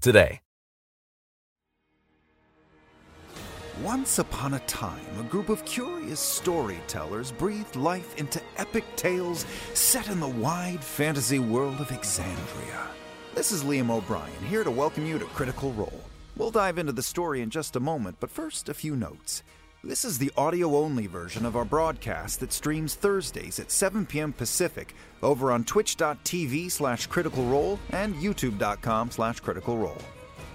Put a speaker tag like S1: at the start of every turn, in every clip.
S1: today.
S2: Once upon a time, a group of curious storytellers breathed life into epic tales set in the wide fantasy world of Exandria. This is Liam O'Brien, here to welcome you to Critical Role. We'll dive into the story in just a moment, but first, a few notes. This is the audio only version of our broadcast that streams Thursdays at 7 p.m. Pacific over on twitch.tv slash critical role and youtube.com slash critical role.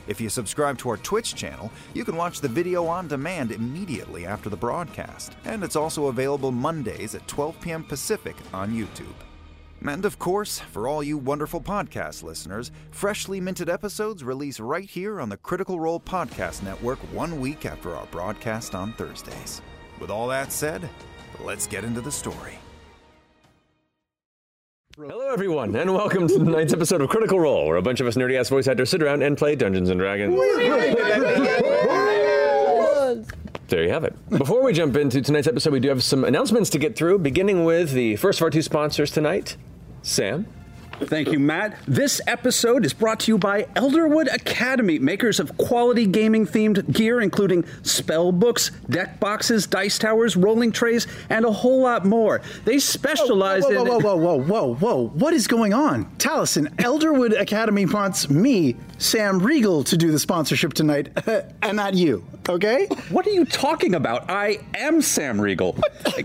S2: If you subscribe to our Twitch channel, you can watch the video on demand immediately after the broadcast, and it's also available Mondays at 12 p.m. Pacific on YouTube. And of course, for all you wonderful podcast listeners, freshly minted episodes release right here on the Critical Role Podcast Network one week after our broadcast on Thursdays. With all that said, let's get into the story.
S3: Hello, everyone, and welcome to tonight's episode of Critical Role, where a bunch of us nerdy ass voice actors sit around and play Dungeons and Dragons. There you have it. Before we jump into tonight's episode, we do have some announcements to get through, beginning with the first of our two sponsors tonight, Sam.
S4: Thank you, Matt. This episode is brought to you by Elderwood Academy, makers of quality gaming themed gear, including spell books, deck boxes, dice towers, rolling trays, and a whole lot more. They specialize
S5: whoa, whoa,
S4: in.
S5: whoa, whoa, whoa, whoa, whoa! What is going on? Taliesin Elderwood Academy wants me, Sam Regal, to do the sponsorship tonight, and not you. Okay?
S4: What are you talking about? I am Sam Regal.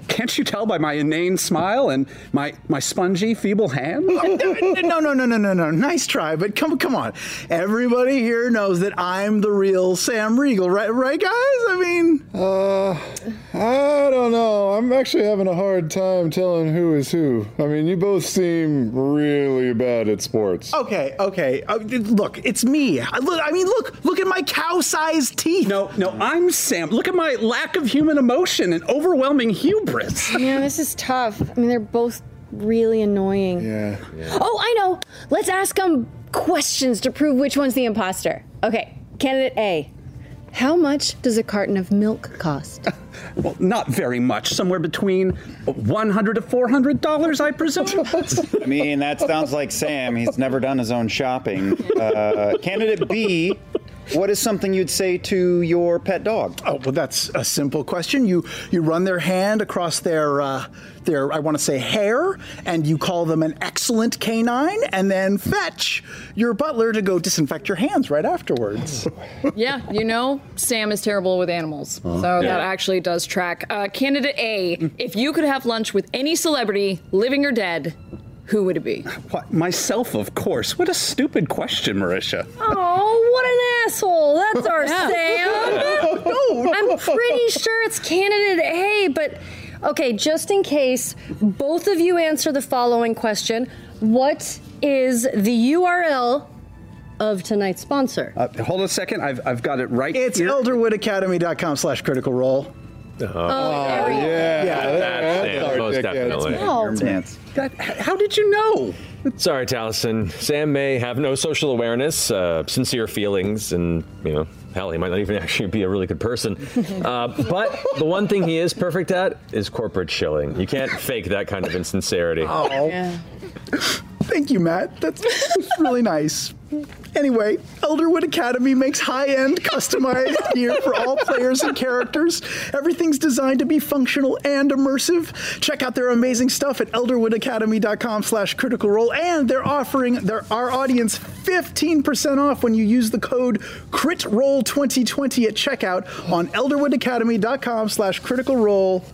S4: Can't you tell by my inane smile and my, my spongy, feeble hand?
S5: Oh, no, no, no, no, no, no. Nice try, but come, come on. Everybody here knows that I'm the real Sam Regal, right? Right, guys? I mean,
S6: Uh, I don't know. I'm actually having a hard time telling who is who. I mean, you both seem really bad at sports.
S5: okay, okay. Uh, look, it's me. I, look, I mean, look, look at my cow-sized teeth.
S4: No, no, I'm Sam. Look at my lack of human emotion and overwhelming hubris.
S7: You know, this is tough. I mean, they're both really annoying.
S6: Yeah.
S7: Oh, I know. Let's ask them questions to prove which one's the imposter. Okay, candidate A. How much does a carton of milk cost?
S4: Well, not very much. Somewhere between 100 to 400 dollars, I presume.
S8: I mean, that sounds like Sam. He's never done his own shopping. Uh, candidate B, what is something you'd say to your pet dog?
S5: Oh, well, that's a simple question. You you run their hand across their uh, their I want to say hair, and you call them an excellent canine, and then fetch your butler to go disinfect your hands right afterwards.
S9: Yeah, you know, Sam is terrible with animals. So that actually does track. Uh, candidate A, if you could have lunch with any celebrity, living or dead, who would it be?
S4: What, myself, of course. What a stupid question, Marisha.
S7: oh, what an asshole. That's our
S9: Yeah.
S7: Sam. I'm pretty sure it's candidate A, but okay, just in case, both of you answer the following question What is the URL of tonight's sponsor?
S4: Uh, hold on a second. I've, I've got it right
S5: It's
S4: here.
S5: elderwoodacademy.com slash critical role.
S6: Oh, yeah.
S3: That's Sam,
S6: our
S3: most
S6: dickhead.
S3: definitely.
S7: oh,
S8: Pants.
S4: That- how did you know?
S3: Sorry, Taliesin. Sam may have no social awareness, uh, sincere feelings, and, you know, hell, he might not even actually be a really good person. Uh, but the one thing he is perfect at is corporate shilling. You can't fake that kind of insincerity.
S5: Oh, thank you, Matt. That's really nice. Anyway, Elderwood Academy makes high-end customized gear for all players and characters. Everything's designed to be functional and immersive. Check out their amazing stuff at elderwoodacademy.com slash critical role. And they're offering their our audience 15% off when you use the code CRITROLL2020 at checkout on elderwoodacademy.com slash critical role.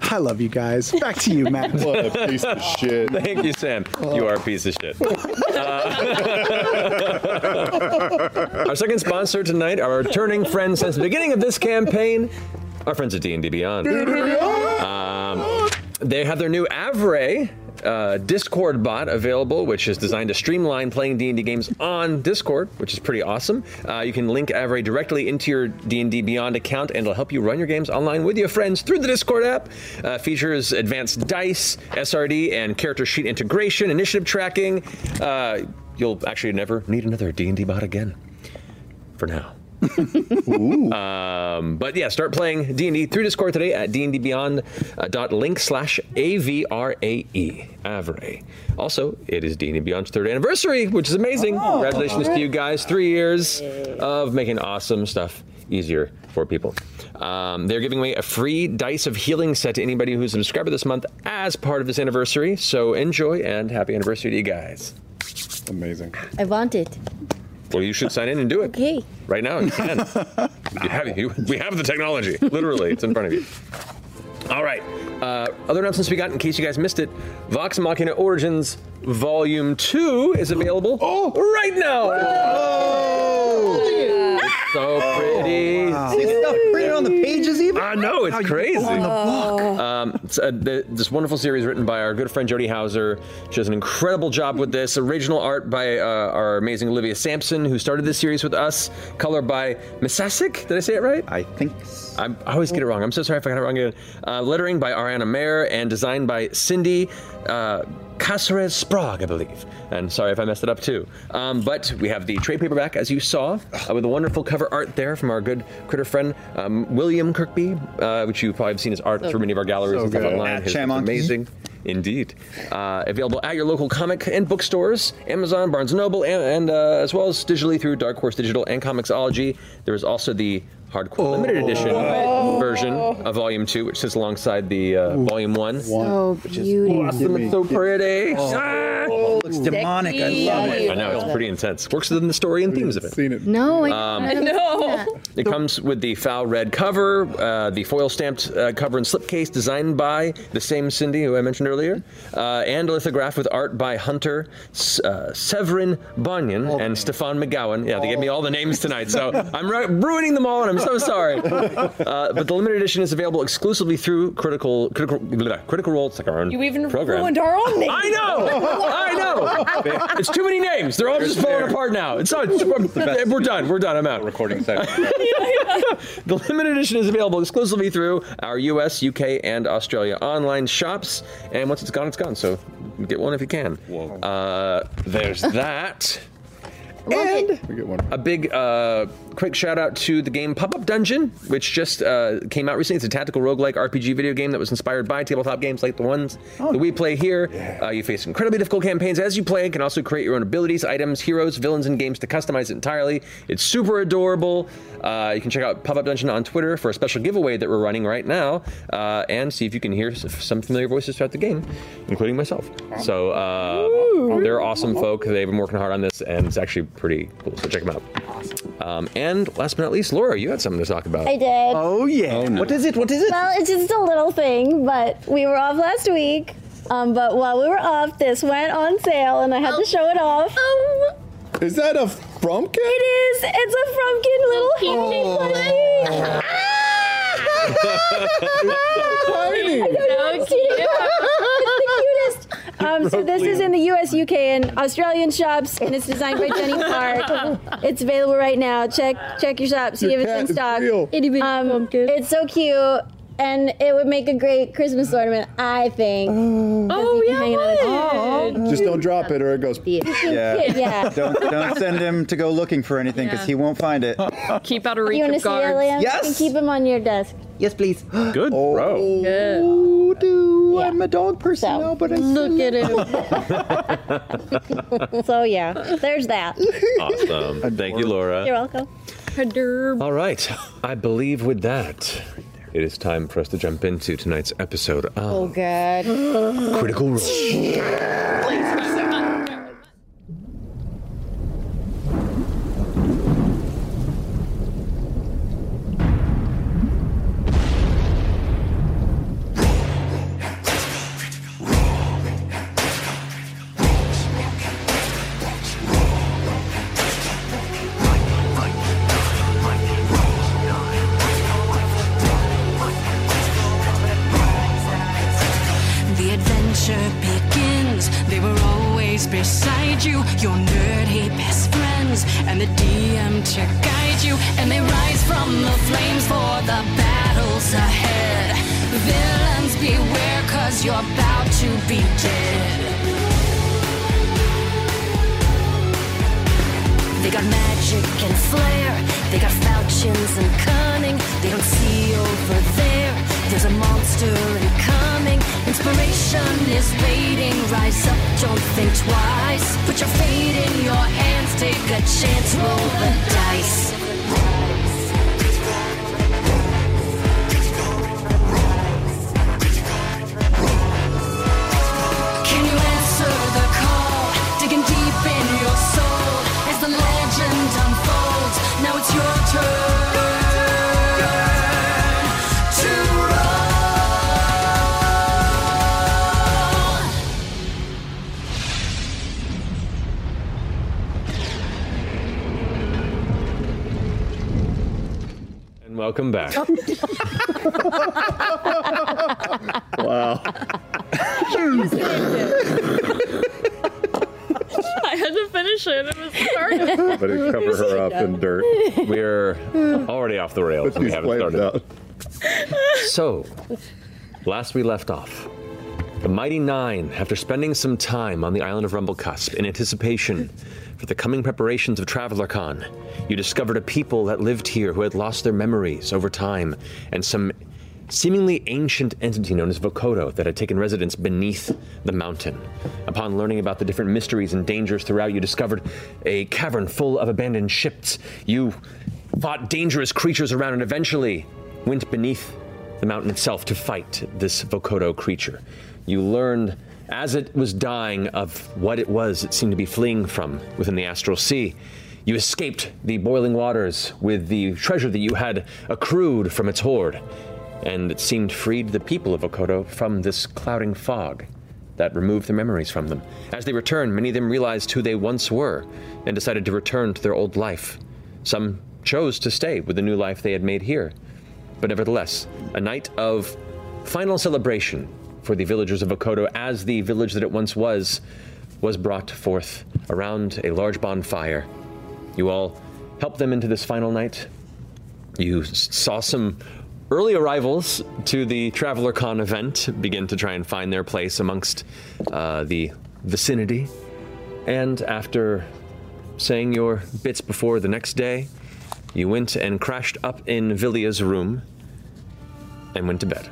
S5: I love you guys. Back to you, Matt.
S6: What a piece of shit.
S3: Thank you, Sam. You are a piece of shit. Uh, our second sponsor tonight, our returning friends since the beginning of this campaign, our friends at D&D Beyond. Um, they have their new Avray uh, Discord bot available, which is designed to streamline playing D&D games on Discord, which is pretty awesome. Uh, you can link Avery directly into your D&D Beyond account, and it'll help you run your games online with your friends through the Discord app. Uh, features advanced dice, SRD, and character sheet integration, initiative tracking. Uh, you'll actually never need another D&D bot again, for now. Um, but yeah, start playing D&D through Discord today at dndbeyond.link slash A-V-R-A-E, Avre. E. Also, it is D&D Beyond's third anniversary, which is amazing. Congratulations to you guys. Three years of making awesome stuff easier for people. Um, they're giving away a free Dice of Healing set to anybody who's a subscriber this month as part of this anniversary. So enjoy and happy anniversary to you guys.
S6: Amazing.
S10: I want it.
S3: Well, you should sign in and do it.
S10: Okay.
S3: Right now, you can. you have, you, we have the technology. Literally, it's in front of you. All right. Uh, other announcements we got, in case you guys missed it, Vox Machina Origins Volume 2 is available right now. Oh! It's so pretty.
S5: It's not printed on the pages even.
S3: I know it's crazy.
S5: open the
S9: Oh.
S5: book.
S2: Oh.
S3: Um, it's, uh, the, this wonderful series written by our good friend Jody Hauser. She does an incredible job with this. Original art by uh, our amazing Olivia Sampson, who started this series with us. Color by Misasic. Did I say it right?
S2: I think
S3: I'm, I always get it wrong. I'm so sorry if I got it wrong again. Uh, lettering by Ariana Mayer and designed by Cindy uh, Caceres Sprague, I believe. And sorry if I messed it up too. Um, but we have the trade paperback, as you saw, uh, with the wonderful cover art there from our good critter friend um, William Kirkby, uh, which you probably have seen his art through many of our galleries
S2: so
S3: and stuff
S2: good.
S3: online.
S2: At
S3: His-
S2: Shamon.
S3: amazing. Indeed. Uh, available at your local comic and bookstores, Amazon, Barnes & Noble, and, and uh, as well as digitally through Dark Horse Digital and Comixology. There is also the hardcore limited
S2: Oh.
S3: edition version of Volume 2, which sits alongside the uh, Volume 1.
S10: Oh, beautiful.
S3: Awesome, it's so pretty. Ah!
S2: looks demonic. I love it.
S3: I know, it's pretty intense. Works within the story and themes of it.
S6: Seen it.
S10: No, I,
S3: Um,
S9: I know.
S3: It comes with the foul red cover, uh, the foil stamped uh, cover and slipcase designed by the same Cindy who I mentioned earlier, uh, and lithograph with art by Hunter S- uh, Severin Bunyan and Stefan McGowan. Yeah, they gave me all the names tonight, so I'm ru- ruining them all, and I'm so sorry. Uh, but the limited edition is available exclusively through Critical Critical blah, Critical Role. It's like our own
S9: You even
S3: program.
S9: ruined our own name.
S3: I know. I know. It's too many names. They're all just falling apart now. It's not. We're done. We're done. I'm out.
S2: Recording section.
S3: The limited edition is available exclusively through our US, UK, and Australia online shops. And once it's gone, it's gone. So get one if you can. Whoa. Uh, there's that. and
S6: We get one.
S3: a big uh, quick shout out to the game Pop Up Dungeon, which just uh, came out recently. It's a tactical roguelike RPG video game that was inspired by tabletop games like the ones
S6: Oh.
S3: that we play here. Uh, you face incredibly difficult campaigns as you play and can also create your own abilities, items, heroes, villains, and games to customize it entirely. It's super adorable. Uh, you can check out Pop Up Dungeon on Twitter for a special giveaway that we're running right now uh, and see if you can hear s- some familiar voices throughout the game, including myself. So uh, they're awesome folk. They've been working hard on this and it's actually pretty cool. So check them out. Um, and last but not least, Laura, you had something to talk about.
S11: I did.
S5: Oh yeah. What is it? What is it?
S11: Well, it's just a little thing, but we were off last week. Um, but while we were off, this went on sale, and I
S7: Oh.
S11: had to show it off.
S6: Is that a frumpkin?
S11: It is. It's a frumpkin little handy plushie.
S6: Tiny.
S11: I don't know, it's cheating. It's the cutest. Um, so this is in the U.S., U.K., and Australian shops, and it's designed by Jenny Clark. It's available right now. Check check your shop. See
S6: Your
S11: if
S6: cat
S11: it's in
S6: is
S11: stock.
S6: real.
S10: Itty bitty
S11: Um,
S10: pumpkin.
S11: It's so cute, and it would make a great Christmas ornament, I think.
S9: Oh, yeah.
S11: hanging out with-
S9: it
S11: Oh,
S9: would.
S6: Just don't drop it or it goes.
S11: Yeah. yeah.
S2: Don't don't send him to go looking for anything because
S9: Yeah.
S2: he won't find it.
S9: Keep out of
S11: You
S9: reach
S11: want to
S9: of
S11: see it,
S9: guards.
S11: Liam?
S5: Yes.
S11: And keep him on your desk.
S5: Yes, please.
S3: Good, bro.
S5: Oh, do I'm a dog person
S11: So,
S5: now, but I still
S10: look at it.
S11: So yeah, there's that.
S3: Awesome. Thank you,
S11: You're
S3: Laura.
S11: welcome.
S9: Hadurb.
S3: All right. I believe with that, it is time for us to jump into tonight's episode
S5: Oh,
S3: of
S10: God.
S3: Critical Role.
S12: The adventure begins.
S7: you, your nerd hate best friends, and the DM to guide you, and they rise from the flames for the battles ahead. Villains beware, cause you're about to be dead. They got magic and flair. They got falchions and cunning. They don't see over there. There's a monster incoming. Inspiration is waiting. Rise up, don't think twice. Put your fate in your hands. Take a chance, roll the dice. Can you answer the call? Digging deep in your soul as the legend unfolds. Now it's your turn to roll.
S3: And welcome back.
S13: wow.
S9: I had to finish it. It was hard.
S3: But it covered her up in dirt. We're already off the rails. and we haven't started. So, last we left off, the Mighty Nine, after spending some time on the island of Rumblecusp in anticipation for the coming preparations of TravelerCon, you discovered a people that lived here who had lost their memories over time and some seemingly ancient entity known as Vokodo that had taken residence beneath the mountain. Upon learning about the different mysteries and dangers throughout, you discovered a cavern full of abandoned ships. You fought dangerous creatures around and eventually went beneath the mountain itself to fight this Vokodo creature. You learned as it was dying of what it was it seemed to be fleeing from within the astral sea. You escaped the boiling waters with the treasure that you had accrued from its hoard, and it seemed freed the people of Vokodo from this clouding fog that removed their memories from them. As they returned, many of them realized who they once were and decided to return to their old life. Some chose to stay with the new life they had made here. But nevertheless, a night of final celebration for the villagers of Okoto as the village that it once was was brought forth around a large bonfire. You all helped them into this final night. You s- saw some early arrivals to the Traveler Con event begin to try and find their place amongst uh, the vicinity. And after saying your bits before the next day, you went and crashed up in Villia's room and went to bed.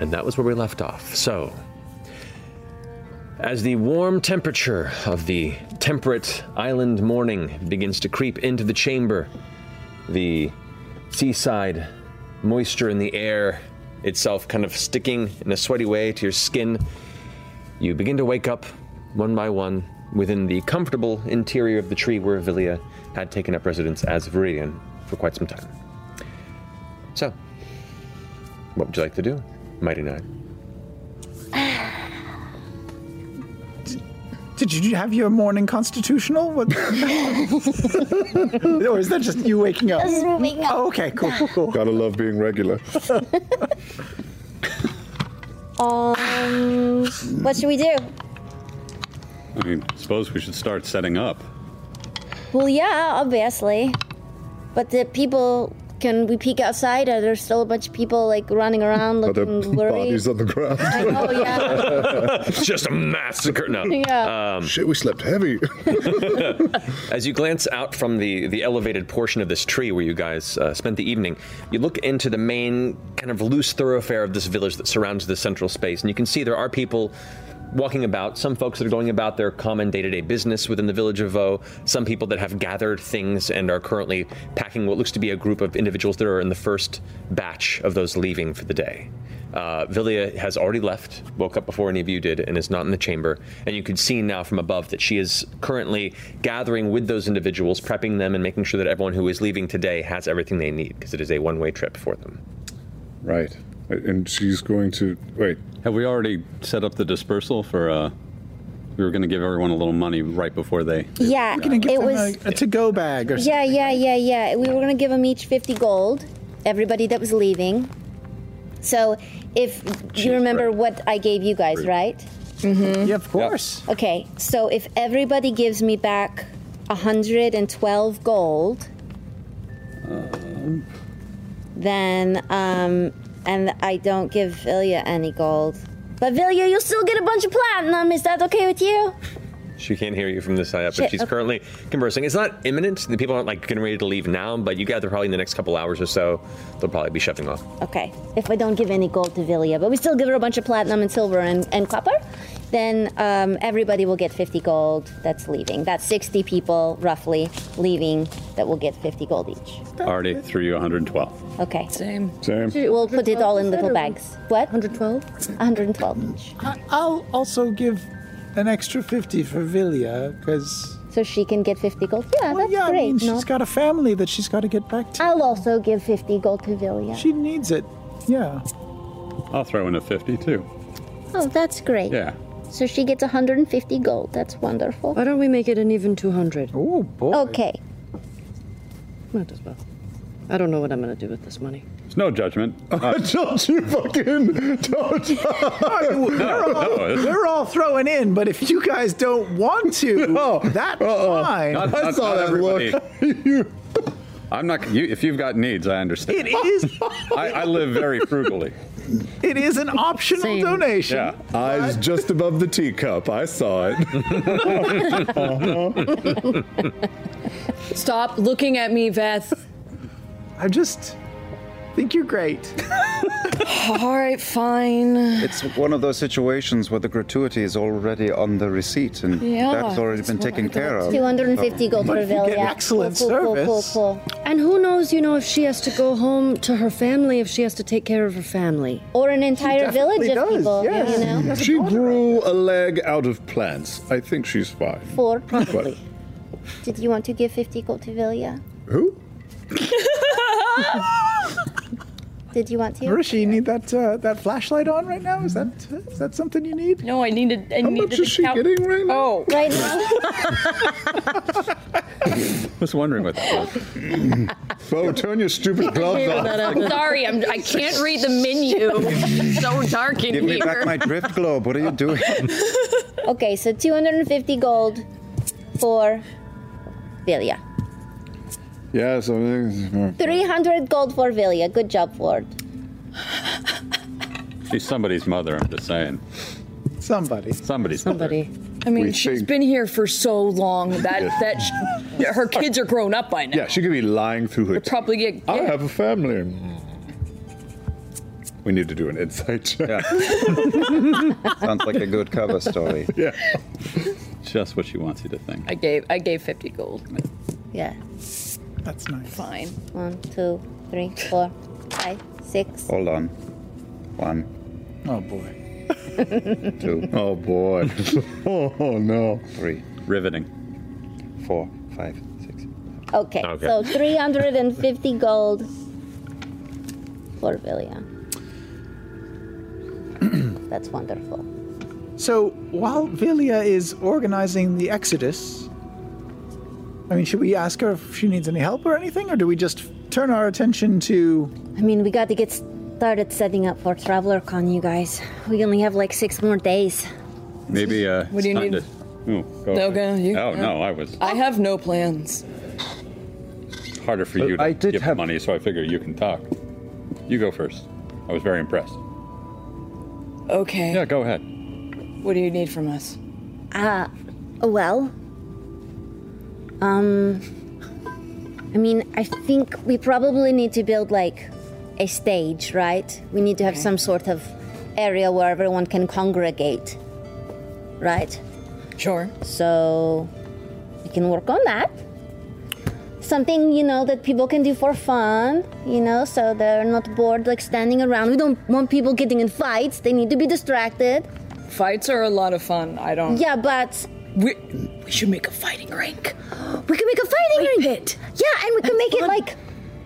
S3: And that was where we left off. So, as the warm temperature of the temperate island morning begins to creep into the chamber, the seaside moisture in the air itself kind of sticking in a sweaty way to your skin, you begin to wake up one by one within the comfortable interior of the tree where Villia had taken up residence as Viridian for quite some time. So, what would you like to do, Mighty Nine?
S5: Did you have your morning constitutional? What? or is that just you waking up?
S13: Just waking up.
S5: Oh, okay, cool, cool, cool.
S6: Gotta love being regular.
S14: Um, what should we do?
S4: I mean, suppose we should start setting up.
S14: Well, yeah, obviously. But the people, can we peek outside? Are there still a bunch of people like running around
S6: Are there
S14: looking worried?
S6: bodies on the ground?
S14: Oh yeah.
S3: it's just a massacre. No.
S14: Yeah.
S3: Um,
S6: Shit, we slept heavy.
S3: as you glance out from the, the elevated portion of this tree where you guys uh, spent the evening, you look into the main kind of loose thoroughfare of this village that surrounds the central space, and you can see there are people walking about. Some folks that are going about their common day to day business within the village of Vo, some people that have gathered things and are currently packing what looks to be a group of individuals that are in the first batch of those leaving for the day. Uh, Villia has already left, woke up before any of you did, and is not in the chamber. And you can see now from above that she is currently gathering with those individuals, prepping them, and making sure that everyone who is leaving today has everything they need, because it is a one way trip for them.
S6: right. And she's going to. Wait.
S4: Have we already set up the dispersal for, uh, we were going to give everyone a little money right before they.
S14: yeah. It was.
S5: A to go bag or
S14: Yeah, yeah, yeah, yeah. We were gonna give them each fifty gold. Everybody that was leaving. So, if you remember what I gave you guys, right? Mm-hmm.
S5: Yeah, of course.
S14: Okay, so if everybody gives me back 112 gold,
S4: Um,
S14: then um, and I don't give Vilya any gold. But Vilya, you'll still get a bunch of platinum. Is that okay with you?
S3: She can't hear you from this high up, but
S14: Shit,
S3: she's
S14: okay.
S3: currently conversing. It's not imminent. The people aren't like getting ready to leave now, but you gather probably in the next couple hours or so, they'll probably be shoving off.
S14: Okay. If I don't give any gold to Vilya, but we still give her a bunch of platinum and silver and, and copper, then um, everybody will get 50 gold that's leaving. That's 60 people, roughly, leaving that will get 50 gold each.
S4: Already threw you 112.
S14: Okay. Same.
S4: Same.
S14: We'll put it all in little
S5: 112
S14: bags. What? 112? 112 each.
S5: I- I'll also give an extra 50 for Vilya, because.
S14: So she can get 50 gold? Yeah, that's
S5: yeah,
S14: great.
S5: I mean,
S14: no?
S5: she's got a family that she's got to get back to.
S14: I'll also give 50 gold to Vilya.
S5: She needs it. Yeah.
S4: I'll throw in a 50 too.
S14: Oh, that's great.
S4: Yeah.
S14: So she gets 150 gold. That's wonderful.
S15: Why don't we make it an even 200?
S5: Oh, boy.
S14: Okay.
S15: Might as well. I don't know what I'm going to do with this money.
S4: It's no judgment. Uh,
S5: don't you fucking. Don't. we're, all,
S4: no, it's-
S5: we're all throwing in, but if you guys don't want to, that's fine.
S4: Not- not- not everybody. I'm not. You, if you've got needs, I understand.
S5: It is.
S4: I, I live very frugally.
S5: It is an optional donation.
S4: Yeah.
S6: Eyes just above the teacup. I saw it.
S9: Stop looking at me, Veth.
S5: I just think you're great.
S15: All right, fine.
S2: It's one of those situations where the gratuity is already on the receipt, and
S14: Yeah,
S2: that's already been taken care of.
S14: 250 gold
S2: But
S14: for
S2: if you get
S14: Vilya.
S2: excellent
S14: Cool, cool, cool,
S2: service-
S14: cool, cool.
S15: And who knows, you know, if she has to go home to her family, if she has to take care of her family.
S14: Or an entire village of people, you know?
S6: She grew a leg out of plants. I think she's fine.
S14: Four,
S6: But-
S14: probably. Did you want to give 50 gold to Vilya?
S6: Who?
S14: Did you want to?
S5: Marisha, you need that uh, that flashlight on right now? Is that is that something you need?
S9: No, I needed. I
S5: How
S9: needed
S5: much is she getting right now?
S9: Oh,
S14: right now.
S4: I was wondering what that was.
S6: Bo, turn your stupid gloves
S9: I'm sorry, I'm, I can't read the menu. It's so dark in
S2: Give
S9: here.
S2: me back my drift globe. What are you doing?
S14: Okay, so 250 gold for Vilya.
S6: Yeah, so
S14: 300 gold for Vilya. Good job, Ford.
S4: She's somebody's mother. I'm just saying.
S5: Somebody.
S4: Somebody's
S15: Somebody.
S9: I mean,
S4: We
S9: she's
S4: think-
S9: been here for so long that
S6: Yes.
S9: that sh her kids are grown up by now.
S6: Yeah, she could be lying through her.
S9: They probably get.
S6: I have a family. We need to do an insight check.
S2: Sounds like a good cover story.
S6: Yeah.
S4: Just what she wants you to think.
S9: I gave I gave fifty gold.
S14: Yeah.
S5: That's nice.
S9: Fine.
S14: One, two, three, four, five, six.
S2: Hold on. One,
S5: Oh boy.
S2: two.
S6: Oh boy. oh no.
S2: Three.
S4: Riveting.
S2: Four, five, six.
S14: Okay,
S2: Okay.
S14: so 350 gold for Vilya. That's wonderful.
S5: So while Vilya is organizing the Exodus, I mean, should we ask her if she needs any help or anything, or do we just turn our attention to?
S14: I mean, we got to get started setting up for TravelerCon, you guys. We only have like six more days.
S4: Maybe. Uh,
S9: What do you
S4: it's time
S9: need?
S4: To, Ooh, go
S9: No,
S4: ahead.
S9: go, you-
S4: oh
S9: yeah.
S4: no, I was
S9: I have no plans.
S4: harder for you to give money, so I figure you can talk. You go first. I was very impressed.
S9: Okay.
S4: Yeah, go ahead.
S9: What do you need from us?
S14: Uh, well, um, I mean, I think we probably need to build like a stage, right? We need to have some sort of area where everyone can congregate, right?
S9: Sure.
S14: So we can work on that. Something, you know, that people can do for fun, you know, so they're not bored like standing around. We don't want people getting in fights, they need to be distracted.
S9: Fights are a lot of fun. I don't.
S14: Yeah, but
S9: we we should make a fighting rink.
S14: We can make a fighting ring. Pit. Yeah, and we can make it like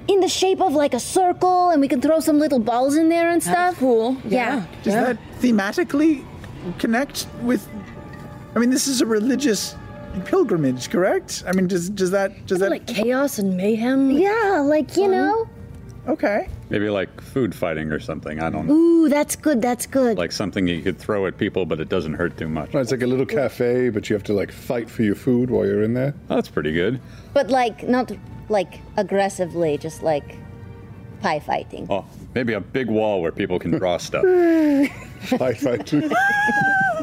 S14: in the shape of like a circle, and we can throw some little balls in there and stuff.
S9: cool.
S14: Yeah.
S5: Does that thematically connect with? I mean, this is a religious pilgrimage, correct? I mean, does does that does that
S15: Like chaos and mayhem?
S14: Yeah, like, you know.
S5: Okay.
S4: Maybe like food fighting or something. I don't know.
S14: Ooh, that's good. That's good.
S4: Like something you could throw at people, but it doesn't hurt too much.
S6: No, it's like a little cafe, but you have to like fight for your food while you're in there.
S4: That's pretty good.
S14: But like not like aggressively, just like pie fighting.
S4: Oh, maybe a big wall where people can draw stuff.
S6: Pie fight.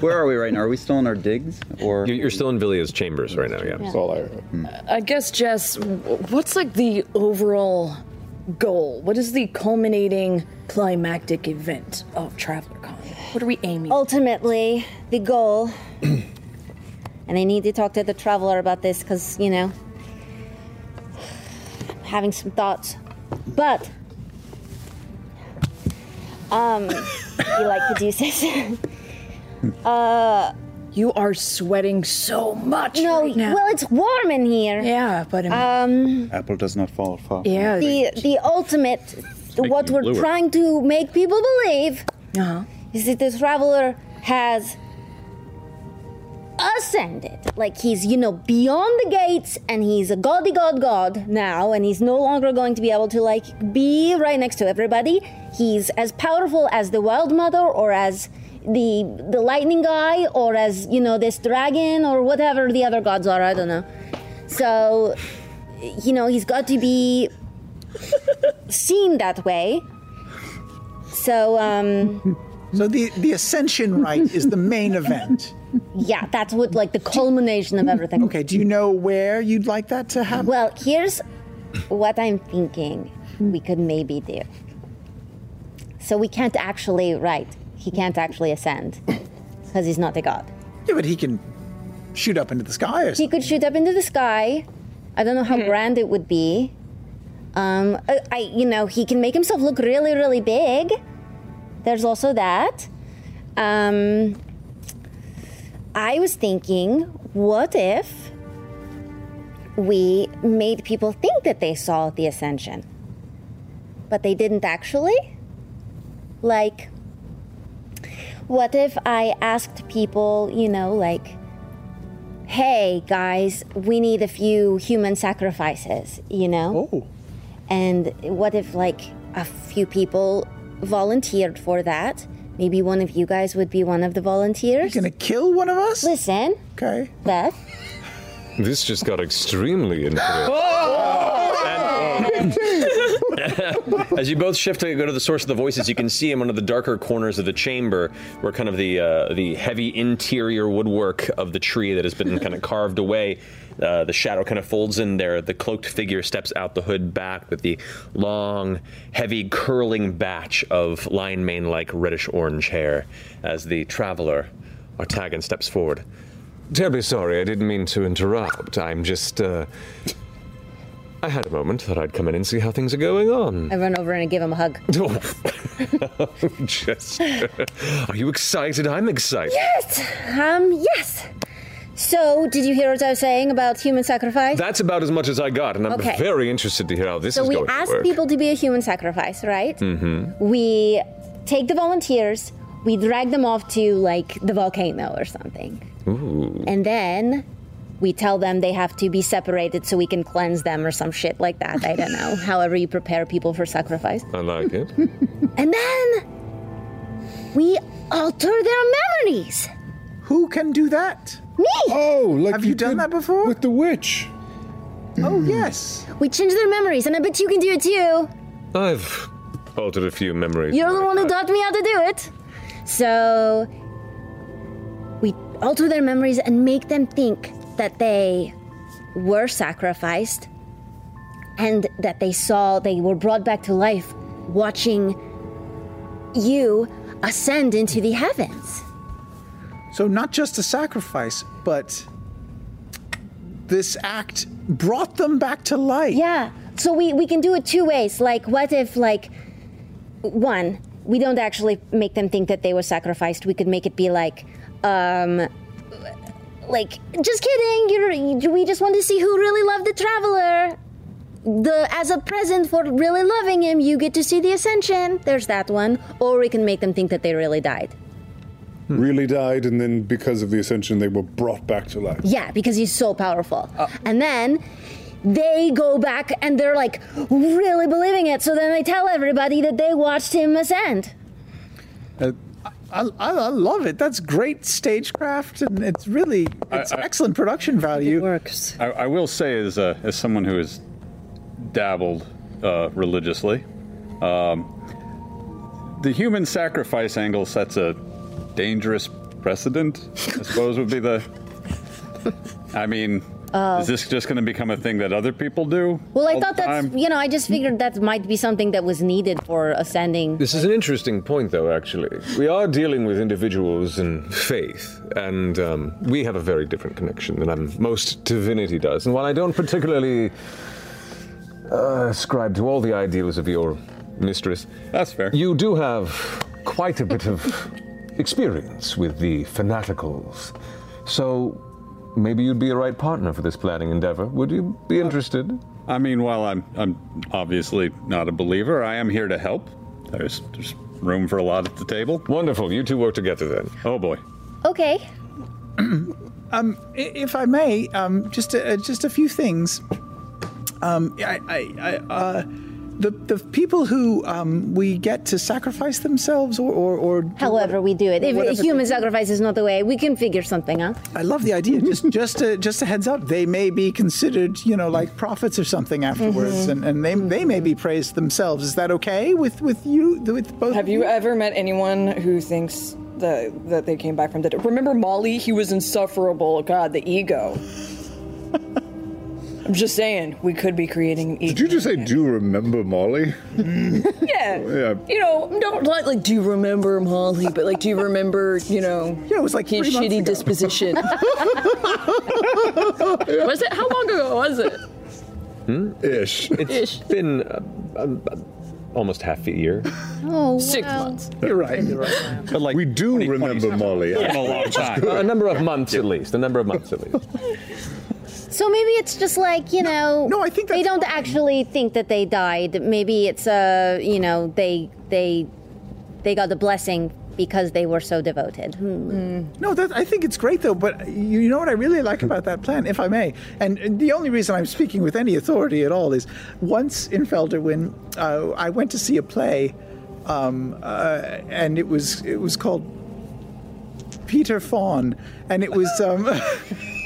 S2: Where are we right now? Are we still in our digs, or
S3: you're still in Villia's chambers right now? Yeah,
S9: That's all
S6: I.
S2: Hmm.
S9: I guess, Jess, w- what's like the overall goal? What is the culminating climactic event of Traveler Con?
S14: What are we aiming? Ultimately, the goal, and I need to talk to the traveler about this because you know, I'm having some thoughts. But, um, you like Caduceus? uh,
S9: you are sweating so much.
S14: no,
S9: right now.
S14: well, it's warm in here.
S9: Yeah, but
S14: um,
S2: Apple does not fall far.
S14: The the ultimate, what we're
S2: bluer.
S14: trying to make people believe
S9: uh-huh.
S14: is that the traveler has ascended. Like he's you know beyond the gates, and he's a gody god god now, and he's no longer going to be able to like be right next to everybody. He's as powerful as the wild mother, or as the the lightning guy, or as you know this dragon, or whatever the other gods are. I don't know. So, you know, he's got to be seen that way. So, um,
S5: So the the ascension rite is the main event.
S14: yeah, that's what like the culmination of everything.
S5: Okay, do you know where you'd like that to happen?
S14: Well, here's what I'm thinking we could maybe do. So we can't actually, right? He can't actually ascend because he's not a god.
S5: Yeah, but he can shoot up into the sky or
S14: He could shoot up into the sky. I don't know how grand it would be. Um, I, I, you know, he can make himself look really, really big. There's also that. Um, I was thinking, what if we made people think that they saw the ascension, but they didn't actually? Like, what if I asked people, you know, like, hey guys, we need a few human sacrifices, you know?
S5: Oh.
S14: And what if, like, a few people volunteered for that? Maybe one of you guys would be one of the volunteers. You're
S5: gonna kill one of us?
S14: Listen.
S5: Okay.
S14: Beth.
S3: This just got extremely incorrect.
S6: Oh!
S14: Oh,
S3: As you both shift to go to the source of the voices, you can see in one of the darker corners of the chamber, where kind of the uh, the heavy interior woodwork of the tree that has been kind of carved away, uh, the shadow kind of folds in there. The cloaked figure steps out the hood back with the long, heavy, curling batch of lion mane-like reddish orange hair. As the traveler, Artagan steps forward. Terribly sorry, I didn't mean to interrupt. I'm just. Uh, I had a moment that I'd come in and see how things are going on. Oh,
S14: I run over and I give him a hug.
S3: Just, are you excited? I'm excited.
S14: Yes! Um, yes! So, did you hear what I was saying about human sacrifice?
S3: That's about as much as I got, and I'm
S14: Okay.
S3: very interested to hear how this
S14: so
S3: is
S14: we
S3: going
S14: ask
S3: to work.
S14: people to be a human sacrifice, right?
S3: mm-hmm.
S14: We take the volunteers, we drag them off to like the volcano or something.
S3: Ooh.
S14: And then we tell them they have to be separated so we can cleanse them or some shit like that. I don't know. However, you prepare people for sacrifice.
S3: I like it.
S14: And then we alter their memories.
S5: Who can do that?
S14: Me.
S6: Oh, like
S5: have you, done that before with
S6: the witch? Mm.
S5: Oh yes.
S14: We change their memories, and I bet you can do it too.
S3: I've altered a few memories.
S14: You're the one who taught me how to do it. So we alter their memories and make them think that they were sacrificed and that they saw they were brought back to life watching you ascend into the heavens.
S5: So not just a sacrifice, but this act brought them back to life.
S14: Yeah. So we, we can do it two ways. Like, what if, like, one, we don't actually make them think that they were sacrificed. We could make it be like, um, like, just kidding. You're, you- we just want to see who really loved the traveler. The as a present for really loving him, you get to see the ascension. There's that one. Or we can make them think that they really died.
S6: Really died, and then because of the ascension, they were brought back to life.
S14: Yeah, because he's so powerful. and then they go back and they're like really believing it. So then they tell everybody that they watched him ascend.
S5: Uh, I, I, I love it. That's great stagecraft, and it's really it's
S4: I- I-
S5: excellent production value. It
S16: works.
S4: I, I will say, as a, as someone who has dabbled uh, religiously, um, the human sacrifice angle sets a dangerous precedent. I suppose would be the. I mean,
S14: Oh.
S4: is this just going to become a thing that other people do?
S14: Well, I
S4: all
S14: thought
S4: the
S14: that's,
S4: time?
S14: you know, I just figured that might be something that was needed for ascending.
S17: This is an interesting point, though, actually. We are dealing with individuals and faith, and um, we have a very different connection than um, most divinity does. And while I don't particularly uh, ascribe to all the ideals of your mistress,
S4: that's fair.
S17: You do have quite a bit of experience with the fanaticals. So maybe you'd be a right partner for this planning endeavor. Would you be interested?
S4: I mean, while I'm I'm obviously not a believer, I am here to help. There's, there's room for a lot at the table.
S17: Wonderful. You two work together then.
S4: Oh boy.
S14: Okay.
S5: Um, i- if I may, um, just a, uh, just a few things. Um, I, I, I, uh, the the people who um, we get to sacrifice themselves, or or, or
S14: However, we do it. If
S5: Whatever.
S14: human sacrifice is not the way, we can figure something out.
S5: I love the idea. Just just a just a heads up, they may be considered, you know, like prophets or something afterwards,
S6: Mm-hmm.
S9: Mhm.
S5: and, and they they may be praised themselves. Is that okay with with you with both?
S6: Have
S5: of
S6: you ever met anyone who thinks that that they came back from the dead? Remember Molly? He was insufferable. God, the ego. I'm just saying, we could be creating an ego.
S3: Did you just say, do you remember Molly?
S6: Yeah.
S3: Yeah.
S6: You know, don't like, like, do you remember Molly? But like, do you remember, you know, yeah, it was like his
S9: three months
S6: shitty
S9: ago.
S6: disposition?
S9: was it? How long ago was it?
S17: Hmm?
S3: Ish.
S17: It's
S9: Ish.
S17: been uh, um, uh, almost half a year.
S9: Oh, six months.
S3: You're right. You're right. But like we do remember Molly.
S17: Yeah. A number of months at least. A number of months at least.
S14: So maybe it's just like you know. No, I think they don't actually think that they died. Maybe it's uh, you know they they they got the blessing because they were so devoted. Hmm.
S5: No, that, I think it's great though. But you, you know what I really like about that plan, if I may, and and the only reason I'm speaking with any authority at all is once in Felderwin, uh, I went to see a play, um, uh, and it was it was called Peter Fawn, and it was. Um,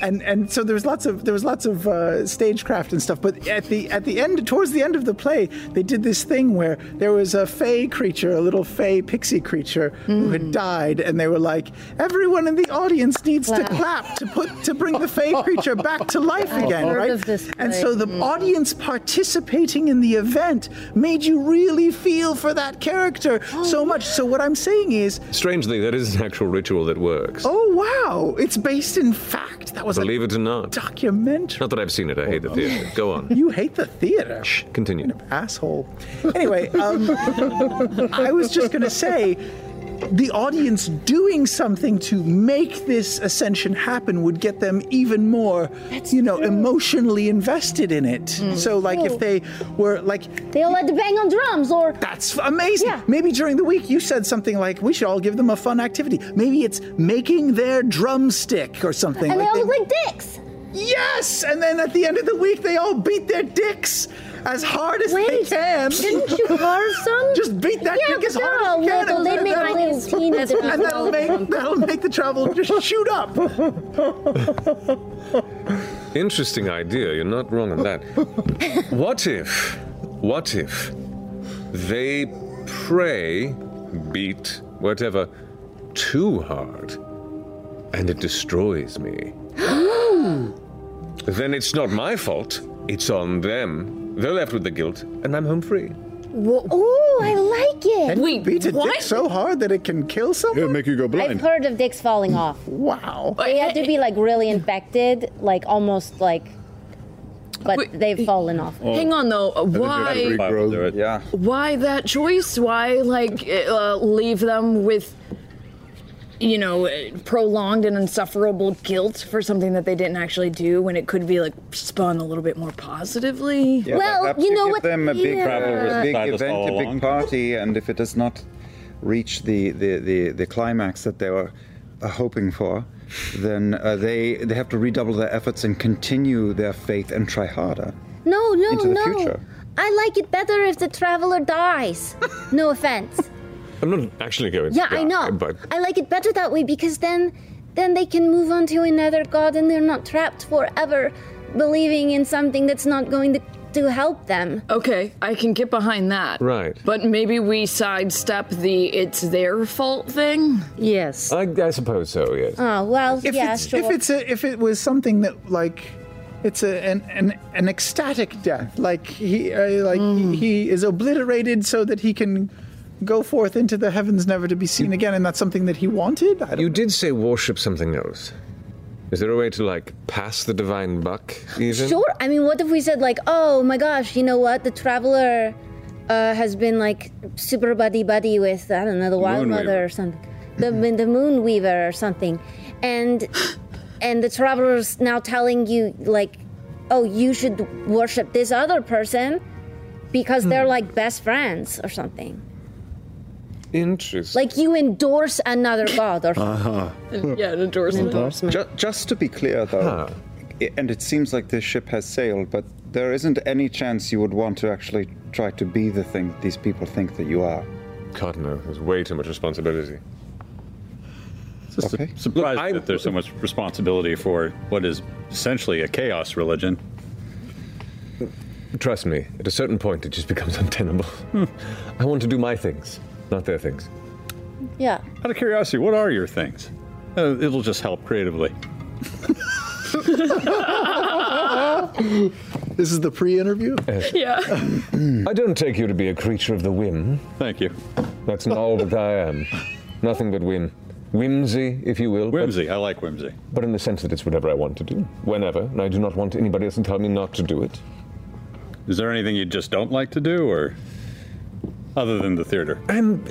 S5: And, and so there was lots of there was lots of uh, stagecraft and stuff, but at the at the end, towards the end of the play, they did this thing where there was a fey creature, a little fey pixie creature who
S18: Mm.
S5: had died, and they were like, everyone in the audience needs to clap to put to bring the fey creature back to life
S18: I've
S5: again,
S18: heard
S5: right?
S18: of this Mm.
S5: and
S18: play.
S5: so the audience participating in the event made you really feel for that character
S18: Oh.
S5: so much. So what I'm saying is,
S17: Strangely, that is an actual ritual that works.
S5: oh wow, it's based in fact. That was a
S17: Believe it or not.
S5: documentary.
S17: Not that I've seen it. I hate the theater. Go on.
S5: You hate the theater.
S17: Continue.
S5: asshole. Anyway, um, I was just going to say the audience doing something to make this ascension happen would get them even more, you know, emotionally invested in it. So, like, if they were like.
S14: Mm. They all had to bang on drums or.
S5: That's amazing. Maybe during the week you said something like, we should all give them a fun activity. Maybe it's making their drumstick or something.
S14: And they
S5: like
S14: all look like dicks.
S5: Yes! And then at the end of the week, they all beat their dicks as hard as they can.
S14: didn't you carve some?
S5: Just beat that
S14: Yeah,
S5: dick as
S14: but
S5: hard
S14: they're all
S5: as you can.
S14: little.
S5: and
S14: They
S5: then
S14: make
S5: that'll-
S14: little peanuts and
S5: And that'll
S14: everything.
S5: make, that'll make the travel just shoot up.
S17: Interesting idea. You're not wrong on that. what if, what if they pray, beat, whatever, too hard and it destroys me? Then it's not my fault. It's on them. They're left with the guilt and I'm home free.
S14: Oh, I like it.
S5: beat a dick so hard that it can kill someone?
S3: It'll make you go
S14: I've heard of dicks falling off.
S5: Wow.
S14: They had to be like really infected, like almost like. But they've fallen off.
S6: Oh.
S9: Hang on though. uh, Why?
S2: Yeah.
S9: Why that choice? Why like uh, leave them with, you know, uh, prolonged and insufferable guilt for something that they didn't actually do when it could be like spun a little bit more positively?
S2: Yeah, perhaps give Them a big, a big
S4: Silas all
S2: event, a
S4: along.
S2: big party, and if it does not reach the the, the, the climax that they were uh, hoping for, then uh, they they have to redouble their efforts and continue their faith and try harder.
S14: No, no,
S2: Into the
S14: no.
S2: future.
S14: I like it better if the traveler dies. No offense.
S17: I'm not actually going.
S14: yeah, I know.
S17: But
S14: I like it better that way because then then they can move on to another god and they're not trapped forever believing in something that's not going to, to help them.
S9: Okay, I can get behind that.
S17: right.
S9: But maybe we sidestep the it's their fault thing?
S19: Yes.
S17: I, I suppose so. Yes.
S14: Oh well,
S5: if
S14: yeah,
S5: it's,
S14: sure.
S5: If it's a, if it was something that like, it's a, an, an an ecstatic death. Like he uh, like
S14: Mm.
S5: he, he is obliterated so that he can go forth into the heavens, never to be seen again. And that's something that he wanted. I
S17: You did say worship something else. Is there a way to like pass the divine buck? Even
S14: Sure. I mean, what if we said like, "Oh my gosh, you know what? The traveler uh, has been like super buddy buddy with I don't know the wild
S7: Moon
S14: mother
S7: Weaver.
S14: or something, the the moon weaver or something," and and the traveler's now telling you like, "Oh, you should worship this other person because they're like best friends or something."
S17: Interesting.
S14: Like you endorse another god or
S2: Uh-huh.
S9: yeah, an
S17: Mm-hmm.
S9: endorsement.
S2: Ju- just to be clear, though, i- and it seems like this ship has sailed, but there isn't any chance you would want to actually try to be the thing that these people think that you are.
S17: God no, there's way too much responsibility.
S4: Just su- surprised that there's so much responsibility for what is essentially a chaos religion.
S17: Trust me, at a certain point, it just becomes untenable. I want to do my things, not their things.
S14: yeah.
S4: Out of curiosity, what are your things? Uh, it'll just help creatively.
S20: This is the pre-interview.
S9: Yeah.
S17: I don't take you to be a creature of the whim.
S4: Thank you.
S17: That's not all that I am. Nothing but whim. Whimsy, if you will.
S4: Whimsy, I like whimsy.
S17: But in the sense that it's whatever I want to do, whenever, and I do not want anybody else to tell me not to do it.
S4: Is there anything you just don't like to do, or other than the theater?
S17: I'm.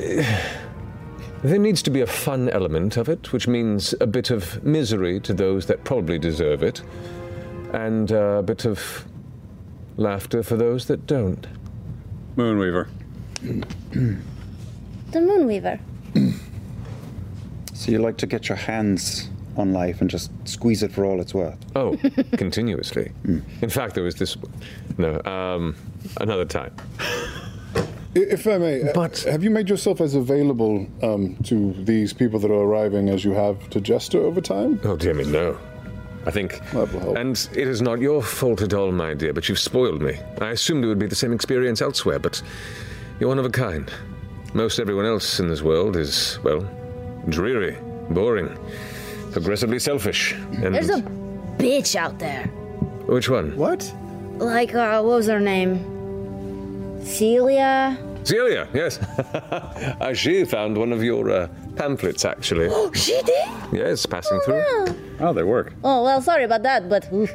S17: There needs to be a fun element of it, which means a bit of misery to those that probably deserve it, and uh, a bit of laughter for those that don't.
S4: Moonweaver.
S14: the moon weaver.
S2: So you like to get your hands on life and just squeeze it for all it's worth.
S17: Oh, continuously. In fact, there was this. No, um, another time.
S6: I- If I may, uh, have you made yourself as available um, to these people that are arriving as you have to Jester over time?
S17: Oh, dear me, no. I think. And it is not your fault at all, my dear, but you've spoiled me. I assumed it would be the same experience elsewhere, but you're one of a kind. Most everyone else in this world is, well, dreary, boring, progressively selfish. And
S14: There's a bitch out there.
S17: which one?
S5: What?
S14: Like, uh, what was her name? Celia.
S17: Celia, yes. uh, she found one of your uh, pamphlets, actually.
S14: She did.
S17: yes, passing through. Oh, they work.
S14: Oh well, sorry about that, but oof.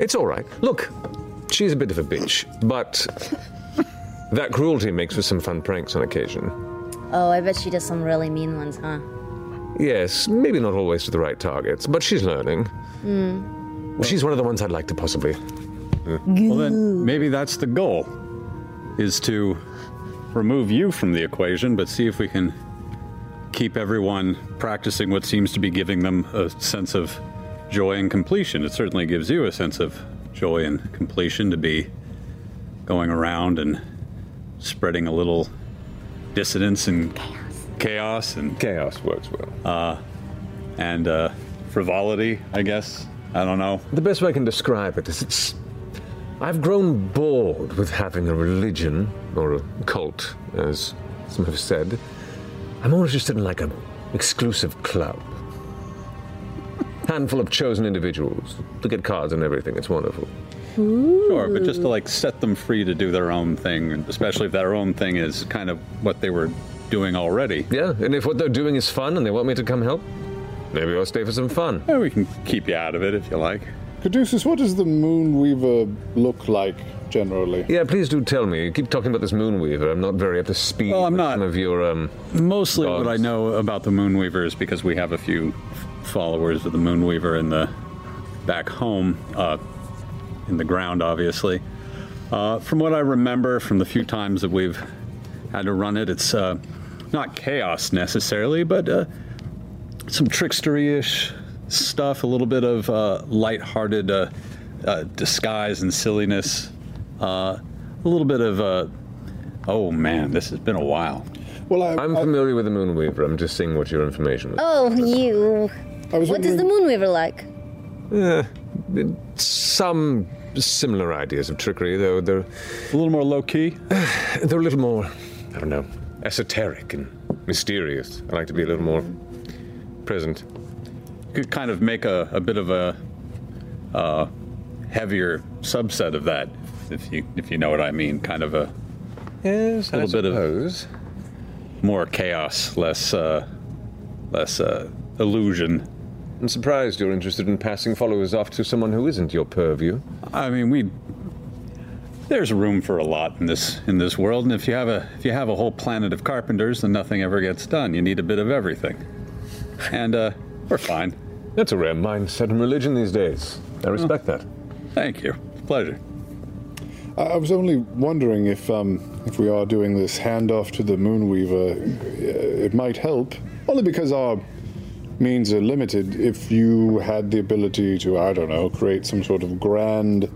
S17: It's all right. Look, she's a bit of a bitch, but that cruelty makes for some fun pranks on occasion.
S14: oh, I bet she does some really mean ones, huh?
S17: Yes, maybe not always to the right targets, but she's learning.
S14: Mm.
S17: she's one of the ones I'd like to possibly.
S4: Well, then maybe that's the goal: is to remove you from the equation, but see if we can keep everyone practicing what seems to be giving them a sense of joy and completion. It certainly gives you a sense of joy and completion to be going around and spreading a little dissonance and chaos, and
S17: chaos works well.
S4: Uh, and uh, frivolity, I guess. I don't know.
S17: The best way I can describe it is it's. I've grown bored with having a religion, or a cult, as some have said. I'm more interested in like an exclusive club. Handful of chosen individuals. Look at cards and everything, it's wonderful.
S4: Sure, but just to like set them free to do their own thing, and especially if their own thing is kind of what they were doing already.
S17: Yeah, and if what they're doing is fun and they want me to come help, maybe I'll stay for some fun.
S4: Yeah, we can keep you out of it if you like.
S6: Caduceus, what does the Moonweaver look like generally?
S17: Yeah, please do tell me. You keep talking about this Moonweaver. I'm not very up to speed. Well, I'm not. Some of your um.
S4: Mostly what I know about the Moonweaver is because we have a few followers of the Moonweaver in the back home, uh, in the ground, obviously. Uh, from what I remember from the few times that we've had to run it, it's uh, not chaos necessarily, but uh, some trickstery-ish stuff, a little bit of uh, lighthearted uh, uh, disguise and silliness, uh, a little bit of uh, oh man, this has been a while.
S6: Well,
S17: I, am familiar with the Moonweaver. I'm just seeing what your information was.
S14: Oh, you. What does the Moonweaver like?
S17: Eh, some similar ideas of trickery, though they're a
S4: little more low key.
S17: They're a little more, I don't know, esoteric and mysterious. I like to be a little more present.
S4: could kind of make a, a bit of a uh, heavier subset of that, if you if you know what I mean. Kind of a
S17: Yes,
S4: little bit of more chaos, less uh, less uh, illusion.
S17: I'm surprised you're interested in passing followers off to someone who isn't your purview.
S4: I mean, we there's room for a lot in this in this world, and if you have a if you have a whole planet of carpenters, then nothing ever gets done. You need a bit of everything, and uh, we're fine.
S17: That's a rare mindset in religion these days. I respect
S4: that. Thank you. Pleasure.
S6: I, I was only wondering if um, if we are doing this handoff to the Moonweaver, uh, it might help. Only because our means are limited. If you had the ability to, I don't know, create some sort of grand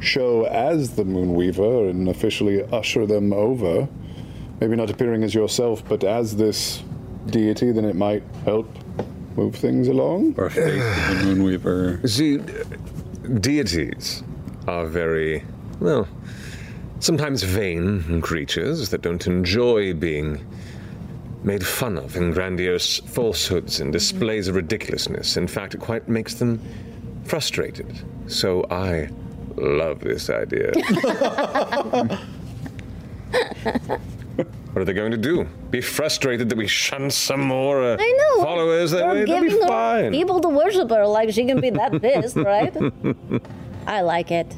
S6: show as the Moonweaver and officially usher them over, maybe not appearing as yourself, but as this deity, then it might help move things along.
S4: Or the Moonweaver.
S17: See, deities are very, well, sometimes vain creatures that don't enjoy being made fun of in grandiose falsehoods and displays of ridiculousness. In fact, it quite makes them frustrated. So I love this idea. What are they going to do? Be frustrated that we shun some more uh,
S14: I know.
S17: followers that
S14: You're
S17: way? That'd be
S14: giving her
S17: fine.
S14: People to worship her, like she can be that pissed, right? I like it.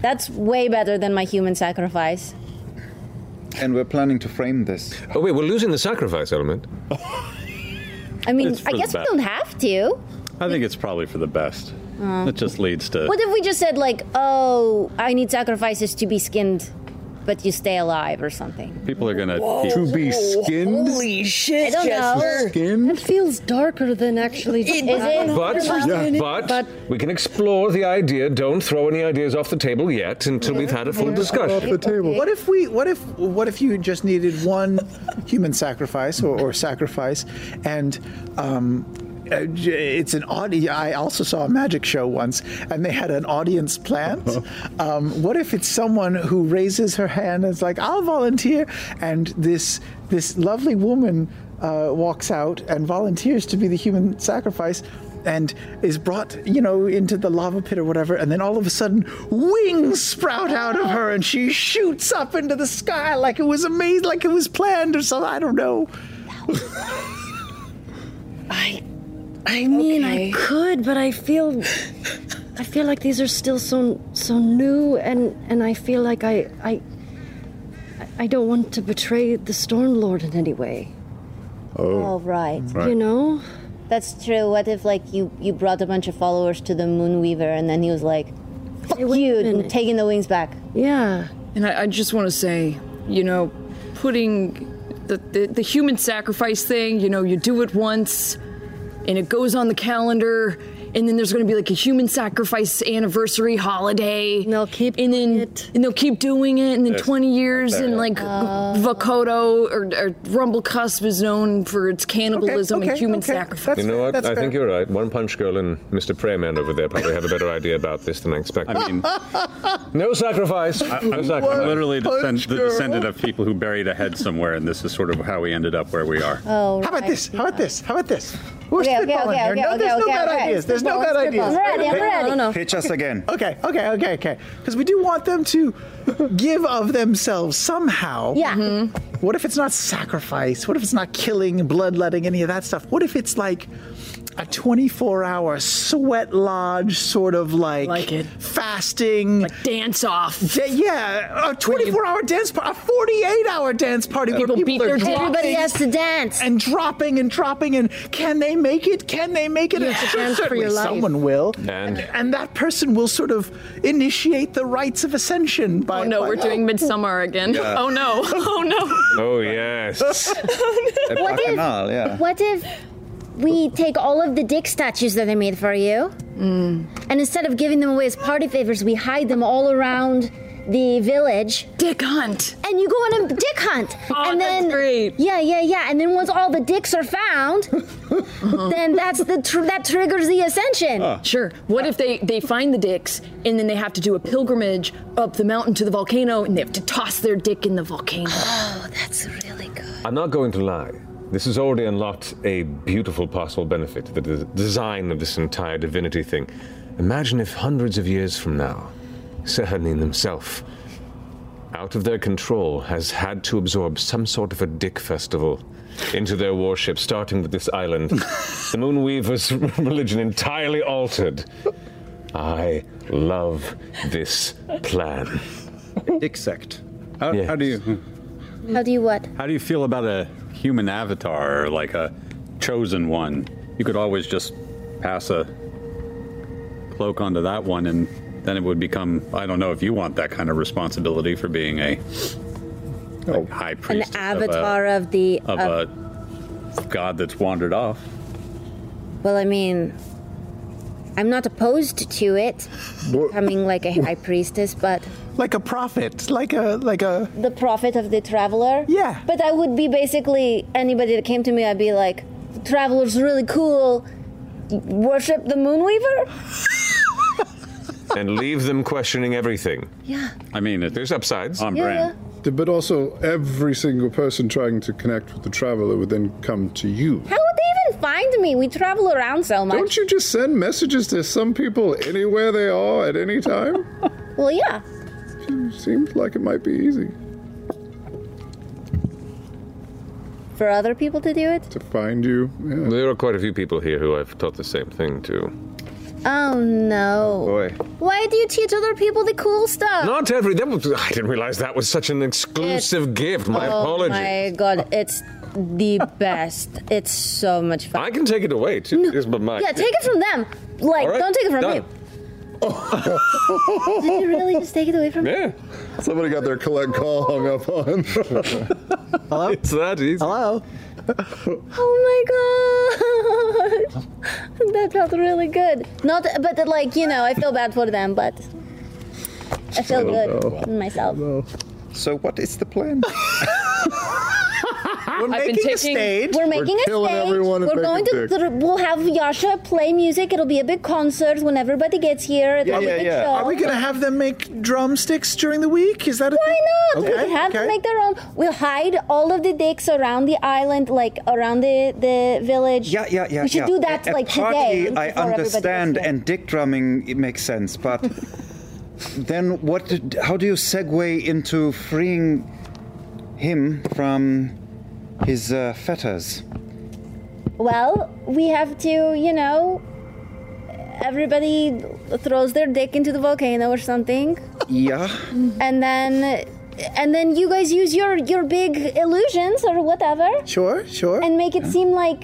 S14: That's way better than my human sacrifice.
S21: And we're planning to frame this.
S17: Oh wait, we're losing the sacrifice element.
S14: I mean,
S21: It's for
S14: I
S21: the
S14: guess we
S21: best.
S14: don't have to.
S4: I think it's probably for the best.
S14: Oh.
S4: It just leads to
S14: What if we just said, like, oh, I need sacrifices to be skinned, but you stay alive or something?
S4: people are gonna
S14: Whoa.
S4: keep-
S14: To be
S7: Oh,
S22: skinned? Holy shit,
S14: I don't know.
S6: Skinned?
S7: It feels darker than actually just
S14: Is it?
S17: But, but, we can explore the idea. Don't throw any ideas off the table yet until we've had a full discussion.
S5: What if we? What if? What if you just needed one human sacrifice or, or sacrifice, and um, uh, j- it's an audience. I also saw a magic show once, and they had an audience plant. Um, what if it's someone who raises her hand and is like, "I'll volunteer," and this this lovely woman uh, walks out and volunteers to be the human sacrifice and is brought, you know, into the lava pit or whatever, and then all of a sudden, wings sprout out of her, and she shoots up into the sky like it was amazed, like it was planned or something. I don't know.
S7: I mean, I could, but I feel, I feel like these are still so so new, and and I feel like I I, I don't want to betray the Storm Lord in any way.
S14: Oh, right.
S7: Right. You know?
S14: That's true. What if, like, you, you brought a bunch of followers to the Moonweaver and then he was like, fuck you, and taking the wings back?
S7: Yeah.
S9: And I, I just want to say, you know, putting the, the the human sacrifice thing, you know, you do it once, and it goes on the calendar, and then there's going to be like a human sacrifice anniversary holiday. And they'll keep and then and they'll keep doing it, and then
S22: Yes.
S9: 20 years, and
S22: There.
S9: like Uh. Vokodo or, or Rumble Cusp is known for its cannibalism and
S22: okay,
S9: human
S22: okay.
S9: sacrifice.
S17: you know what? I think you're right. One Punch Girl and Mr. Prayman over there probably have a better idea about this than I expected.
S4: I mean,
S17: no sacrifice.
S4: I,
S17: no
S4: am
S17: sacrifice.
S4: literally descend, the descendant of people who buried a head somewhere, and this is sort of how we ended up where we are.
S14: Oh,
S5: How about this? How about this? How about this? We're
S14: Okay, okay,
S5: spitballing
S14: okay,
S5: here.
S14: okay,
S5: no, there's
S14: okay,
S5: no
S14: okay,
S5: bad
S14: okay.
S5: ideas. There's no
S14: Spitballing,
S5: bad ideas.
S14: spitballing. I'm ready, I'm ready. No, no.
S5: Pitch us again. Okay, okay, okay, okay. Because we do want them to give of themselves somehow. Mm-hmm.
S14: Yeah.
S5: What if it's not sacrifice? What if it's not killing, bloodletting, any of that stuff? What if it's like a 24-hour sweat lodge sort of like, fasting, like
S9: dance off.
S5: yeah, a 24-hour dance party, a 48-hour dance party. where
S9: People beat
S5: are
S9: their
S5: dropping-
S9: Everybody has
S14: to dance
S5: and dropping and dropping and can they make it? Can they make it?
S7: You
S5: And
S7: have to dance for
S5: certainly
S7: your life.
S5: Someone will.
S17: And
S5: And that person will sort of initiate the rites of ascension by.
S9: Oh no,
S5: by-
S9: we're doing Midsummer again.
S5: Yeah.
S9: Oh no, oh no.
S17: Oh yes.
S14: What if, what if we take all of the dick statues that I made for you,
S9: Mm.
S14: and instead of giving them away as party favors, we hide them all around the village.
S9: Dick hunt. Oh,
S14: And you go on a dick hunt. and then, great. Yeah, yeah, yeah. And then once all the dicks are found, then that's the tr- that triggers the ascension.
S9: Sure. What if they, they find the dicks and then they have to do a pilgrimage up the mountain to the volcano and they have to toss their dick in the volcano? Oh,
S14: that's really
S17: I'm not going to lie. This has already unlocked a beautiful possible benefit, the d- design of this entire divinity thing. Imagine if hundreds of years from now, Sehanin himself, out of their control, has had to absorb some sort of a dick festival into their warship, starting with this island. the Moonweaver's religion entirely altered. I love this plan.
S4: Dick sect. How, how do you
S14: How do you what?
S4: how do you feel about a human avatar, or like a chosen one? You could always just pass a cloak onto that one, and then it would become. I don't know if you want that kind of responsibility for being a like, high
S14: An
S4: priest,
S14: avatar of, the.
S4: of,
S14: of-
S4: a god that's wandered off.
S14: well, I mean, I'm not opposed to it becoming like a high priestess, but
S5: Like a prophet, like a like a
S14: the prophet of the traveler. Yeah. But I would be basically anybody that came to me, I'd be like, traveler's really cool. Worship the Moonweaver?
S17: and leave them questioning everything.
S14: Yeah.
S4: I mean,
S17: there's upsides.
S4: On
S14: Yeah, brand.
S6: But also, every single person trying to connect with the traveler would then come to you.
S14: How would they even find me? We travel around so much.
S6: Don't you just send messages to some people anywhere they are at any time?
S14: Well, yeah.
S6: Seems like it might be easy
S14: For other people to do it?
S6: to find you.
S17: There are quite a few people here who I've taught the same thing to.
S14: Oh no.
S17: Boy.
S14: Why do you teach other people the cool stuff?
S17: Uh, Not every. That was, I didn't realize that was such an exclusive gift. My
S14: oh
S17: apologies.
S14: my god, it's the best. It's so much fun.
S17: I can take it away too. It's but my.
S14: Yeah, take it from them. Like,
S17: All right,
S14: don't take it from
S17: done.
S14: me. Did you really just take it away from me?
S17: Yeah.
S6: Somebody got their collect call hung up on. Hello?
S17: It's that easy.
S6: Hello?
S14: Oh my god. that felt really good. Not but like, you know, I feel bad for them, but I feel
S2: I
S17: Oh,
S2: don't
S14: good
S2: know.
S14: in myself.
S2: So, what is the plan?
S5: We're
S2: making a stage.
S14: We're
S2: We're
S14: making a
S2: killing
S14: stage.
S2: everyone and
S14: We're going
S2: making
S14: to.
S2: dick.
S14: th- we'll have Yasha play music. It'll be a big concert when everybody gets here. It'll be a big
S7: uh,
S14: show.
S5: Are we gonna have them make drumsticks during the week? Is that a
S14: Why not?
S5: Okay,
S14: we can have
S5: okay.
S14: to make their own. We'll hide all of the dicks around the island, like around the, the village.
S2: Yeah, yeah, yeah.
S14: We should
S2: yeah.
S14: do that
S2: A- a
S14: like
S2: party,
S14: today.
S2: I
S14: before everybody goes
S2: understand,
S14: home.
S2: and dick drumming it makes sense, but then what? did- How do you segue into freeing him from his uh, fetters?
S14: Well, we have to, you know, everybody throws their dick into the volcano or something,
S2: Yeah.
S14: and then. And then you guys use your your big illusions or whatever.
S5: Sure, sure.
S14: And make it seem like,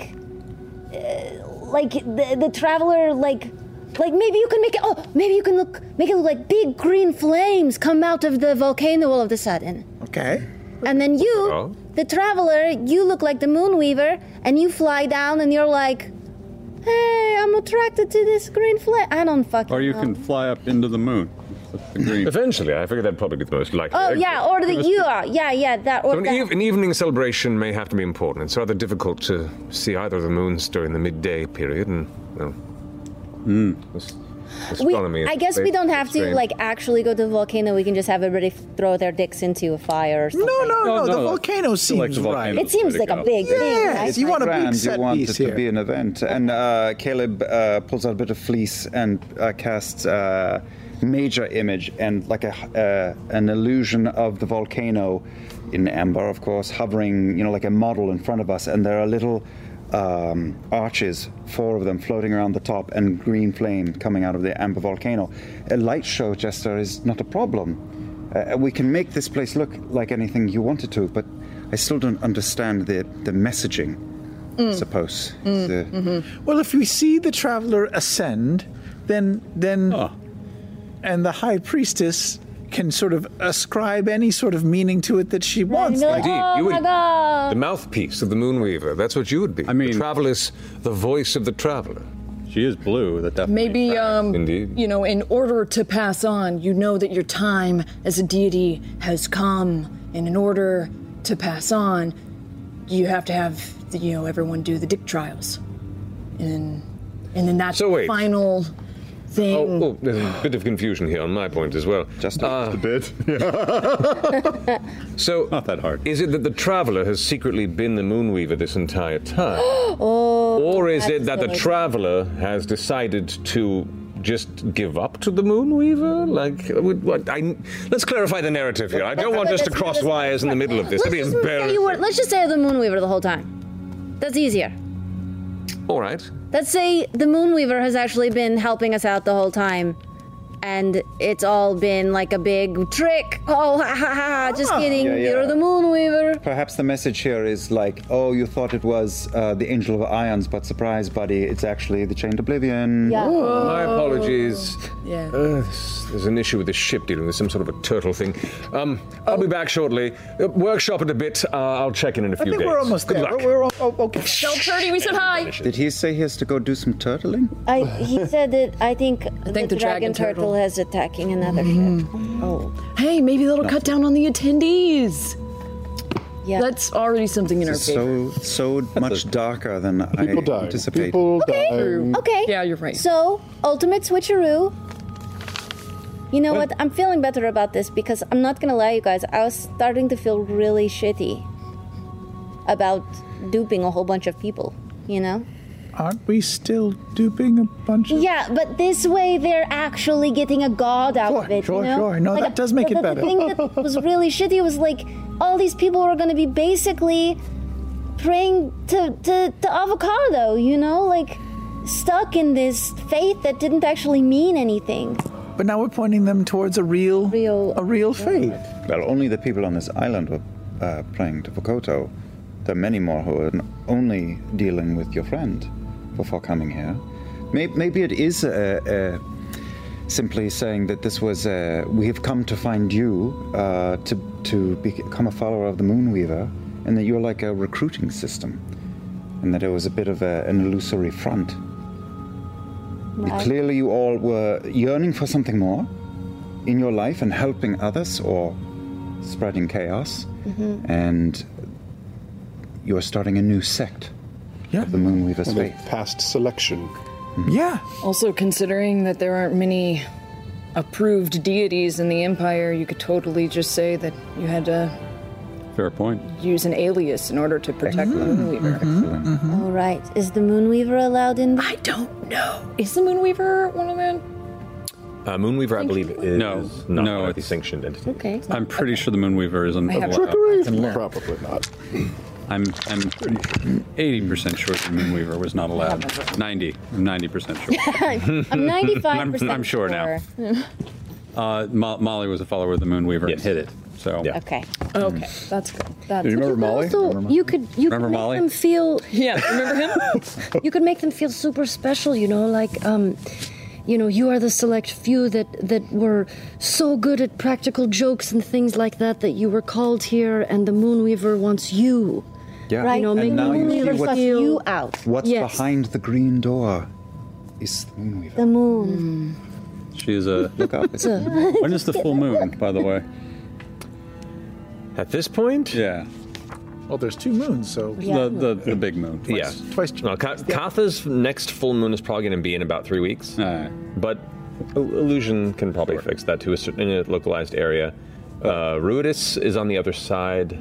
S14: uh, like the the traveler like, like maybe you can make it. Oh, maybe you can look make it look like big green flames come out of the volcano all of a sudden.
S5: Okay.
S14: And then you,
S2: Oh.
S14: the traveler, you look like the Moonweaver, and you fly down, and you're like, "Hey, I'm attracted to this green flame." I don't fucking.
S4: Or you
S14: know.
S4: can fly up into the moon.
S17: Eventually, I figure that'd probably be the most likely.
S14: Oh
S17: exit.
S14: yeah, or the you are. Yeah, yeah, that or
S17: So an,
S14: that.
S17: eve- an evening celebration may have to be important. It's rather difficult to see either of the moons during the midday period, and well,
S3: Hmm.
S17: as-
S14: we,
S17: astronomy. is
S14: I guess we
S17: very
S14: don't have to
S17: strange.
S14: like actually go to the volcano. We can just have everybody throw their dicks into a fire or something.
S5: no, no, Oh, the
S2: no.
S5: volcano seems
S2: the volcano.
S14: It seems like a big thing.
S5: Yes,
S14: right?
S5: you want a big
S2: Grand,
S5: set
S2: you want
S5: piece
S2: it
S5: here.
S2: to be an event. And uh, Caleb uh, pulls out a bit of fleece and uh, casts uh, major image and like a uh, an illusion of the volcano in amber, of course, hovering, you know, like a model in front of us. And there are little um, arches, four of them, floating around the top, and green flame coming out of the amber volcano. A light show, Jester, is not a problem. Uh, we can make this place look like anything you want it to, but I still don't understand the, the messaging, I
S5: Mm.
S2: suppose.
S5: Mm,
S2: The-
S4: mm-hmm.
S5: Well, if we see the
S4: Ah.
S5: traveler ascend, then then, and the high priestess can sort of ascribe any sort of meaning to it that she wants.
S3: like, Indeed, "Oh you my would-
S11: God.
S14: uh,
S3: The mouthpiece of the Moonweaver. That's what you would be. I mean, the traveler's the voice of the traveler.
S4: She is blue. That definitely.
S9: Maybe, um,
S3: Indeed.
S9: you know, in order to pass on, you know that your time as a deity has come, and in order to pass on, you have to have, the, you know, everyone do the dick trials, and and then that's
S3: So
S9: the
S3: wait.
S9: final thing.
S3: Oh, oh, there's a bit of confusion here on my point as well. Just a bit. so not that hard. Is it that the traveler has secretly been the Moonweaver this entire time?
S11: oh,
S3: Or is it
S11: that's
S3: that the
S11: silly.
S3: traveler has decided to just give up to the Moonweaver? Like, would- what, I, let's clarify the narrative here. I don't want us to cross wires in the middle of this. That'd be
S14: Let's just say
S3: embarrassing.
S14: you were, let's just say the Moonweaver the whole time. That's easier.
S3: All right.
S14: Let's say the Moonweaver has actually been helping us out the whole time, and it's all been like a big trick. Oh, ha ha ha! ha, Just
S5: Ah.
S14: kidding.
S2: Yeah, yeah.
S14: You're the Moonweaver.
S2: Perhaps the message here is like, oh, you thought it was uh, the Angel of Ions, but surprise, buddy, it's actually the Chained Oblivion.
S14: Yeah. Ooh.
S17: Oh.
S3: My apologies.
S9: Yeah.
S3: Uh, s- there's an issue with this ship dealing with some sort of a turtle thing. Um, I'll be back shortly. Uh, Workshop it a bit. Uh, I'll check in in a
S5: I
S3: few
S5: think
S3: days.
S5: we're almost
S3: Good
S5: there.
S3: luck.
S5: We're, we're all, oh, okay.
S9: Tell Purdy we said hi.
S2: Did he say he has to go do some turtling?
S14: I, he said that I think, the,
S9: the dragon turtle- Mm-hmm.
S14: has attacking another ship. Oh,
S9: Hey, maybe that'll cut down on the attendees.
S14: Yeah.
S9: That's already something in our
S2: This is
S9: favor.
S2: so so much darker than I anticipated.
S6: People
S14: Okay.
S9: Yeah, you're right.
S14: So, ultimate switcheroo. You know what? I'm feeling better about this because I'm not gonna lie, you guys. I was starting to feel really shitty about duping a whole bunch of people. You know?
S5: Aren't we still duping a bunch of?
S14: Yeah, but this way they're actually getting a god out of it.
S5: sure,
S14: you know?
S5: sure. No, that does make
S14: the,
S5: it
S14: the-
S5: better.
S14: The thing that was really shitty was like all these people were going to be basically praying to, to, to avocado, you know, like stuck in this faith that didn't actually mean anything.
S5: But now we're pointing them towards a real,
S14: real
S5: a real faith.
S2: Well, only the people on this island were uh, praying to Vokoto. There are many more who are n- only dealing with your friend before coming here. Maybe, maybe it is uh, uh, simply saying that this was uh, we have come to find you uh, to to become a follower of the Moonweaver, and that you're like a recruiting system, and that it was a bit of a, an illusory front. Clearly, you all were yearning for something more in your life and helping others or spreading chaos.
S3: Mm-hmm.
S6: Mhm.
S2: And you're starting a new sect of the Moonweaver's
S6: And
S2: faith.
S6: they've passed selection.
S5: Yeah.
S9: Also, considering that there aren't many approved deities in the Empire, you could totally just say that you had to
S4: Fair point.
S9: use an alias in order to protect
S2: Mm-hmm.
S9: Moonweaver.
S14: All right. Is the Moonweaver allowed in? I
S9: don't know. Is the Moonweaver one of them?
S3: Uh, Moonweaver, I believe, is
S4: No,
S3: not
S4: no,
S3: a sanctioned entity.
S9: Okay.
S4: I'm pretty sure the Moonweaver isn't.
S9: I have
S4: allowed.
S9: trickery.
S6: Probably not.
S4: I'm I'm eighty percent sure the Moonweaver was not allowed. Ninety. I'm ninety percent sure.
S14: I'm 95%
S4: I'm- I'm sure now.
S14: sure.
S4: Uh, Mo- Molly was a follower of the Moonweaver and hit it. So
S14: Okay.
S9: Okay, that's good. That's
S4: Do you remember Molly?
S14: Also,
S4: Remember
S14: you could you
S4: Remember
S14: could make
S4: Molly?
S14: them feel
S9: yeah. Remember him?
S15: you could make them feel super special, you know, like um you know, you are the select few that that were so good at prpractical jokes and things like that that you were called here and the Moonweaver wants you.
S2: Yeah.
S15: You know, make
S2: and
S15: the
S2: now you see
S15: Moonweaver
S2: what's,
S15: feel
S14: out.
S2: what's
S15: yes.
S2: behind the green door is the Moonweaver.
S14: the moon.
S4: she's a look
S2: up.
S4: when is the full moon, by the way?
S3: At this point?
S4: Yeah.
S5: Well, there's two moons, so
S4: The, the the big moon.
S3: Yeah.
S5: Twice.
S3: Well, Ka- Katha's next full moon is probably going to be in about three weeks. But Il- Illusion can probably fix that to a certain in a localized area. Uh, Ruidus is on the other side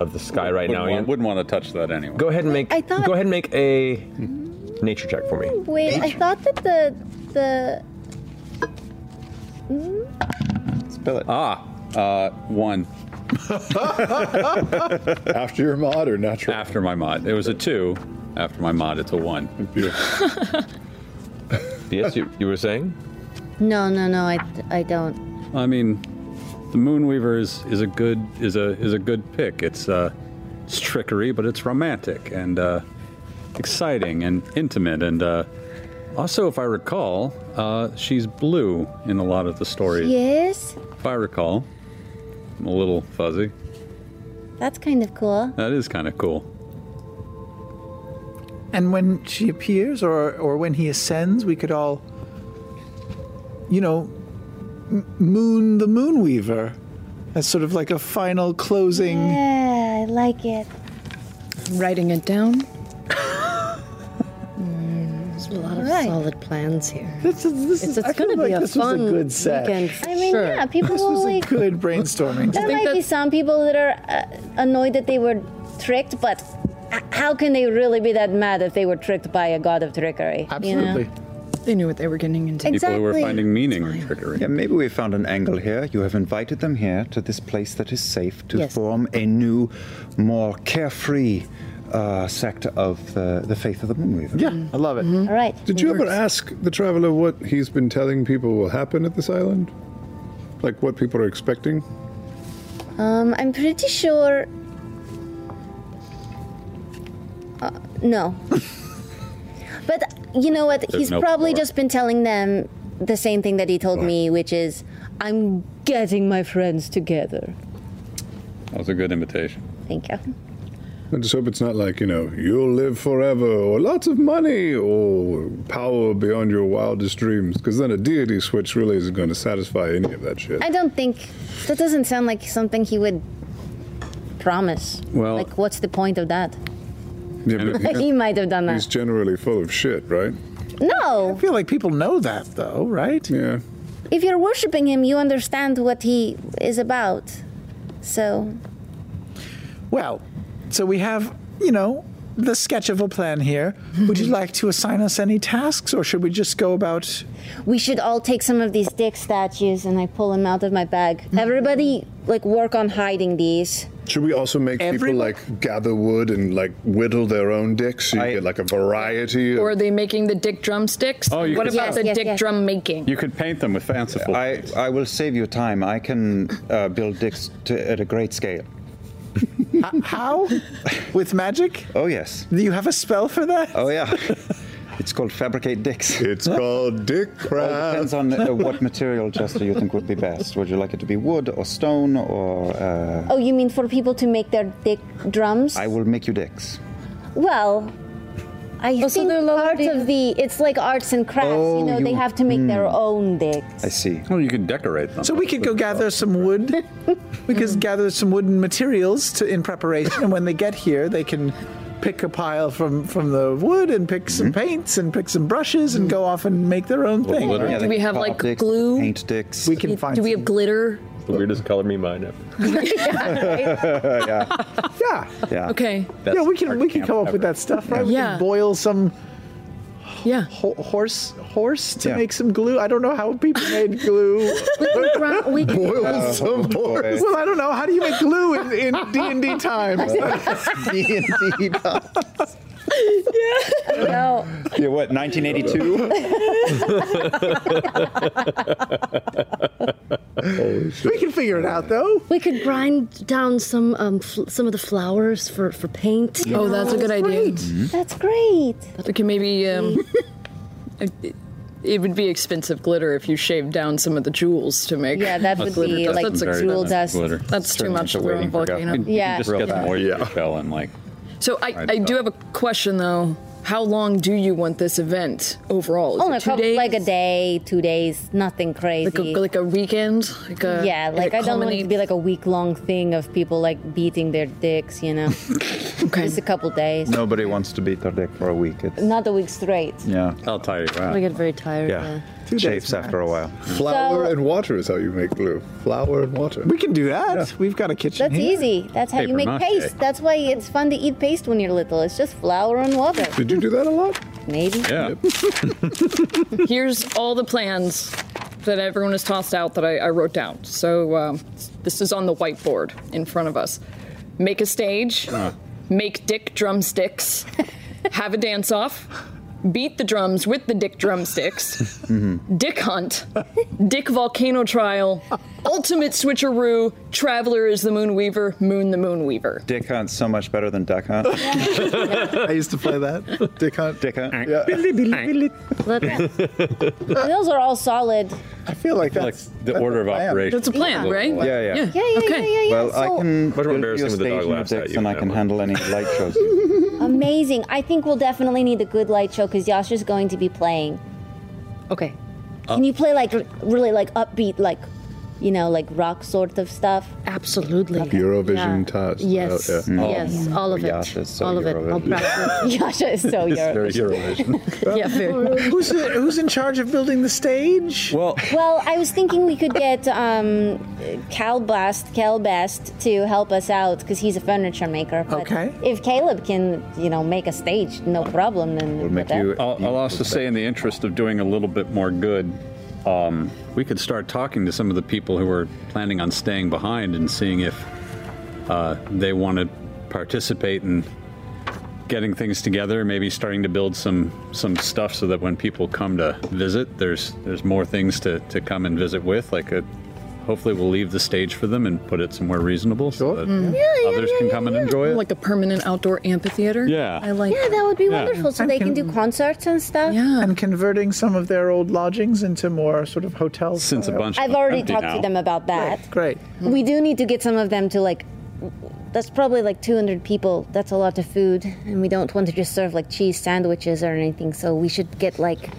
S3: of the sky right
S4: Wouldn't
S3: now.
S4: want- wouldn't want to touch that anyway.
S3: Go ahead and make.
S14: I thought-
S3: Go ahead and make a nature check for me.
S14: Hmm. Wait, I thought that the the hmm?
S4: Spell it. Ah, uh, one.
S6: After your mod or natural?
S4: After my mod. It was a two. After my mod, it's a one.
S3: yes, you, you were saying?
S14: No, no, no. I I don't.
S4: I mean, the Moonweaver is, is a good is a is a good pick. It's uh, it's trickery, but it's romantic and uh, exciting and intimate and uh, Also, if I recall, uh, she's blue in a lot of the stories.
S14: Yes,
S4: If I recall, I'm a little fuzzy.
S14: that's kind of cool.
S4: That is kind of cool.
S5: And when she appears, or or when he ascends, we could all, you know, m- moon the Moonweaver, as sort of like a final closing.
S11: Yeah, I like it.
S9: I'm writing it down.
S15: There's a lot of
S11: Right.
S15: solid plans here.
S5: This is this
S15: it's,
S5: is-
S15: it's
S5: I feel
S15: gonna be
S5: like
S15: a
S5: this was a
S15: fun
S5: good set.
S15: weekend. for
S14: I mean,
S15: sure.
S14: yeah, people
S5: This
S14: will
S5: was a
S14: like.
S5: good brainstorming.
S14: There might be some people that are uh, annoyed that they were tricked, but h- how can they really be that mad if they were tricked by a god of trickery? you know?
S9: They knew what they were getting into.
S14: Exactly.
S2: People who are finding
S4: meaning in trickery.
S2: Yeah, maybe we found an angle here. You have invited them here to this place that is safe to
S14: Yes.
S2: form a new, more carefree uh, sector of the, the faith of the Moonweaver.
S6: Yeah,
S2: I love it.
S14: All right.
S6: Did you ever ask the traveler what he's been telling people will happen at this island? Like what people are expecting?
S14: Um, I'm pretty sure. Uh, no. but you know what?
S12: There's
S14: He's
S12: no
S14: probably
S12: floor.
S14: just been telling them the same thing that he told me, which is, I'm getting my friends together.
S4: That was a good invitation.
S14: Thank you.
S6: I just hope it's not like, you know, you'll live forever, or lots of money, or power beyond your wildest dreams, because then a deity switch really isn't going to satisfy any of that shit.
S14: I don't think that doesn't sound like something he would promise.
S6: Well-
S14: like, what's the point of that?
S6: Yeah, but
S14: he might have done
S6: he's
S14: that.
S6: generally full of shit, right?
S14: No,
S5: I feel like people know that though, right?
S6: Yeah.
S14: if you're worshiping him, you understand what he is about. So
S5: Well, so we have, you know, the sketch of a plan here. Would you like to assign us any tasks, or should we just go about?
S14: we should all take some of these dick statues, and I pull them out of my bag. Everybody, like, work on hiding these.
S6: Should we also make people like gather wood and like whittle their own dicks so you get like a variety?
S9: Or are they making the dick drumsticks?
S6: Oh, you
S9: what
S6: could-
S9: about
S6: Yes,
S9: the
S6: yes,
S9: dick
S6: yes.
S9: drum making?
S2: You could paint them with fanciful. I, I will save you time. I can uh, build dicks to, at a great scale.
S5: H- uh, how? With magic?
S2: Oh yes.
S5: Do you have a spell for that?
S2: Oh yeah. It's called fabricate dicks.
S6: It's called dick craft.
S2: Well, it depends on uh, what material, Jester, you think would be best. Would you like it to be wood or stone or? Uh,
S14: Oh, you mean for people to make their dick drums?
S2: I will make you dicks.
S14: Well, I
S9: Oh,
S14: think part of the it's like arts and crafts. you know, they have to make their own dick.
S2: I see.
S4: Well, Oh, you can decorate them.
S5: So we could go gather some wood. We could gather some wooden materials to, in preparation, and when they get here, they can pick a pile from from the wood and pick some paints and pick some brushes and go off and make their own thing.
S9: glitter. Do we have, like, glue?
S2: Paint dicks.
S5: We can find.
S9: Do we have glitter?
S3: The weirdest color me mine ever.
S2: yeah.
S5: Yeah.
S2: Yeah.
S9: Okay.
S5: yeah, we can we can come up with that stuff, right? We
S9: Yeah.
S5: can boil some.
S9: Yeah.
S5: Ho- horse horse to make some glue. I don't know how people made glue.
S14: we
S6: can- Boil some horse.
S5: Well, I don't know. How do you make glue in in D and D times?
S2: D and D times.
S14: No.
S2: Yeah, what, 1982?
S5: We can figure it out, though.
S15: We could grind down some um, fl- some of the flowers for, for paint.
S9: Oh, that's a good idea.
S5: Mm-hmm.
S14: That's great.
S9: We can maybe. Um, it, it would be expensive glitter if you shaved down some of the jewels to make.
S14: Yeah, that
S4: That's would be
S9: dust.
S4: like jewel dust. Glitter.
S9: That's too
S4: Turn
S9: much
S4: into
S9: for a
S4: waiting for
S9: volcano.
S4: You can just get the more you fell and like.
S9: So I,
S4: Right.
S9: I do have a question though. How long do you want this event overall? Is
S14: Only
S9: it
S14: a
S9: Oh, two
S14: couple,
S9: days?
S14: Oh, like a day, two days, nothing crazy.
S9: Like a, like a weekend? Like a,
S14: yeah,
S9: and it
S14: like I don't want it to
S9: culminates-
S14: be like a week long thing of people like beating their dicks, you know. okay. Just a couple days.
S2: Nobody wants to beat their dick for a week. It's,
S14: Not a week straight.
S2: yeah. I'll tire you
S14: I get very tired.
S2: Uh, Yeah. Shapes after a while.
S6: Flour and water is how you make glue. Flour and water.
S5: We can do that. We've got a kitchen.
S14: That's easy. That's how you
S6: Paper
S14: make
S6: mache.
S14: paste. That's why it's fun to eat paste when you're little. It's just flour and water.
S6: Did you do that a lot?
S14: Maybe.
S4: Yeah.
S9: Here's all the plans that everyone has tossed out that I, I wrote down. So um, this is on the whiteboard in front of us. Make a stage. Make dick drumsticks. have a dance off. beat the drums with the dick drumsticks,
S23: Mm-hmm.
S9: dick hunt, dick volcano trial, ultimate switcheroo, traveler is the moon weaver, moon the moon weaver.
S2: Dick Hunt's so much better than Duck Hunt. I
S5: used to play that. Dick Hunt.
S2: Dick Hunt.
S14: Those are all solid.
S5: I feel like that's
S4: the order of operation.
S14: That's a plan, right?
S2: Yeah, yeah.
S14: Yeah, yeah, yeah,
S2: okay.
S14: yeah, yeah.
S2: Well, I
S14: So-
S2: can.
S3: Much more
S2: you'll-
S3: embarrassing
S2: you'll
S3: when the dog
S2: stage me
S3: laughs at
S2: dicks
S3: you
S2: And
S3: in
S2: I
S3: that
S2: can
S3: one.
S2: handle any light shows.
S14: Amazing. I think we'll definitely need a good light show because Yasha's going to be playing.
S9: Okay.
S14: Can you play like r- really like upbeat, like you know, like rock sort of stuff?
S15: Absolutely.
S6: Eurovision
S14: Yeah.
S6: touch.
S15: Yes.
S6: Oh, yeah.
S15: Yes.
S5: Mm-hmm.
S15: All of it. all of it. I'll practice.
S14: Yasha is so Eurovision.
S9: yeah,
S5: who's, who's in charge of building the stage?
S2: Well,
S14: Well, I was thinking we could get um, Calbast, Calbest to help us out because he's a furniture maker. But
S5: Okay.
S14: If Caleb can, you know, make a stage, no problem. Then whatever.
S4: I'll, I'll also say, in the interest of doing a little bit more good, um, we could start talking to some of the people who are planning on staying behind and seeing if uh, they want to participate in getting things together. Maybe starting to build some some stuff so that when people come to visit, there's there's more things to, to come and visit with. Like a, hopefully, we'll leave the stage for them and put it somewhere reasonable so that
S9: Mm. Yeah, yeah,
S4: others can come and enjoy it.
S9: Like a permanent outdoor amphitheater.
S4: Yeah.
S9: I like
S14: Yeah, that would be
S4: Yeah.
S14: wonderful. So they can do concerts and stuff.
S9: Yeah.
S5: And converting some of their old lodgings into more sort of hotels. Uh,
S4: Since a bunch
S14: I've already talked to them about that.
S5: Great.
S14: We do need to get some of them to like. That's probably like 200 people. That's a lot of food, and we don't want to just serve like cheese sandwiches or anything. So we should get like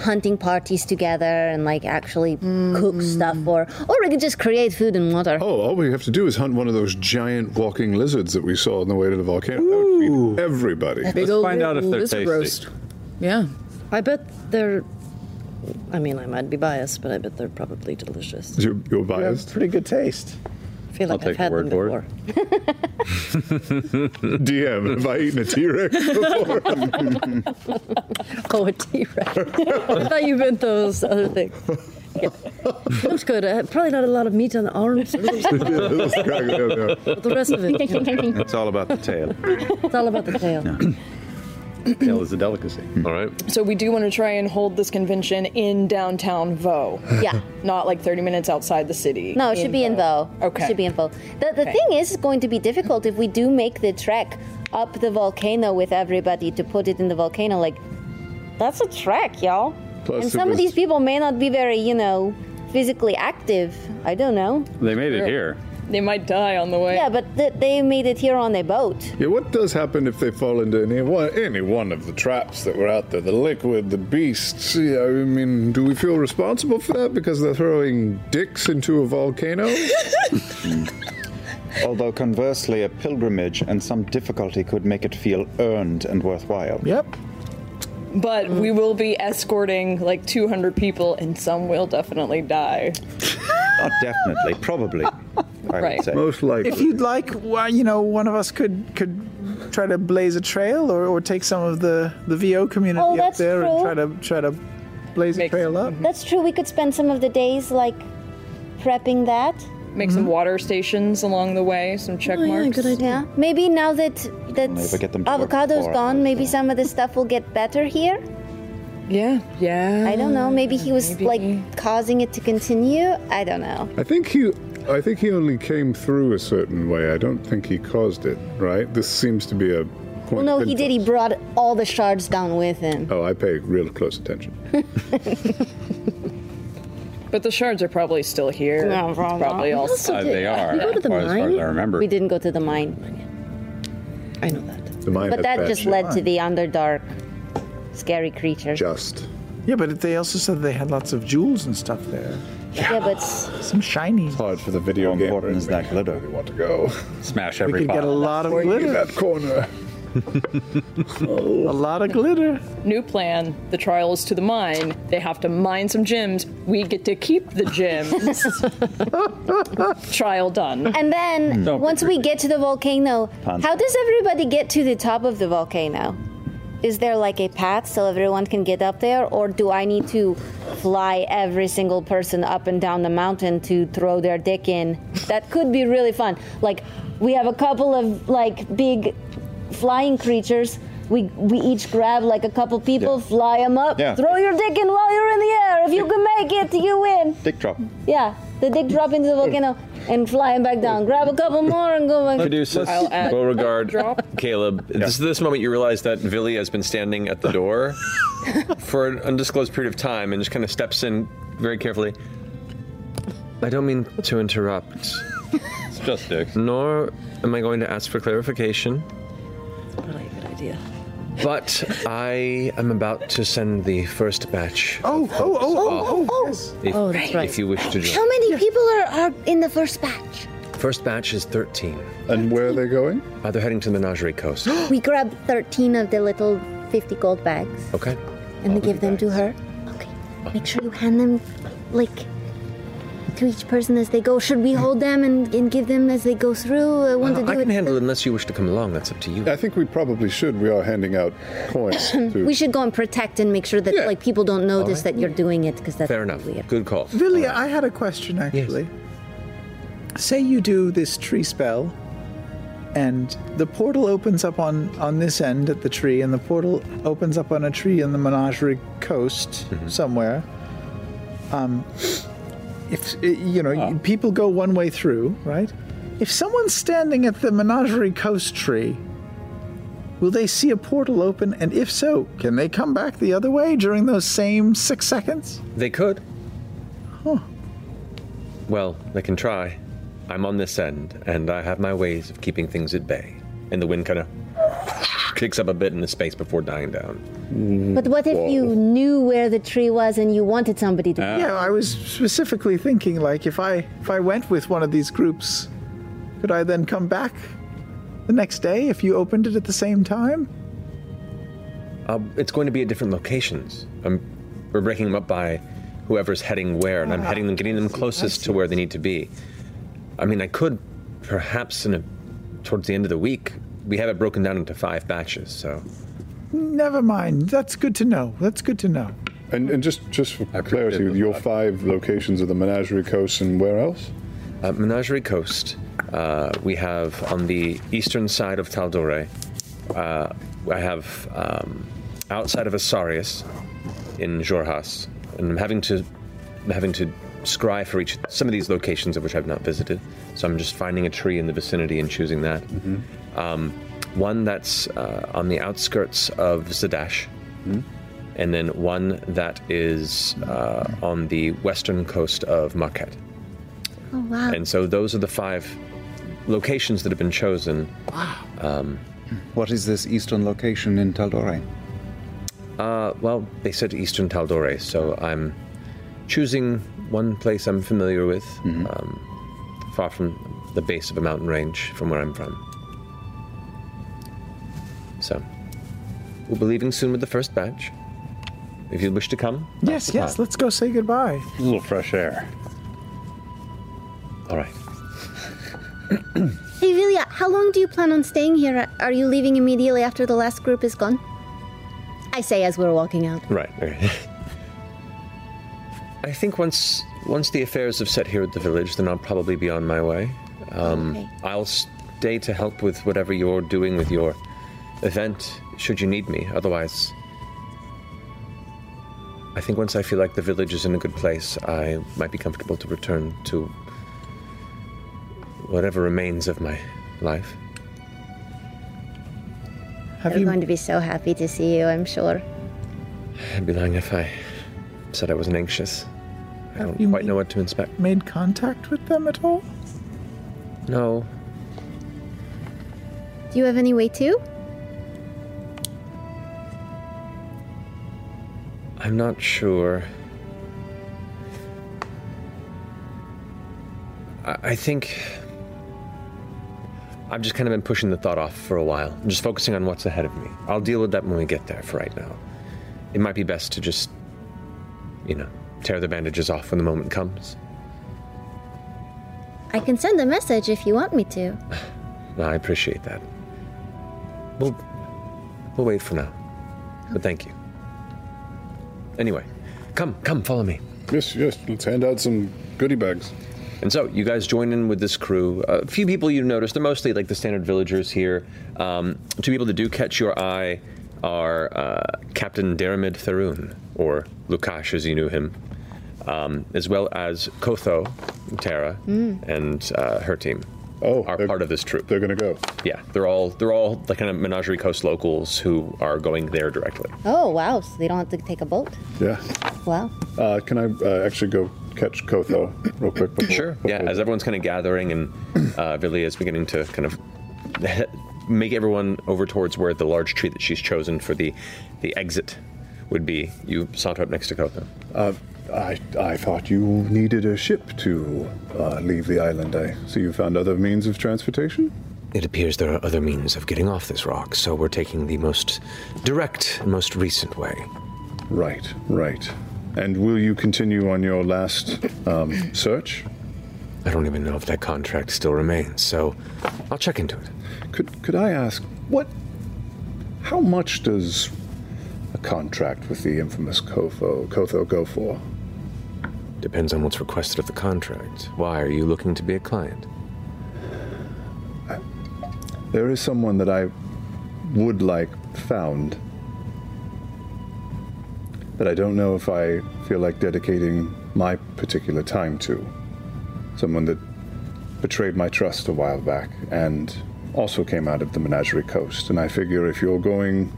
S14: hunting parties together and like actually
S5: Mm.
S14: cook stuff, or or we could just create food and water.
S6: Oh, all we have to do is hunt one of those giant walking lizards that we saw on the way to the volcano. That would feed everybody.
S15: Big Let's old find out if they're lizard tasty. roast.
S9: Yeah.
S15: I bet they're. I mean, I might be biased, but I bet they're probably delicious.
S6: You're, you're biased.
S5: pretty good taste.
S15: I feel like
S6: I'll
S15: have
S6: take
S15: had
S6: your
S15: them
S6: word for
S15: before.
S6: it. DM, have I eaten a T Rex before?
S15: Oh, a T Rex. I thought you meant those other things. Yeah. Looks good. Uh, probably not a lot of meat on the arms. But the rest of it. you know,
S2: It's all about the tail.
S15: it's all about the tail.
S4: Tail is a delicacy. All right.
S9: So we do want to try and hold this convention in downtown Vo.
S14: Yeah.
S9: Not like 30 minutes outside the city.
S14: No, it should be in Vo.
S9: Okay.
S14: It should be in Vo. The, the
S9: Okay.
S14: thing is, it's going to be difficult if we do make the trek up the volcano with everybody to put it in the volcano. Like, that's a trek, y'all.
S4: Plus
S14: and
S4: it
S14: some of
S4: was-
S14: these people may not be very, you know, physically active. I don't know.
S4: They made it here.
S9: They might die on the way.
S14: Yeah, but th- they made it here on their boat.
S6: yeah, what does happen if they fall into any one, any one of the traps that were out there? The liquid, the beasts. Yeah, I mean, do we feel responsible for that because they're throwing dicks into a volcano?
S2: Although conversely, a pilgrimage and some difficulty could make it feel earned and worthwhile.
S5: Yep.
S9: But we will be escorting like 200 people, and some will definitely die.
S2: Not definitely, probably. I
S9: Right.
S2: would say.
S5: If you'd like, why, you know, one of us could could try to blaze a trail or, or take some of the, the VO community up
S14: that's
S5: there
S14: true.
S5: and try to try to blaze a trail up.
S9: Mm-hmm.
S14: That's true. We could spend some of the days, like, prepping that. Mm-hmm. Oh,
S9: Make some water stations along the way, some check marks.
S14: Yeah. Maybe now that that
S2: Only if I get them to work
S14: avocado's
S2: for
S14: gone, maybe some of the stuff will get better here.
S9: Yeah, yeah.
S14: I don't know. Maybe he was like causing it to continue. I don't know.
S6: I think he, I think he only came through a certain way. I don't think he caused it. Right? This seems to be a.
S14: Well,
S6: Point
S14: no,
S6: of
S14: he did. He brought all the shards down with him.
S6: Oh, I pay real close attention.
S9: But the shards are probably still here.
S14: No,
S9: probably. Probably all
S4: Uh, they are. as far as I remember.
S14: We didn't go to the mine,
S15: I know that.
S6: The mine
S14: but
S6: had
S14: that
S6: bad
S14: just
S6: shit.
S14: led to the underdark, scary creature.
S6: Just.
S5: Yeah, but they also said they had lots of jewels and stuff there.
S14: Yeah, but
S5: Some shiny.
S6: Hard for the video
S2: How important is that glitter?
S6: We want to go.
S4: Smash
S5: We
S4: every
S5: could get a
S4: pot.
S5: lot of glitter.
S6: that corner. Oh.
S5: A lot of glitter.
S9: New plan. The trial is to the mine. They have to mine some gems. We get to keep the gems. trial done.
S14: And then
S9: Don't be
S14: once we get to the volcano,
S9: Pun.
S14: how does everybody get to the top of the volcano? Is there like a path so everyone can get up there, or do I need to fly every single person up and down the mountain to throw their dick in? That could be really fun. Like we have a couple of like big flying creatures. we we each grab like a couple people,
S2: Yeah.
S14: fly them up,
S2: Yeah.
S14: throw your dick in while you're in the air. If you can make it, you win.
S2: Dick drop.
S14: Yeah, the dick drop into the volcano and fly him back down. Grab a couple more and go back.
S3: Caduceus, Beauregard, Caleb. This is this moment you realize that Villy has been standing at the door for an undisclosed period of time and just kind of steps in very carefully. I don't mean to interrupt. it's just dicks. Nor am I going to ask for clarification,
S15: Probably a good idea.
S3: but I am about to send the first batch.
S14: Oh, oh,
S3: oh,
S14: oh, oh,
S3: If, if you wish to
S14: How
S3: join.
S14: many people are, are in the first batch?
S3: First batch is 13. And where are they going? Uh, they're heading to the Menagerie Coast.
S14: we grabbed 13 of the little 50 gold bags
S3: Okay.
S14: and we give them to her. Okay. Make sure you hand them, like, to each person as they go. Should we hold them and, and give them as they go through? I want
S3: Uh,
S14: to do
S3: I
S14: it.
S3: can handle it unless you wish to come along. That's up to you. I
S6: think we probably should. We are handing out coins. to-
S14: we should go and protect and make sure that like people don't notice
S6: Alright.
S14: that you're doing it because that's
S3: Fair enough. Good call.
S5: Villia, I had a question actually. Say you do this tree spell, and the portal opens up on on this end at the tree, and the portal opens up on a tree in the menagerie coast somewhere. Um, if eh, you know, people go one way through, right? If someone's standing at the menagerie coast tree, will they see a portal open? And if so, can they come back the other way during those same six seconds?
S3: They could.
S5: Huh.
S3: Well, they can try. I'm on this end, and I have my ways of keeping things at bay. And the wind kind of kicks up a bit into space before dying down.
S14: But what if you knew where the tree was and you wanted somebody to?
S5: Yeah, I was specifically thinking like if I if I went with one of these groups, could I then come back the next day if you opened it at the same time?
S3: Uh, it's going to be at different locations. I'm, we're breaking them up by whoever's heading where, and I'm
S5: Ah,
S3: heading them, getting them closest to where they need to be. I mean, I could perhaps in a, towards the end of the week. We have it broken down into five batches, so.
S5: Never mind. That's good to know. That's good to know.
S6: And, and just just for clarity, your five locations of the Menagerie Coast and where else?
S3: Uh, Menagerie Coast. Uh, we have on the eastern side of Taldore. Uh, I have um, outside of Asarius in Jorhas, and I'm having to I'm having to scry for each some of these locations of which I've not visited. So I'm just finding a tree in the vicinity and choosing that. Um, one that's uh, on the outskirts of Zadash, and then one that is uh, on the western coast of Marquette.
S14: Oh
S6: Ah.
S14: wow!
S3: And so those are the five locations that have been chosen. Um,
S2: What is this eastern location in Taldore?
S3: uh, well, they said Eastern Taldore, so I'm choosing one place I'm familiar with,
S2: Mm-hmm.
S3: um, far from the base of a mountain range from where I'm from. So we'll be leaving soon with the first batch. If you wish to come,
S5: Yes, yes. Let's go say goodbye.
S3: a little fresh air. All right.
S14: Hey, Vilia, how long do you plan on staying here? Are you leaving immediately after the last group is gone? I say as we're walking out.
S3: Right. Okay. I think once once the affairs have set here at the village, then I'll probably be on my way. Um, I'll stay to help with whatever you're doing with your event, should you need me. Otherwise, I think once I feel like the village is in a good place, I might be comfortable to return to whatever remains of my life.
S14: They're going to be so happy to see you, I'm sure.
S3: I'd be lying if I said I wasn't anxious. I don't quite know what to expect.
S5: Made contact with them at all?
S3: No,
S14: Do you have any way to?
S3: I'm not sure. I, I think I've just kind of been pushing the thought off for a while, just focusing on what's ahead of me. I'll deal with that when we get there for right now. It might be best to just, you know, tear the bandages off when the moment comes.
S14: I can send a message if you want me to.
S3: No, I appreciate that. We'll, we'll wait for now. But thank you. Anyway, come, come, follow me.
S6: Yes, yes. Let's hand out some goodie bags.
S3: And so you guys join in with this crew. A few people you notice, they're mostly like the standard villagers here. Um, two people that do catch your eye are uh, Captain Deramid Tharun, or Lukash as you knew him, um, as well as Kotho, Tara,
S23: Mm.
S3: and uh, her team. Oh, are part of this troop. They're
S6: going to go.
S3: Yeah, they're all they're all the kind of Menagerie Coast locals who are going there directly.
S14: Oh, wow. So they don't have to take a boat?
S6: Yeah.
S14: Wow.
S6: Uh, can I uh, actually go catch Kotho real quick? Before,
S3: Sure. Yeah, as everyone's kind of gathering and uh, Vilia is beginning to kind of make everyone over towards where the large tree that she's chosen for the the exit would be, you saunter up next to Kotho.
S6: Uh, I, I thought you needed a ship to uh, leave the island. I see you found other means of transportation?
S24: It appears there are other means of getting off this rock, so we're taking the most direct and most recent way.
S6: Right, right. And will you continue on your last um, search?
S24: I don't even know if that contract still remains, so I'll check into it.
S6: Could, could I ask, what. How much does a contract with the infamous Kotho, Kotho go for?
S24: Depends on what's requested of the contract. Why are you looking to be a client?
S6: There is someone that I would like found. That I don't know if I feel like dedicating my particular time to. Someone that betrayed my trust a while back and also came out of the Menagerie Coast. And I figure if you're going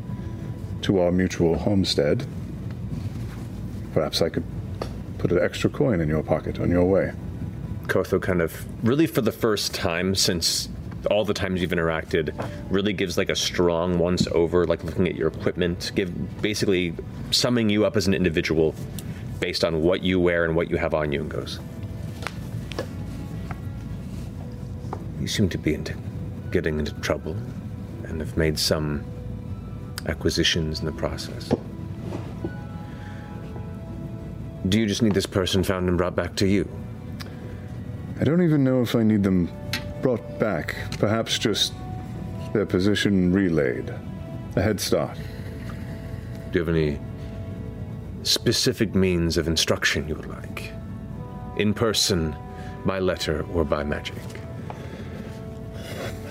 S6: to our mutual homestead, perhaps I could put an extra coin in your pocket on your way.
S3: Kotho kind of, really for the first time since all the times you've interacted, really gives like a strong once over, like looking at your equipment, give basically summing you up as an individual based on what you wear and what you have on you, and goes, You seem to be into getting into trouble and have made some acquisitions in the process. Do you just need this person found and brought back to you?
S6: I don't even know if I need them brought back. Perhaps just their position relayed. A head start.
S24: Do you have any specific means of instruction you would like? In person, by letter, or by magic?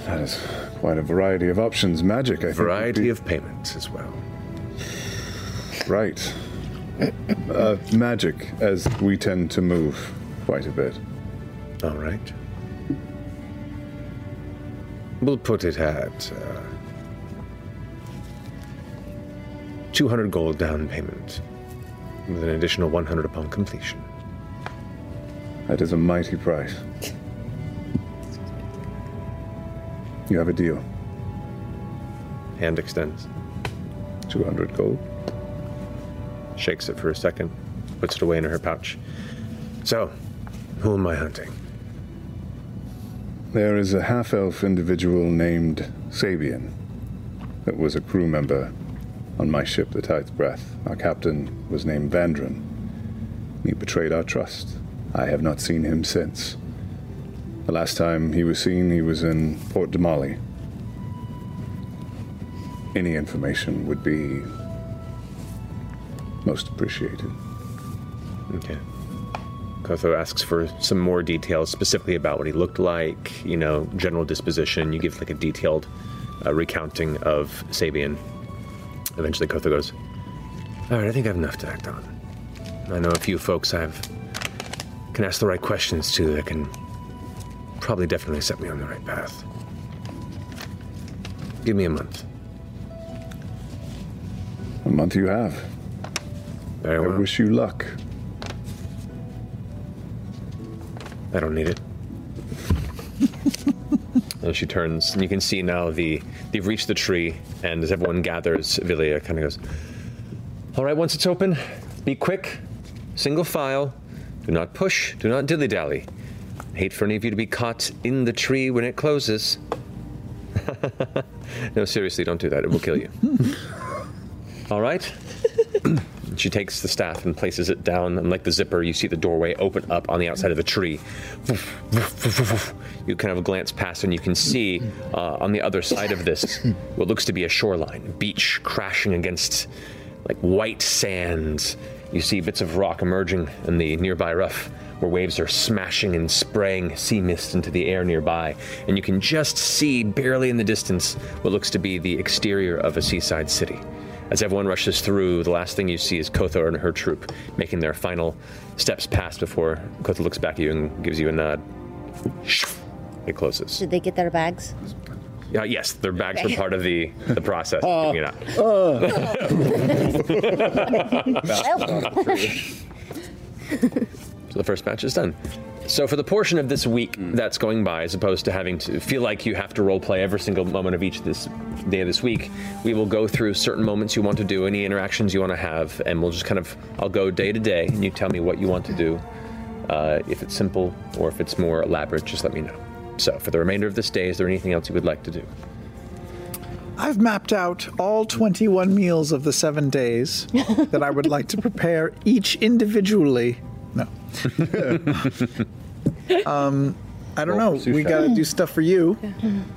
S6: That is quite a variety of options. Magic, I think.
S24: Variety of payments as well.
S6: Right. uh, magic, as we tend to move quite a bit.
S24: All right. We'll put it at uh, 200 gold down payment, with an additional 100 upon completion.
S6: That is a mighty price. You have a deal.
S3: Hand extends.
S6: 200 gold.
S3: Shakes it for a second, puts it away in her pouch. So, who am I hunting?
S6: There is a half elf individual named Sabian that was a crew member on my ship, the Tide's Breath. Our captain was named Vandrin. He betrayed our trust. I have not seen him since. The last time he was seen, he was in Port Damali. Any information would be most appreciated.
S3: Okay. Kotho asks for some more details, specifically about what he looked like, you know, general disposition. You give like a detailed uh, recounting of Sabian. Eventually, Kotho goes, All right, I think I have enough to act on. I know a few folks I've can ask the right questions to that can probably definitely set me on the right path. Give me a month.
S6: A month you have.
S3: Very
S6: well. I wish you luck.
S3: I don't need it. and she turns, and you can see now the they've reached the tree, and as everyone gathers, Vilia kind of goes, "All right, once it's open, be quick, single file. Do not push. Do not dilly dally. Hate for any of you to be caught in the tree when it closes. no, seriously, don't do that. It will kill you. All right." She takes the staff and places it down, and like the zipper, you see the doorway open up on the outside of the tree. You kind of glance past, and you can see uh, on the other side of this what looks to be a shoreline, beach crashing against like white sands. You see bits of rock emerging in the nearby rough, where waves are smashing and spraying sea mist into the air nearby, and you can just see, barely in the distance, what looks to be the exterior of a seaside city. As everyone rushes through, the last thing you see is Kothar and her troop making their final steps past before Kothar looks back at you and gives you a nod. It closes.
S14: Should they get their bags?
S3: Uh, yes, their bags were part of the, the process. of giving it up. So the first batch is done. So for the portion of this week that's going by, as opposed to having to feel like you have to role play every single moment of each this day of this week, we will go through certain moments you want to do, any interactions you want to have, and we'll just kind of I'll go day to day, and you tell me what you want to do. Uh, if it's simple or if it's more elaborate, just let me know. So for the remainder of this day, is there anything else you would like to do?
S5: I've mapped out all 21 meals of the seven days that I would like to prepare each individually. No. um, I don't know. We
S14: chef.
S5: got to do stuff for you.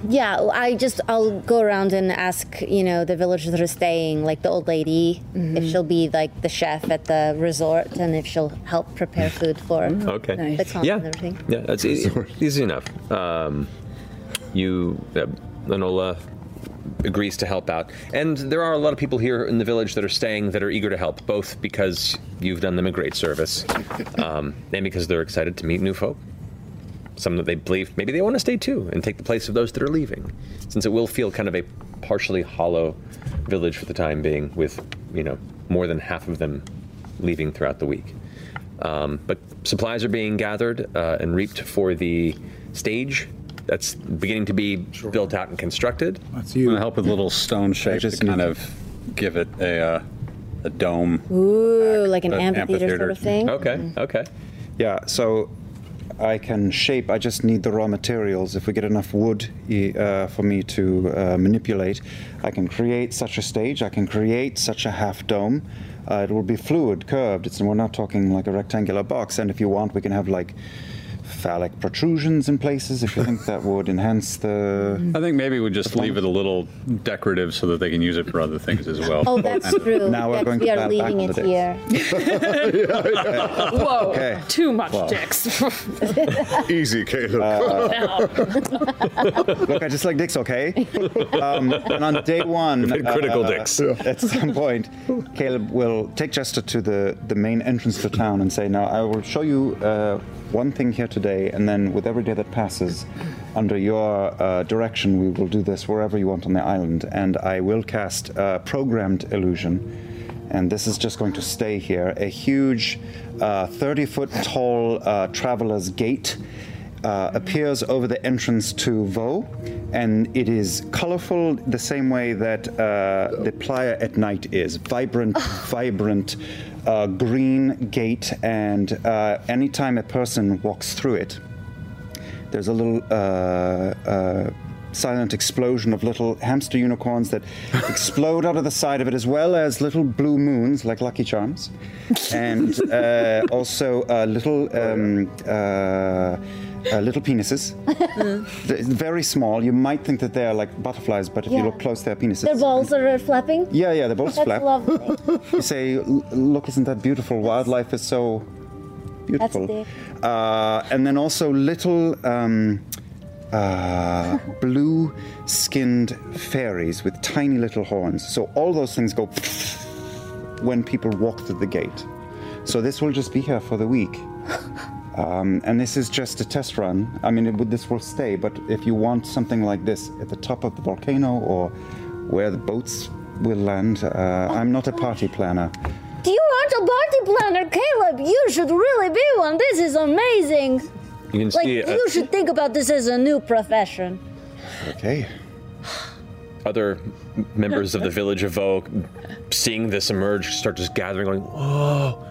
S14: Yeah, I just I'll go around and ask, you know, the villagers that are staying, like the old lady,
S3: Mm-hmm.
S14: if she'll be like the chef at the resort and if she'll help prepare food for
S3: Mm-hmm. Oh, Okay.
S14: the comp
S3: Yeah.
S14: and everything.
S3: Yeah, that's easy, easy enough. Um, you, uh, Lenola agrees to help out. And there are a lot of people here in the village that are staying that are eager to help, both because you've done them a great service um, and because they're excited to meet new folk. Some that they believe maybe they want to stay too and take the place of those that are leaving, since it will feel kind of a partially hollow village for the time being, with, you know, more than half of them leaving throughout the week. Um, but supplies are being gathered uh, and reaped for the stage that's beginning to be built out and constructed.
S4: That's you. I'm gonna help with a little stone shape to kind of give it a uh, a dome.
S14: Ooh, like an
S4: Uh,
S14: amphitheater, sort of thing.
S3: Oh.
S14: Mm-hmm.
S3: okay.
S2: Yeah, so I can shape, I just need the raw materials. If we get enough wood e- uh, for me to uh, manipulate, I can create such a stage, I can create such a half dome. Uh, it will be fluid, curved. It's, we're not talking like a rectangular box, and if you want, we can have like phallic protrusions in places if you think that would enhance the.
S4: I think maybe we just leave it a little decorative so that they can use it for other things as well.
S14: Oh, that's
S4: And-
S14: true. That's- we are leaving it here.
S9: Whoa,
S4: Okay.
S9: too much
S4: Wow.
S9: dicks.
S2: Easy, Caleb.
S7: Uh,
S2: Look, I just like dicks, okay? Um, and on day one,
S5: uh,
S3: You've been critical dicks.
S2: At some point, Caleb will take Jester to the, the main entrance to town and say, "Now, I will show you uh, one thing here today, and then with every day that passes, under your uh, direction, we will do this wherever you want on the island. And I will cast uh, programmed illusion." and this is just going to stay here. A huge, uh, 30 foot tall uh, traveler's gate uh, appears over the entrance to Vo, and it is colorful the same way that uh, the playa at night is vibrant, vibrant. Uh, green gate, and uh, anytime a person walks through it, there's a little uh, uh, silent explosion of little hamster unicorns that explode out of the side of it, as well as little blue moons like Lucky Charms, and uh, also uh, little
S14: Oh,
S2: um, uh, uh, little penises. They're very small. You might think that they are like butterflies, but if you
S14: Yeah.
S2: look close, they are penises.
S14: Their balls are flapping.
S2: yeah, yeah, the balls
S14: That's
S2: flap.
S14: lovely.
S2: You say, "L- look, isn't that beautiful? Wildlife is so beautiful.
S14: That's
S2: Uh, and then also little um, uh, blue skinned fairies with tiny little horns. So all those things go when people walk through the gate. So this will just be here for the week. Um, and this is just a test run. I mean, it, would- this will stay, but if you want something like this at the top of the volcano or where the boats will land, uh, I'm not a party planner.
S11: Do you aren't a party planner, Caleb? You should really be one. This is amazing.
S3: You can
S11: Like
S3: see uh,
S11: you should think about this as a new profession.
S2: Okay.
S3: other m- members of the village of Vogue seeing this emerge start just gathering, going, whoa.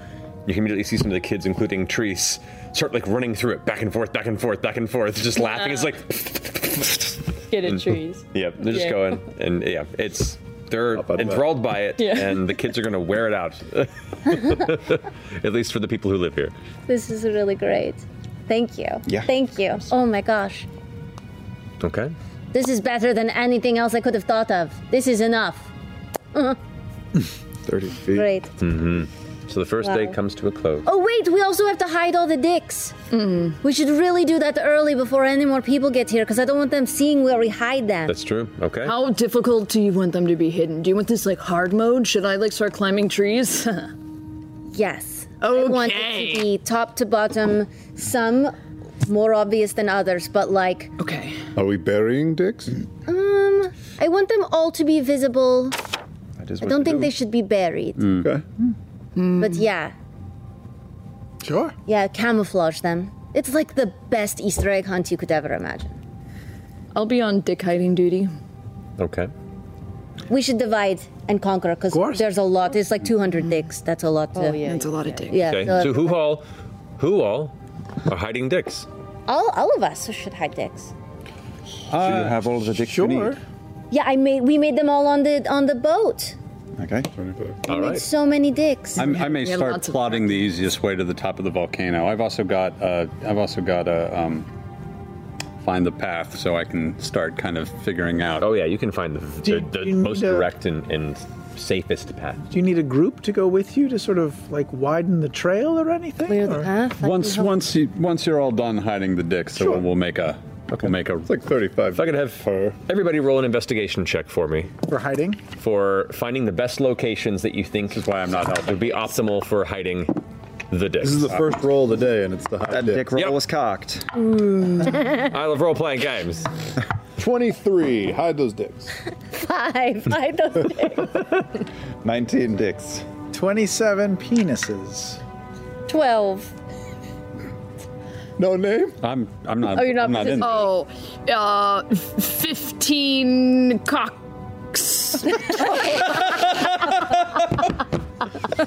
S3: You can immediately see some of the kids, including Treese, start like running through it back and forth, back and forth, back and forth, just laughing.
S14: Uh.
S3: It's like,
S25: Get it,
S3: Mm.
S25: trees.
S3: yep, they're just
S25: Yeah.
S3: going. And yeah, it's, they're enthralled by it,
S25: Yeah.
S3: and the kids are going to wear it out. At least for the people who live here.
S11: This is really great. Thank you.
S3: Yeah.
S11: Thank you. Oh my gosh.
S3: Okay.
S11: This is better than anything else I could
S14: Uh-huh.
S11: have thought of. This is enough. Uh,
S3: 30 feet.
S11: Great.
S3: hmm So the first day
S14: Wow.
S3: comes to a close.
S14: Oh wait, we also have to hide all the dicks. We should really do that early before any more people get here, because I don't want them seeing where we hide them.
S3: That's true. Okay.
S9: How difficult do you want them to be hidden? Do you want this like hard mode? Should I like start climbing trees?
S14: Yes. I want it to be top to bottom, some more obvious than others, but like
S9: Okay.
S6: Are we burying dicks?
S14: um I want them all to be visible.
S6: That is
S14: I don't think they should be buried.
S2: Mm.
S6: Okay.
S14: But yeah,
S7: Sure.
S14: yeah, camouflage them. It's like the best Easter egg hunt you could ever imagine.
S9: I'll be on dick hiding duty.
S3: Okay.
S14: We should divide and conquer because there's a lot. It's like 200 dicks. That's a lot. To,
S9: Oh, yeah, That's a lot of dicks.
S14: Yeah.
S3: okay.
S14: so
S3: So who all, who all, are hiding dicks?
S14: all, all of us should hide dicks.
S2: so you have all the dicks you need.
S14: Yeah, I made. We made them all on the on the boat.
S4: Okay.
S14: We made so many dicks.
S4: I'm, I may
S14: We had
S4: start
S14: lots of-
S4: plotting the easiest way to the top of the volcano. I've also got uh, I've also got to um, find the path so I can start kind of figuring out.
S3: Oh yeah, you can find the,
S5: Do- the do you most need a- direct
S3: and, and safest path.
S5: Do you need a group to go with you to sort of like widen the trail or anything? Clear the
S14: path.
S4: Once once you once you're all done hiding the dicks, so we'll make a we'll make a like
S6: 35.
S3: If I could have everybody roll an investigation check for me
S5: for hiding,
S3: for finding the best locations that you think is why I'm not helping would be optimal for hiding the Uh, dicks.
S6: This is the first roll of the day, and it's the high that dick.
S3: roll
S6: was cocked.
S3: I love role playing games.
S6: 23. Hide those dicks.
S14: Five. I don't.
S2: 19 dicks.
S5: 27 penises.
S14: Twelve.
S6: No Oh, name?
S4: I'm I'm not.
S9: oh, you're not.
S4: I'm not in.
S9: oh, uh, f- fifteen cocks.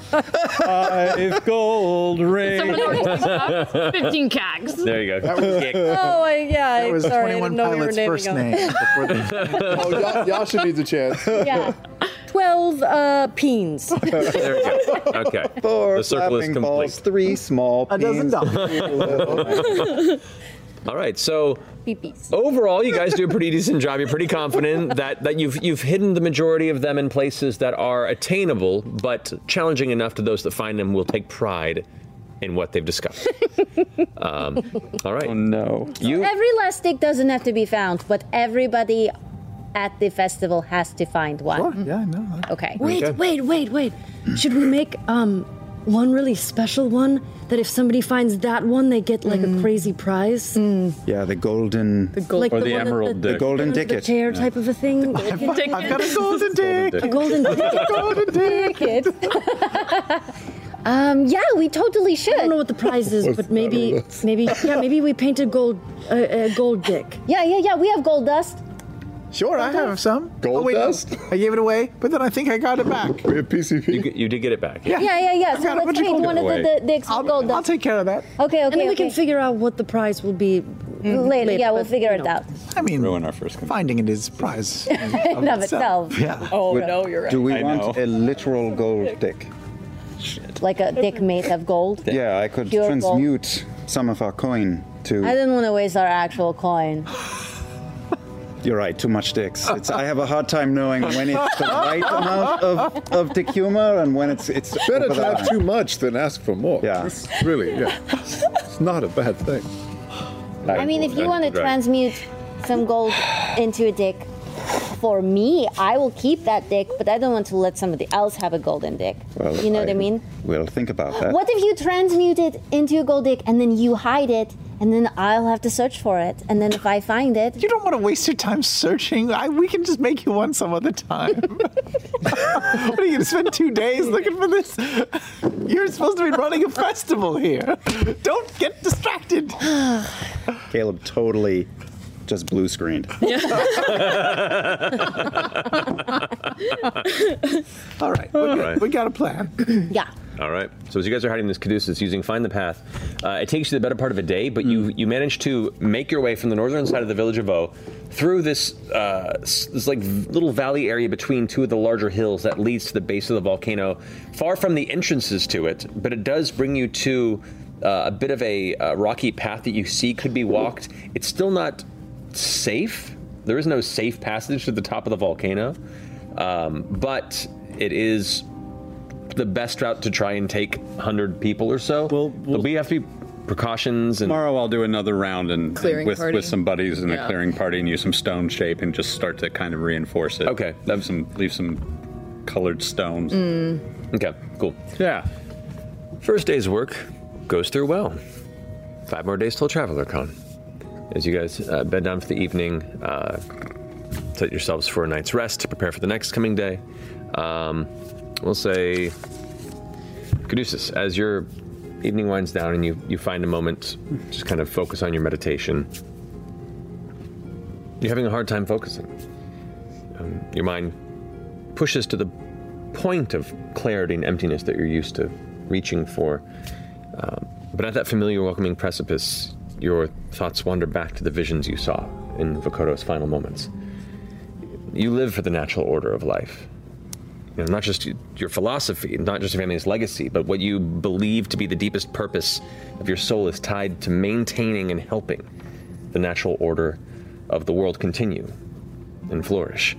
S4: Five gold rings.
S9: Someone already said cocks. Fifteen cocks.
S3: There you go.
S9: That was- Oh my god!
S5: That was
S9: Sorry,
S5: 21
S9: I didn't know we were
S5: Pilot's
S9: naming
S5: first
S9: them.
S5: name. Before the-
S6: Oh, y- Yasha needs a chance.
S14: Yeah. Twelve uh, peens.
S3: there you go. Okay.
S2: Four
S3: the circle is
S2: clapping balls,
S3: complete.
S2: three small
S3: A dozen
S2: peens.
S3: All right. So
S14: Peepees.
S3: overall, you guys do a pretty decent job. You're pretty confident that, that you've you've hidden the majority of them in places that are attainable, but challenging enough to those that find them will take pride in what they've discovered. Um, all right. Oh
S4: no. You
S14: Every last dick doesn't have to be found, but everybody at the festival has to find one. Mm-hmm.
S5: Yeah, no.
S14: Okay.
S15: Wait, wait, wait, wait. Should we make um one really special one that if somebody finds that one, they get like a crazy prize?
S2: Yeah, the golden. The
S15: gold- Like the one that the-
S2: The golden
S15: The
S2: ticket.
S15: chair type of a thing.
S5: I've got a golden dick.
S15: A golden ticket.
S5: golden ticket.
S14: um, yeah, we totally should. I don't know
S15: what the prize is, but maybe, maybe, yeah, maybe we paint a gold, uh, a gold dick.
S14: Yeah, yeah, yeah. We have gold dust.
S5: Sure, I have some.
S6: Gold
S5: dust? I gave it away, but then I think I got it back.
S6: We have PCP.
S3: You, you did get it back.
S14: Yeah, yeah, yeah.
S15: I've
S14: So
S15: got a bunch
S14: let's
S15: of
S14: paint
S15: gold
S14: one of the,
S3: away.
S14: the dicks with gold dust.
S5: Take care of that.
S14: Okay, okay.
S15: and then we can
S14: okay. Mm-hmm.
S15: figure out what the prize will be
S14: Later, yeah, we'll
S15: but,
S14: figure
S15: you
S14: it
S15: know.
S14: out.
S5: I mean, ruin our first finding it is prize in
S14: In of itself.
S5: Yeah.
S9: Oh
S2: Would-
S9: no, you're right.
S2: Do we want a literal gold dick?
S14: Like a dick made of gold.
S2: Yeah, I could
S14: Pure gold.
S2: transmute some of our coin
S14: I
S2: to.
S14: didn't want to waste our actual coin.
S2: You're right, too much dicks. It's, I have a hard time knowing when it's the right amount of, of dick humor and when it's it's
S6: Better
S2: over
S6: to
S2: the
S6: have
S2: line.
S6: too much than ask for more.
S2: Yeah.
S6: It's really, yeah. It's not a bad thing.
S14: I mean, if you want to transmute some gold into a dick, for me, I will keep that dick, but I don't want to let somebody else have a golden dick.
S2: Well,
S14: you know what I mean?
S2: We'll think about that.
S14: What if you transmute it into a gold dick and then you hide it, and then I'll have to search for it, and then if I find it,
S5: You don't want to waste your time searching. I, we can just make you one some other time. what are you going to spend two days looking for this? You're supposed to be running a festival here. Don't get distracted.
S2: Caleb totally just blue screened.
S5: All right. We got,
S3: Right.
S5: we got a plan.
S14: yeah.
S3: All right. So as you guys are hiding this caduceus using Find the Path, uh, it takes you the better part of a day, but you you manage to make your way from the northern side of the village of O through this uh, s- this like v- little valley area between two of the larger hills that leads to the base of the volcano, far from the entrances to it, but it does bring you to uh, a bit of a uh, rocky path that you see could be walked. It's still not safe. There is no safe passage to the top of the volcano, um, but it is the best route to try and take 100 people or so. Well, but we have to be precautions and.
S4: Tomorrow I'll do another round and
S3: Clearing
S4: with
S3: party.
S4: with some buddies in
S3: Yeah.
S4: a clearing party and use some stone shape and just start to kind of reinforce it. Okay, leave some leave some colored stones.
S7: Mm.
S14: Mm.
S3: Okay, cool. Yeah. First day's work goes through well. Five more days till Traveler Con. As you guys uh, bed down for the evening, uh, set yourselves for a night's rest, prepare for the next coming day. Um, we'll say, Caduceus, as your evening winds down and you, you find a moment, just kind of focus on your meditation, you're having a hard time focusing. Um, your mind pushes to the point of clarity and emptiness that you're used to reaching for. Um, but at that familiar, welcoming precipice, your thoughts wander back to the visions you saw in Vokodo's final moments. You live for the natural order of life. You know, not just y- your philosophy, not just your family's legacy, but what you believe to be the deepest purpose of your soul is tied to maintaining and helping the natural order of the world continue and flourish.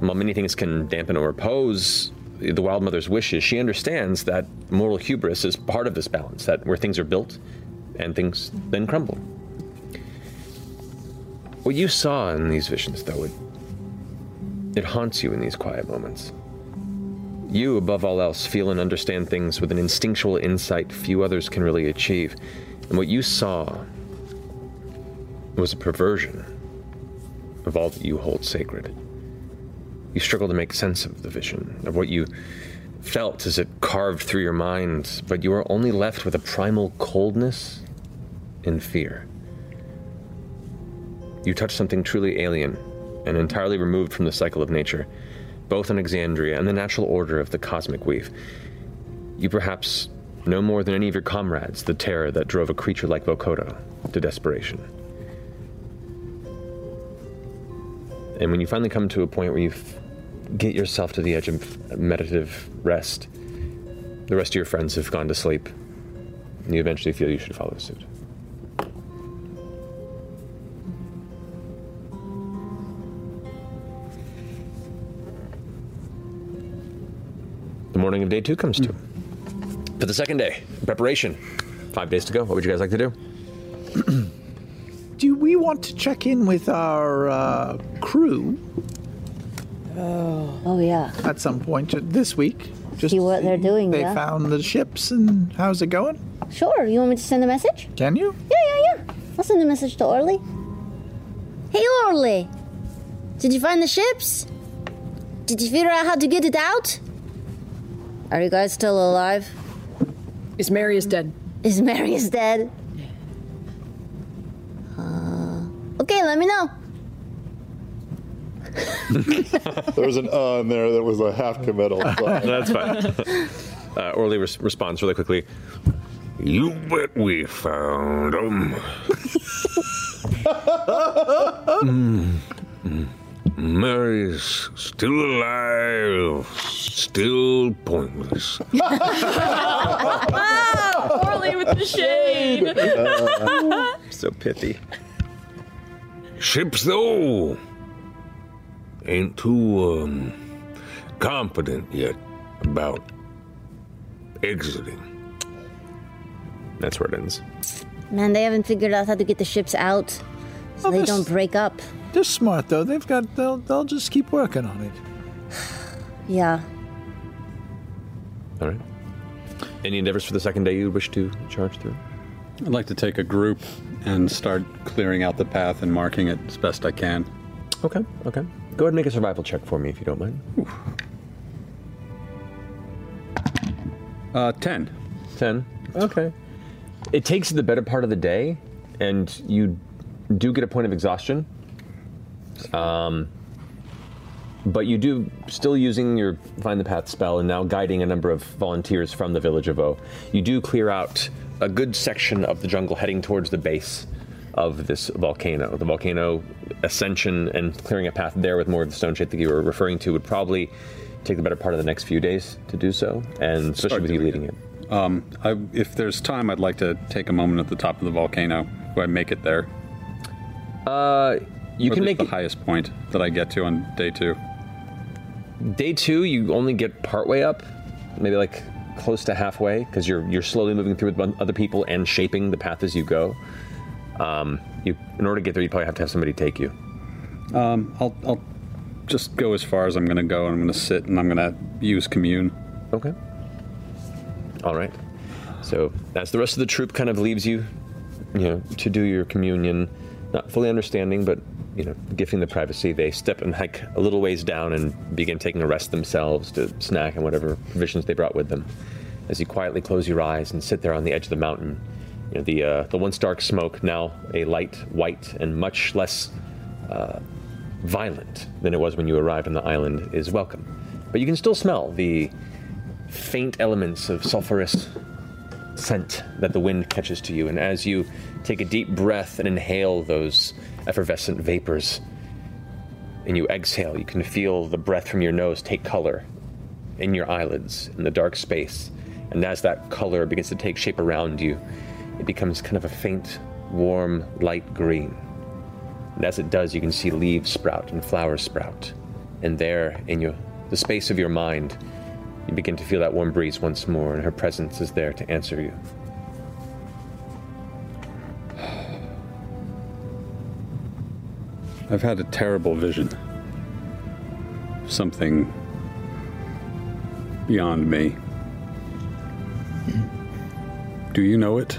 S3: While many things can dampen or oppose the Wild Mother's wishes, she understands that moral hubris is part of this balance, that where things are built and things then crumble. What you saw in these visions, though, it, it haunts you in these quiet moments. You, above all else, feel and understand things with an instinctual insight few others can really achieve. And what you saw was a perversion of all that you hold sacred. You struggle to make sense of the vision, of what you felt as it carved through your mind, but you are only left with a primal coldness and fear. You touch something truly alien and entirely removed from the cycle of nature, both in Exandria and the natural order of the cosmic weave. You perhaps know more than any of your comrades the terror that drove a creature like Vokodo to desperation. And when you finally come to a point where you f- get yourself to the edge of meditative rest, the rest of your friends have gone to sleep. And you eventually feel you should follow suit. The morning of day two comes to. For the second day, preparation. Five days to go. What would you guys like to do?
S5: Do we want to check in with our uh, crew?
S11: Oh. Oh yeah.
S5: at some point ju- this week. Just
S11: See what they're doing,
S5: They
S11: yeah.
S5: found the ships, and how's it going?
S11: Sure. You want me to send a message?
S5: Can you?
S11: Yeah, yeah, yeah. I'll send a message to Orly. Hey, Orly. Did you find the ships? Did you figure out how to get it out? Are you guys still alive?
S9: Is Mary is dead?
S11: Is Mary is dead? Uh, okay, let me know.
S6: there was an uh in there that was a half committal.
S3: That's fine. Uh, Orly res- responds really quickly. You bet we found them.
S24: Mm.
S23: Mary's still alive, still pointless.
S12: Orly with the shade.
S17: Uh,
S23: so pithy. Ships, though, ain't too um, confident yet about exiting.
S3: That's where it ends.
S11: Man, they haven't figured out how to get the ships out,
S5: Oh,
S11: so they don't break up.
S5: They're smart though. They've got. They'll. They'll just keep working on it.
S11: Yeah.
S3: All right. Any endeavors for the second day you wish to charge through?
S4: I'd like to take a group and start clearing out the path and marking it as best I can.
S3: Okay, okay. Go ahead and make a survival check for me if you don't mind.
S4: Uh, 10.
S3: 10. Okay. It takes the better part of the day, and you do get a point of exhaustion. Um, but you do still using your find the path spell and now guiding a number of volunteers from the village of O. You do clear out a good section of the jungle heading towards the base of this volcano. The volcano ascension and clearing a path there with more of the stone shape that you were referring to would probably take the better part of the next few days to do so, and especially with you leading it.
S4: Um, I, if there's time, I'd like to take a moment at the top of the volcano. Do I make it there?
S3: Uh, you
S4: can make the highest point that I get to on day two.
S3: Day two, you only get partway up, maybe like close to halfway because you're you're slowly moving through with one- other people and shaping the path as you go. Um, you, in order to get there, you probably have to have somebody take you.
S4: Um, I'll, I'll just go as far as I'm going to go, and I'm going to sit, and I'm going to use commune.
S3: Okay. All right. So as the rest of the troop kind of leaves you, you know, to do your communion, not fully understanding, but you know, gifting the privacy, they step and hike a little ways down and begin taking a rest themselves to snack and whatever provisions they brought with them. As you quietly close your eyes and sit there on the edge of the mountain, you know, the uh, the once dark smoke now a light white and much less uh, violent than it was when you arrived on the island is welcome. But you can still smell the faint elements of sulfurous scent that the wind catches to you. And as you take a deep breath and inhale those effervescent vapors, and you exhale, you can feel the breath from your nose take color in your eyelids in the dark space. And as that color begins to take shape around you, it becomes kind of a faint, warm, light green. And as it does, you can see leaves sprout and flowers sprout. And there, in your, the space of your mind, you begin to feel that warm breeze once more, and her presence is there to answer you.
S4: I've had a terrible vision. Something beyond me. Do you know it?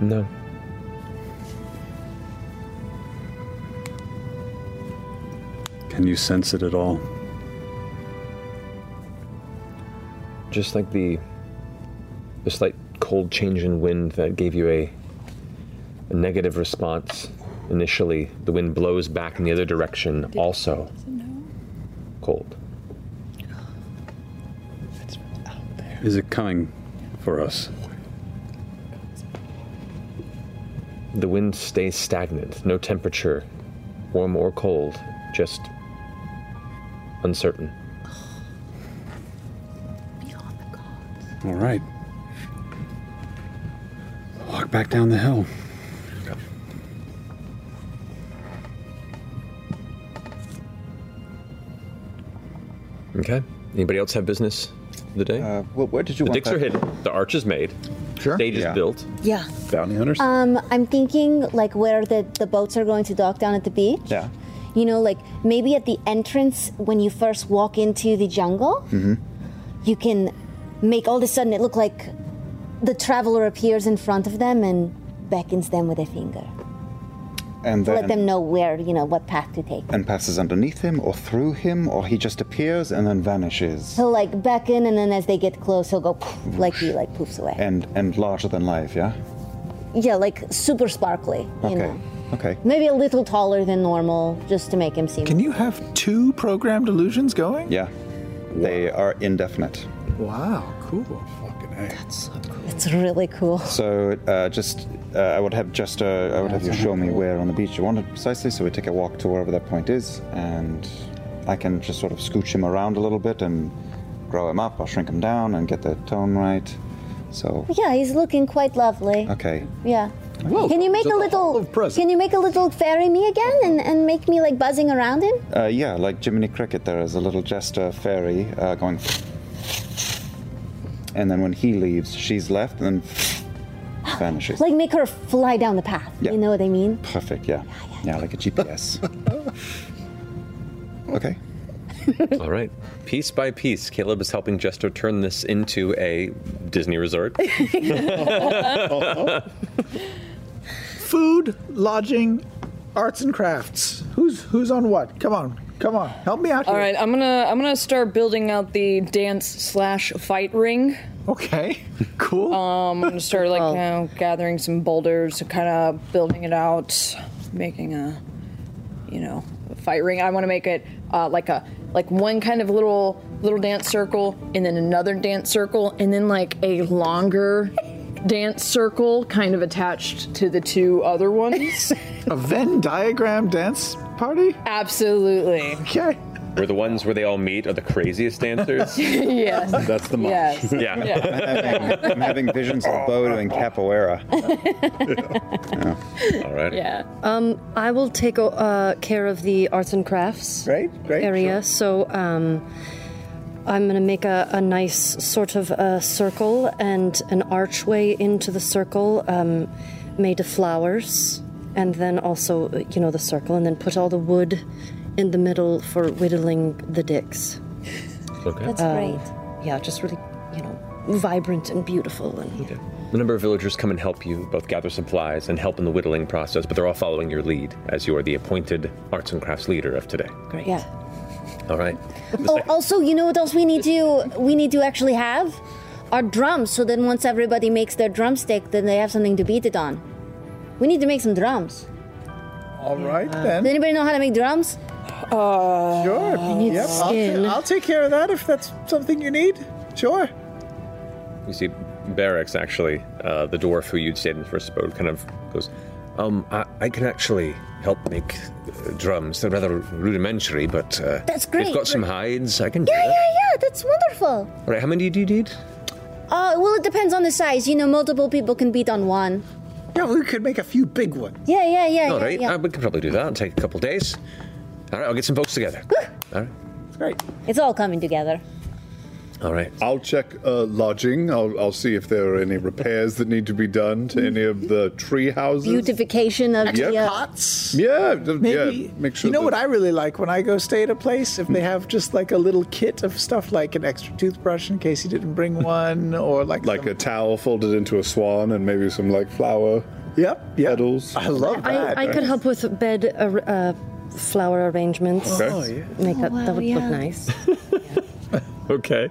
S3: No.
S4: Can you sense it at all?
S3: Just like the, the slight cold change in wind that gave you a, a negative response initially, the wind blows back in the other direction, also cold.
S4: Is it coming for us?
S3: The wind stays stagnant, no temperature, warm or cold, just uncertain.
S4: All right. Walk back down the hill.
S3: Okay. Anybody else have business of the day? Uh,
S2: where did you
S3: the
S2: want
S3: dicks
S2: that-
S3: are hidden. The arch is made. Sure. Stage is built.
S14: Yeah.
S3: Bounty
S14: Um, I'm thinking like where the, the boats are going to dock down at the beach.
S2: Yeah.
S14: You know, like maybe at the entrance when you first walk into the jungle,
S2: Mm-hmm.
S14: you can make all of a sudden it look like the traveler appears in front of them and beckons them with a finger.
S2: And
S14: to
S2: then
S14: let them know where, you know, what path to take.
S2: and passes underneath him or through him, or he just appears and then vanishes.
S14: He'll like beckon and then as they get close he'll go poof, like he like poofs away.
S2: And and larger than life, yeah.
S14: Yeah, like super sparkly, you
S2: Okay.
S14: know.
S2: Okay.
S14: Maybe a little taller than normal, just to make him seem.
S5: Can you have two programmed illusions going?
S2: Yeah. They are indefinite.
S5: Wow, cool.
S2: That's so cool.
S14: It's really cool.
S2: So uh, just uh, I would have just uh, I would have you show me where on the beach you want it precisely. So we take a walk to wherever that point is, and I can just sort of scooch him around a little bit and grow him up or shrink him down and get the tone right. So
S14: Yeah, he's looking quite lovely.
S2: okay.
S14: Yeah. can you make a little? Can you make a little fairy me again and, and make me like buzzing around him?
S2: Uh, yeah, like Jiminy Cricket, there is a little jester fairy uh, going. And then when he leaves, she's left and then vanishes.
S14: Like make her fly down the path.
S2: Yeah.
S14: You know what I mean?
S2: Perfect, yeah. Yeah, like a GPS. okay.
S3: All right. Piece by piece, Caleb is helping Jester turn this into a Disney resort.
S5: Food, lodging, arts and crafts. Who's who's on what? Come on, come on, help me out
S26: All
S5: here.
S26: right, I'm gonna I'm gonna start building out the dance slash fight ring.
S5: Okay, cool. Oh.
S26: Um, I'm gonna start like you know, gathering some boulders, kind of building it out, making a, you know, a fight ring. I want to make it uh, like a like one kind of little little dance circle, and then another dance circle, and then like a longer dance circle, kind of attached to the two other ones.
S5: A Venn diagram dance party?
S26: Absolutely.
S5: Okay.
S3: Where the ones where they all meet are the craziest dancers.
S26: yes.
S3: That's
S26: the mosh. Yes.
S3: Yeah.
S26: Yeah.
S2: I'm having visions of Bodo and Capoeira.
S3: All right.
S26: Yeah.
S10: Um, I will take uh, care of the arts and crafts
S5: great, great,
S10: area. So, um,
S7: I'm going to make a, a nice sort of a circle and an archway into the circle um, made of flowers, and then also, uh, you know, the circle, and then put all the wood in the middle for whittling the dicks.
S3: Okay.
S7: Um, Yeah, just really, you know, vibrant and beautiful. And
S3: A number of villagers come and help you, both gather supplies and help in the whittling process, but they're all following your lead, as you are the appointed arts and crafts leader of today.
S14: Great. Yeah.
S3: All right.
S14: Oh, also, you know what else we need to we need to actually have? Our drums. So then, once everybody makes their drumstick, then they have something to beat it on. We need to make some drums.
S5: All right
S14: Does
S5: then.
S14: anybody know how to make drums? Uh,
S5: Sure. yep. I'll, ta- I'll take care of that if that's something you need. Sure.
S3: You see, Barracks, actually, uh, the dwarf who you'd stayed in first abode, kind of goes,
S17: Um, I, I can actually help make uh, drums. They're rather rudimentary, but uh,
S14: That's
S17: They've
S14: great.
S17: got some hides. I can.
S14: Yeah, yeah, yeah. That's wonderful.
S17: All right, how many do you need?
S14: Uh, well, it depends on the size. You know, multiple people can beat on one.
S5: Yeah, we could make a few big ones.
S14: Yeah, yeah, yeah.
S17: All
S14: yeah,
S17: right,
S14: yeah.
S17: uh,
S3: um,
S17: we can probably do that. It'll take a couple days. All right, I'll get some folks together. All right.
S5: Great.
S14: It's all coming together.
S17: All right.
S6: I'll check uh, lodging. I'll, I'll see if there are any repairs that need to be done
S14: Mm.
S6: to any of the tree houses.
S14: Beautification of
S6: Extra
S14: the uh,
S5: pots.
S6: Yeah, d- yeah.
S5: Maybe-
S6: Make sure.
S5: you know
S6: that-
S5: what I really like when I go stay at a place? If they have just like a little kit of stuff, like an extra toothbrush in case you didn't bring one, or like
S6: like a towel folded into a swan and maybe some like flower.
S5: Yep.
S6: Petals.
S5: I
S7: I, I could help with bed ar- uh, flower arrangements.
S6: Okay. Oh, yeah.
S7: Make that,
S3: Oh, wow,
S7: that would
S3: yeah.
S7: look nice.
S3: okay.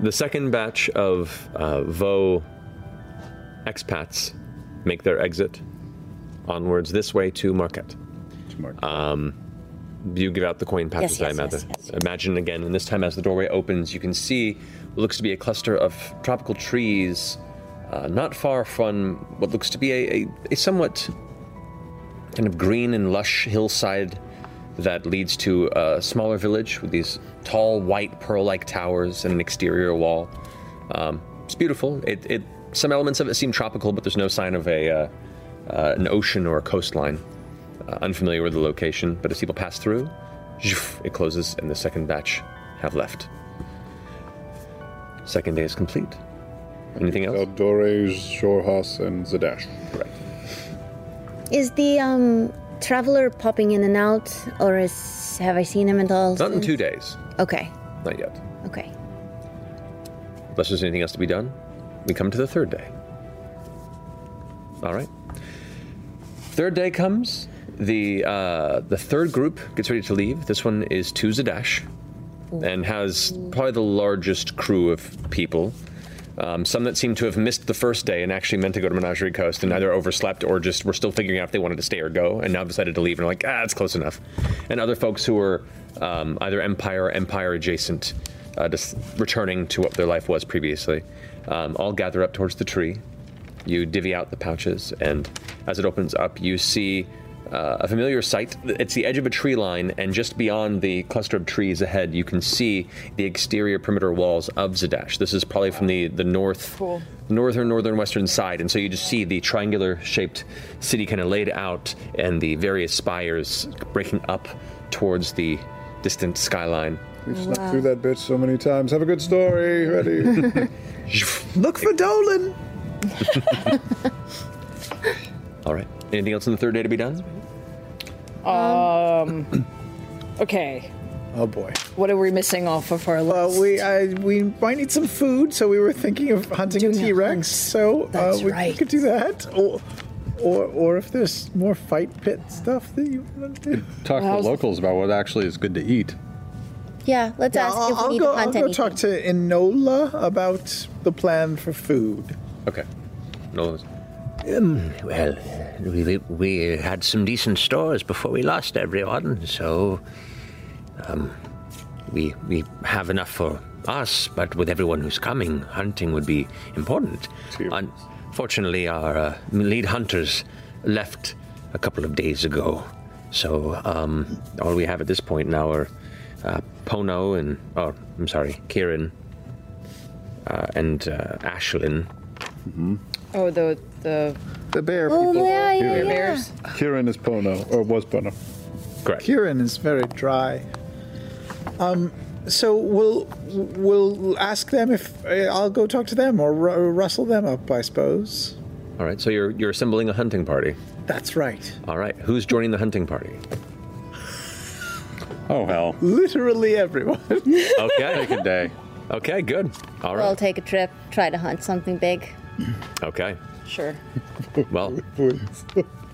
S3: The second batch of uh, Vo expats make their exit onwards this way to Market. Um, you give out the coin pass
S17: Yes,
S3: this time,
S17: yes, yes,
S3: Mather. Imagine again, and this time as the doorway opens, you can see what looks to be a cluster of tropical trees uh, not far from what looks to be a, a, a somewhat kind of green and lush hillside that leads to a smaller village with these tall, white, pearl-like towers and an exterior wall. Um, it's beautiful. It, it some elements of it seem tropical, but there's no sign of a uh, uh, an ocean or a coastline. Uh, unfamiliar with the location, but as people pass through, zhoof, it closes, and the second batch have left. Second day is complete. Anything else?
S6: Dores, Shorehas, and Zadash.
S3: Correct.
S14: Is the um traveler popping in and out, or is have I seen him at all?
S3: Not in
S14: since?
S3: two days.
S14: Okay.
S3: Not yet.
S14: Okay.
S3: Unless there's anything else to be done, we come to the third day. All right. Third day comes. The uh, the third group gets ready to leave. This one is to Zadash, and has probably the largest crew of people. Um, some that seem to have missed the first day and actually meant to go to Menagerie Coast and either overslept or just were still figuring out if they wanted to stay or go and now decided to leave and are like, ah, it's close enough. And other folks who were um, either Empire or Empire adjacent, uh, just returning to what their life was previously, um, all gather up towards the tree. You divvy out the pouches, and as it opens up, you see uh, a familiar sight. It's the edge of a tree line, and just beyond the cluster of trees ahead, you can see the exterior perimeter walls of Zadash. This is probably from the, the north, northern, northern western side, and so you just see the triangular shaped city kind of laid out, and the various spires breaking up towards the distant skyline.
S6: We've snuck through that bitch so many times. Have a good story. Ready?
S5: Look for Dolan.
S3: All right. Anything else on the third day to be done?
S9: Um. okay.
S5: Oh boy.
S9: What are we missing off of our list?
S5: Well, we uh, we might need some food, so we were thinking of hunting a T Rex. So uh,
S9: That's
S5: we
S9: right.
S5: could do that, or, or or if there's more fight pit stuff that you want to do.
S4: Talk to
S5: How's-
S4: the locals about what actually is good to eat.
S14: Yeah, let's
S5: Yeah,
S14: ask
S5: I'll,
S14: if we
S5: I'll
S14: need
S5: go,
S14: to hunt
S5: I'll go
S14: anything.
S5: talk to Enola about the plan for food.
S3: Okay. No.
S27: Um, well, we, we- we had some decent stores before we lost everyone, so um, we we have enough for us. But with everyone who's coming, hunting would be important. Unfortunately, our uh, lead hunters left a couple of days ago, so um, all we have at this point now are uh, Pono and oh, I'm sorry, Kieran uh, and uh, Ashlyn.
S9: Oh, the the
S4: the bear
S9: Oh,
S4: people.
S9: yeah, yeah,
S4: Bear
S9: yeah.
S4: bears.
S6: Kieran is Pono, or was Pono.
S3: Correct.
S5: Kieran is very dry. Um,
S28: so we'll we'll ask them if uh, I'll go talk to them or ru- rustle them up, I suppose.
S3: All right, so you're you're assembling a hunting party.
S28: That's right.
S3: All right, who's joining the hunting party?
S4: Oh hell!
S28: Literally everyone.
S3: Okay, take a day. Okay, good. All right.
S14: We'll take a trip, try to hunt something big.
S3: Okay.
S14: Sure.
S3: Well,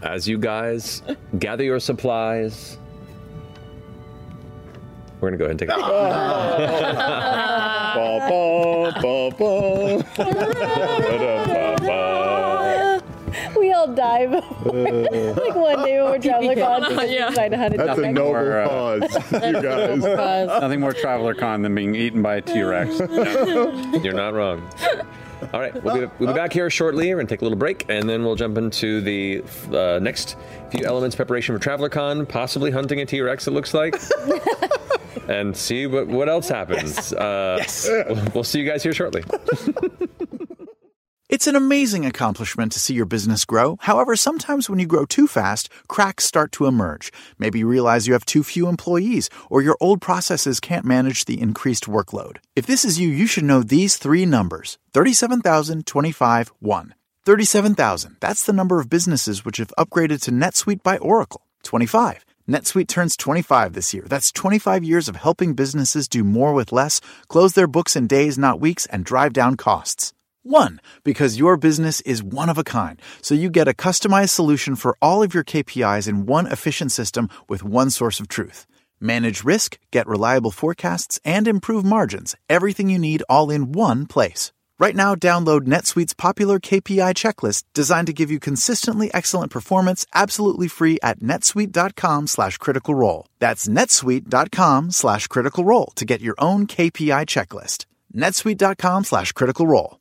S3: as you guys gather your supplies, we're gonna go ahead and take a
S6: we all die before. like one day when we're traveling
S14: Yeah.
S6: on, because
S14: Yeah.
S6: we try to hunt it
S4: Nothing
S6: down.
S4: more, uh,
S6: That's a noble cause.
S4: Nothing more traveler con than being eaten by a T Rex.
S3: You're not wrong. All right, we'll be, we'll be back here shortly. We're going to take a little break, and then we'll jump into the uh, next few elements preparation for TravelerCon, possibly hunting a T Rex, it looks like, and see what, what else happens. Uh, We'll, we'll see you guys here shortly.
S5: It's an amazing accomplishment to see your business grow. However, sometimes when you grow too fast, cracks start to emerge. Maybe you realize you have too few employees, or your old processes can't manage the increased workload. If this is you, you should know these three numbers 37,000, 25, 1. 37,000, that's the number of businesses which have upgraded to NetSuite by Oracle. 25. NetSuite turns 25 this year. That's 25 years of helping businesses do more with less, close their books in days, not weeks, and drive down costs. One, because your business is one of a kind, so you get a customized solution for all of your KPIs in one efficient system with one source of truth. Manage risk, get reliable forecasts, and improve margins. Everything you need all in one place. Right now, download NetSuite's popular KPI checklist designed to give you consistently excellent performance absolutely free at netsuite.com slash critical role. That's netsuite.com slash critical role to get your own KPI checklist. netsuite.com slash critical role.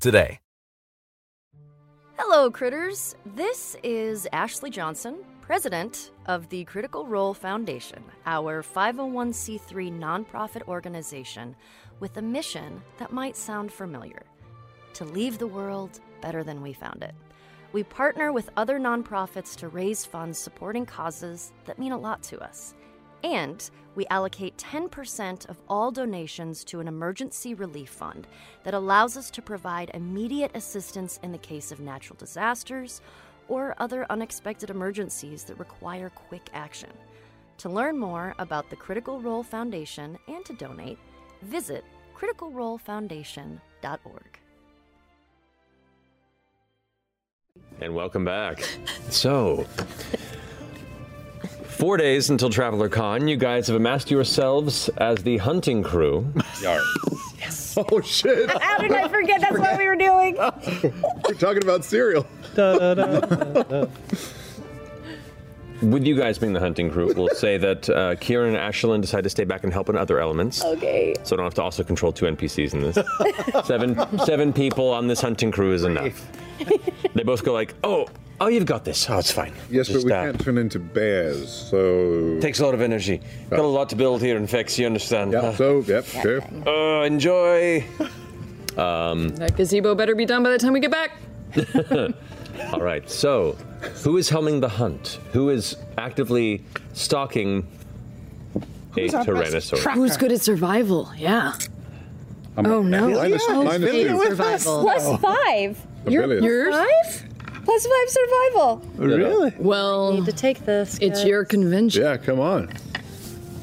S1: today.
S7: Hello, critters. This is Ashley Johnson, president of the Critical Role Foundation, our 501c3 nonprofit organization with a mission that might sound familiar to leave the world better than we found it. We partner with other nonprofits to raise funds supporting causes that mean a lot to us. And we allocate 10% of all donations to an emergency relief fund that allows us to provide immediate assistance in the case of natural disasters or other unexpected emergencies that require quick action. To learn more about the Critical Role Foundation and to donate, visit criticalrolefoundation.org.
S3: And welcome back. So, four days until Traveler Con, you guys have amassed yourselves as the hunting crew. yes. Oh, shit.
S6: How did I forget that's what we were doing?
S3: We're talking about cereal. With you guys being the hunting crew, we'll say that uh, Kieran and Ashlyn decide to stay back and help in other elements.
S6: Okay.
S3: So I don't have to also control two NPCs in this. seven, seven people on this hunting crew is enough. they both go like, "Oh, oh, you've got this. Oh, it's fine."
S29: Yes, but
S3: Just,
S29: we
S3: uh,
S29: can't turn into bears, so.
S3: Takes a lot of energy. Got a lot to build here and fix. You understand? Yeah.
S29: so, yep, sure.
S3: Uh, enjoy. Um,
S9: That gazebo better be done by the time we get back.
S3: all right. So, who is helming the hunt? Who is actively stalking a
S9: Who's our best
S3: tyrannosaurus?
S9: tracker? Who's good at survival? Yeah. oh no!
S3: Minus- Yeah, minus it's two. with us.
S9: Oh.
S7: Oh.
S14: Plus five.
S3: Your- yours?
S14: Five? Plus five survival.
S29: Really?
S9: Well,
S14: need to take this.
S9: it's your convention.
S29: Yeah, come on.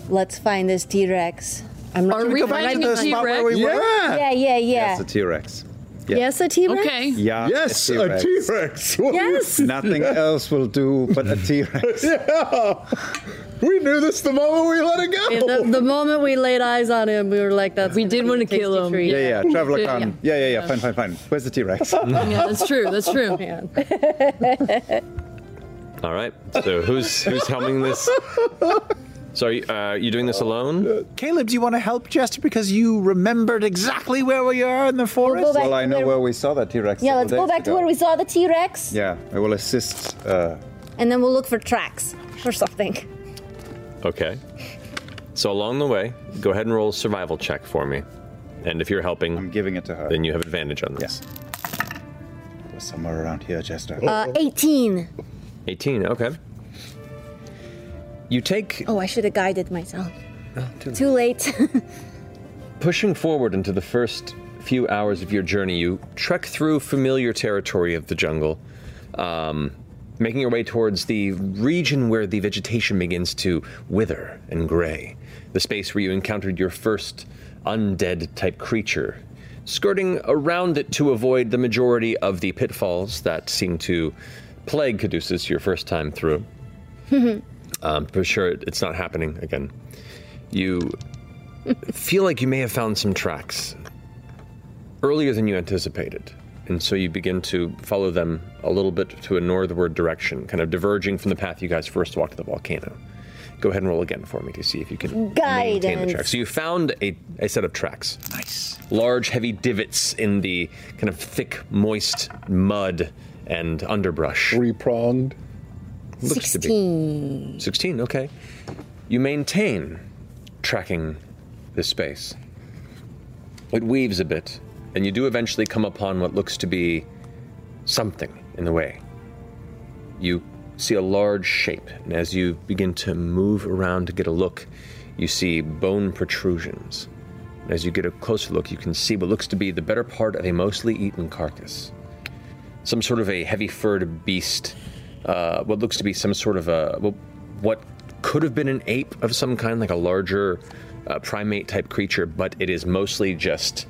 S14: Let's find this T Rex. I'm not
S9: Are we finding a T-Rex?
S14: Yeah.
S9: Yeah.
S14: yeah, yeah, yeah.
S2: It's a T Rex.
S14: Yes, a T Rex.
S2: Okay. Yeah.
S29: Yes, a T-Rex. Yes.
S2: Nothing else will do but a T Rex.
S29: yeah. We knew this the moment we let it
S30: Yeah, the, the moment we laid eyes on him, we were like, "That's we did want to kill him."
S2: Yeah, yeah, Traveler Con. Yeah, yeah, yeah, fine, fine, fine. Where's the T Rex?
S9: Yeah, that's true. That's true.
S3: All right. So who's who's helming this So are you, uh, are you doing this alone?
S5: Caleb, do you want to help Jester because you remembered exactly where we are in the forest?
S14: go back
S2: Well, I know where we saw that T Rex.
S14: Yeah, let's go back to where we saw the T Rex,
S2: Yeah, I will assist. Uh,
S14: and then we'll look for tracks or something.
S3: Okay. So along the way, go ahead and roll a survival check for me. And if you're helping, I'm
S2: giving it to her.
S3: Then you have advantage on this.
S2: Somewhere around here, Jester.
S14: Uh,
S27: Oh,
S3: Oh,
S14: 18.
S3: 18. Okay. You take
S14: Oh, I should have guided myself. Too late.
S3: Pushing forward into the first few hours of your journey, you trek through familiar territory of the jungle, um, making your way towards the region where the vegetation begins to wither and gray, the space where you encountered your first undead type creature, skirting around it to avoid the majority of the pitfalls that seem to plague Caduceus your first time through. Um, for sure, it- it's not happening again. You feel like you may have found some tracks earlier than you anticipated. And so you begin to follow them a little bit to a northward direction, kind of diverging from the path you guys first walked to the volcano. Go ahead and roll again for me to see if you can maintain
S14: Guidance.
S3: the tracks. So you found a, a set of tracks. Nice. Large, heavy divots in the kind of thick, moist mud and underbrush. Three pronged. Looks to be. 16, okay. You maintain tracking this space. It weaves a bit, and you do eventually come upon what looks to be something in the way. You see a large shape, and as you begin to move around to get a look, you see bone protrusions. And as you get a closer look, you can see what looks to be the better part of a mostly eaten carcass. Some sort of a heavy furred beast, uh, what looks to be some sort of a. well, what could have been an ape of some kind, like a larger uh, primate type creature, but it is mostly just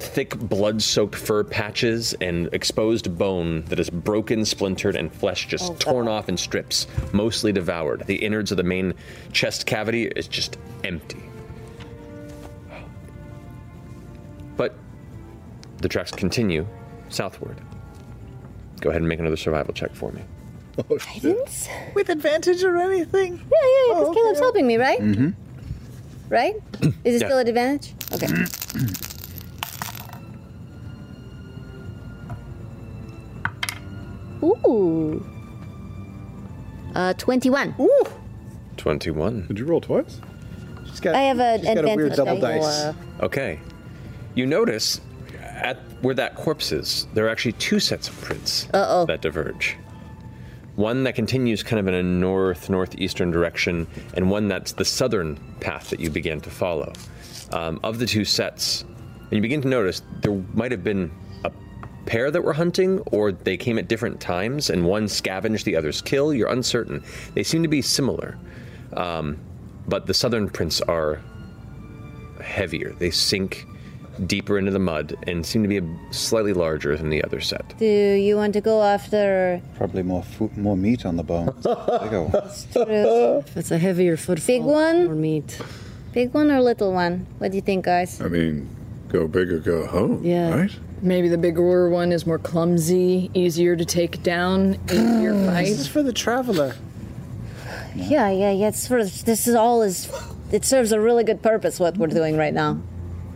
S3: thick blood soaked fur patches and exposed bone that is broken, splintered, and flesh just torn off in strips, mostly devoured. The innards of the main chest cavity is just empty. But the tracks continue southward. Go ahead and make another survival check for me.
S5: Oh,
S14: Guidance?
S5: With advantage or anything? Yeah, yeah,
S14: because Caleb's helping me,
S27: Mm.
S14: right?
S3: Mm-hmm.
S14: Right? Is it
S3: Yeah.
S14: still an advantage? Okay. Ooh. Uh, 21.
S5: Ooh.
S3: 21. Did
S6: you roll twice?
S14: I have an advantage.
S3: Okay. You notice at where that corpse is, there are actually two sets of prints
S14: Uh-oh.
S3: that diverge. One that continues kind of in a north northeastern direction, and one that's the southern path that you began to follow. Um, of the two sets, and you begin to notice there might have been a pair that were hunting, or they came at different times, and one scavenged, the other's kill. You're uncertain. They seem to be similar, um, but the southern prints are heavier. They sink deeper into the mud and seem to be a- slightly larger than the other set.
S14: Do you want to go after
S2: Probably more food, more meat on the bones. there you go.
S14: If
S15: it's a heavier footfall.
S14: Big one?
S15: Or meat.
S14: Big one or little one? What do you think, guys?
S6: I mean, go big or go home.
S26: Yeah.
S6: Right?
S26: Maybe the bigger one is more clumsy, easier to take down, easier fight.
S5: This is for the traveler.
S14: Yeah, yeah, yeah. It's for, this is all is. It serves a really good purpose, what we're doing right now.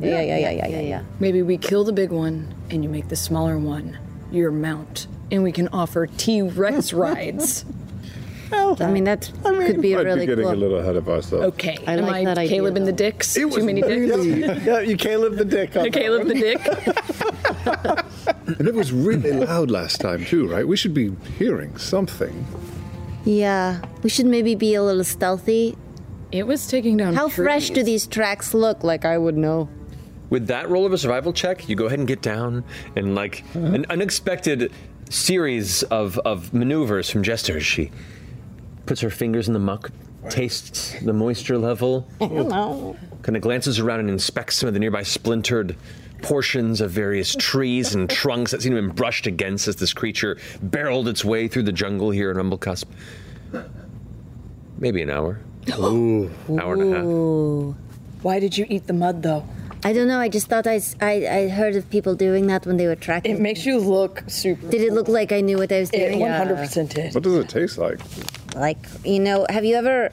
S14: Yeah, yeah, yeah, yeah, yeah, yeah.
S26: Maybe we kill the big one and you make the smaller one your mount, and we can offer T Rex rides.
S5: Well,
S15: I mean, that could be a
S6: I'd
S15: really
S6: be getting
S15: cool.
S6: a little ahead of ourselves.
S26: Okay,
S15: I
S26: am
S15: like
S26: I
S15: that idea,
S26: Caleb and the
S15: though.
S26: dicks. Too many dicks.
S5: yeah, you Caleb the dick. on that
S26: Caleb the
S5: one.
S26: dick.
S5: Oh.
S6: And it was really loud last time, too, right? We should be hearing something.
S14: Yeah, we should maybe be a little stealthy.
S26: It was taking down.
S14: How fresh do
S26: trees.
S14: these tracks look? Like I would know.
S3: With that roll of a survival check, you go ahead and get down, and like an unexpected series of, of maneuvers from Jester, she puts her fingers in the muck, tastes the moisture level,
S14: Hello.
S3: kind of glances around and inspects some of the nearby splintered portions of various trees and trunks that seem to have been brushed against as this creature barreled its way through the jungle here in Rumblecusp. Maybe an hour. Ooh. Hour and a half.
S26: Why did you eat the mud though?
S14: I don't know. I just thought I, s- I- I heard of people doing that when they were tracking. It
S26: makes you look super.
S14: Did it look like I knew what I was
S26: It
S14: doing?
S26: 100% did.
S6: What does it taste like?
S14: Like you know, have you ever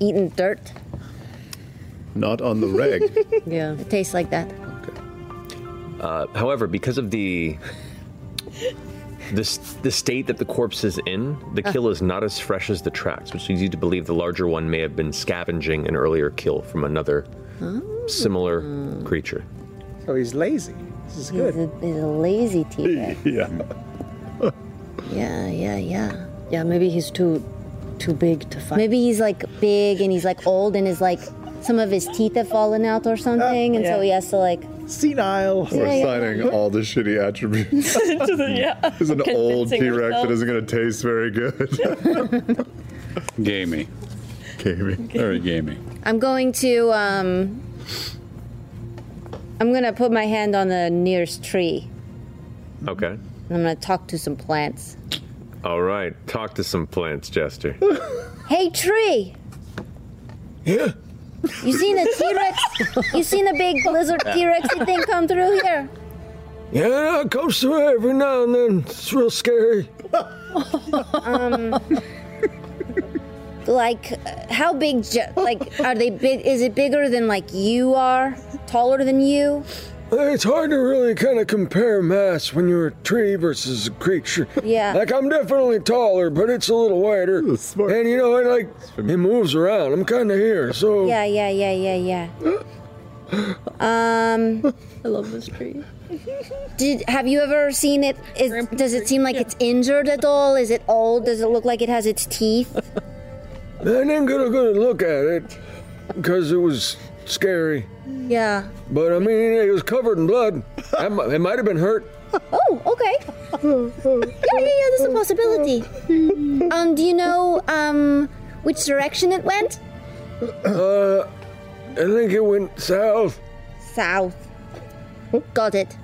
S11: eaten dirt.
S3: Not on the reg.
S11: yeah. It tastes like that.
S3: Uh, however, because of the the, s- the state that the corpse is in, the
S11: Ah.
S3: kill is not as fresh as the tracks, which leads you to believe the larger one may have been scavenging an earlier kill from another similar creature.
S5: So he's lazy. This is good.
S11: He's a, he's a lazy teacher.
S3: Yeah.
S11: yeah, yeah, yeah.
S15: Yeah, maybe he's too too big to fight.
S11: Maybe he's like big and he's like old and his like some of his teeth have fallen out
S6: Ah,
S11: or something, and so he has to like
S5: senile.
S11: Yeah,
S6: We're
S11: yeah.
S6: signing all the shitty attributes. There's an old T Rex that isn't going to taste very good.
S4: Gamey.
S6: Gamey.
S4: Very gamey.
S11: I'm going to um
S14: I'm gonna put my hand on the nearest tree.
S3: Okay.
S14: and I'm gonna talk to some plants.
S3: All right. Talk to some plants, Jester.
S11: Hey tree!
S3: Yeah.
S11: You seen a T Rex? you seen a big lizard T Rex thing come through here?
S23: Yeah, it goes through every now and then. It's real scary.
S11: Um,
S14: Like, uh, how big? Ju- like, are they big? Is it bigger than like you are? Taller than you?
S23: It's hard to really kind of compare mass when you're a tree versus a creature.
S14: Yeah.
S23: Like, I'm definitely taller, but it's a little wider. And, you know, it like, it moves around. I'm kind of here, so.
S14: Yeah, yeah, yeah, yeah, yeah.
S11: um
S15: I love this tree.
S11: did have you ever seen it? Is, does it seem like it's injured at all? Is it old? Does it look like it has its teeth?
S23: I didn't get a good look at it because it was scary.
S11: Yeah.
S23: But, I mean, it was covered in blood. I mi- it might have been hurt.
S11: Oh, okay. Yeah, yeah, yeah, there's a possibility. Um, do you know um which direction it went?
S23: Uh, I think it went south.
S11: South. Got it.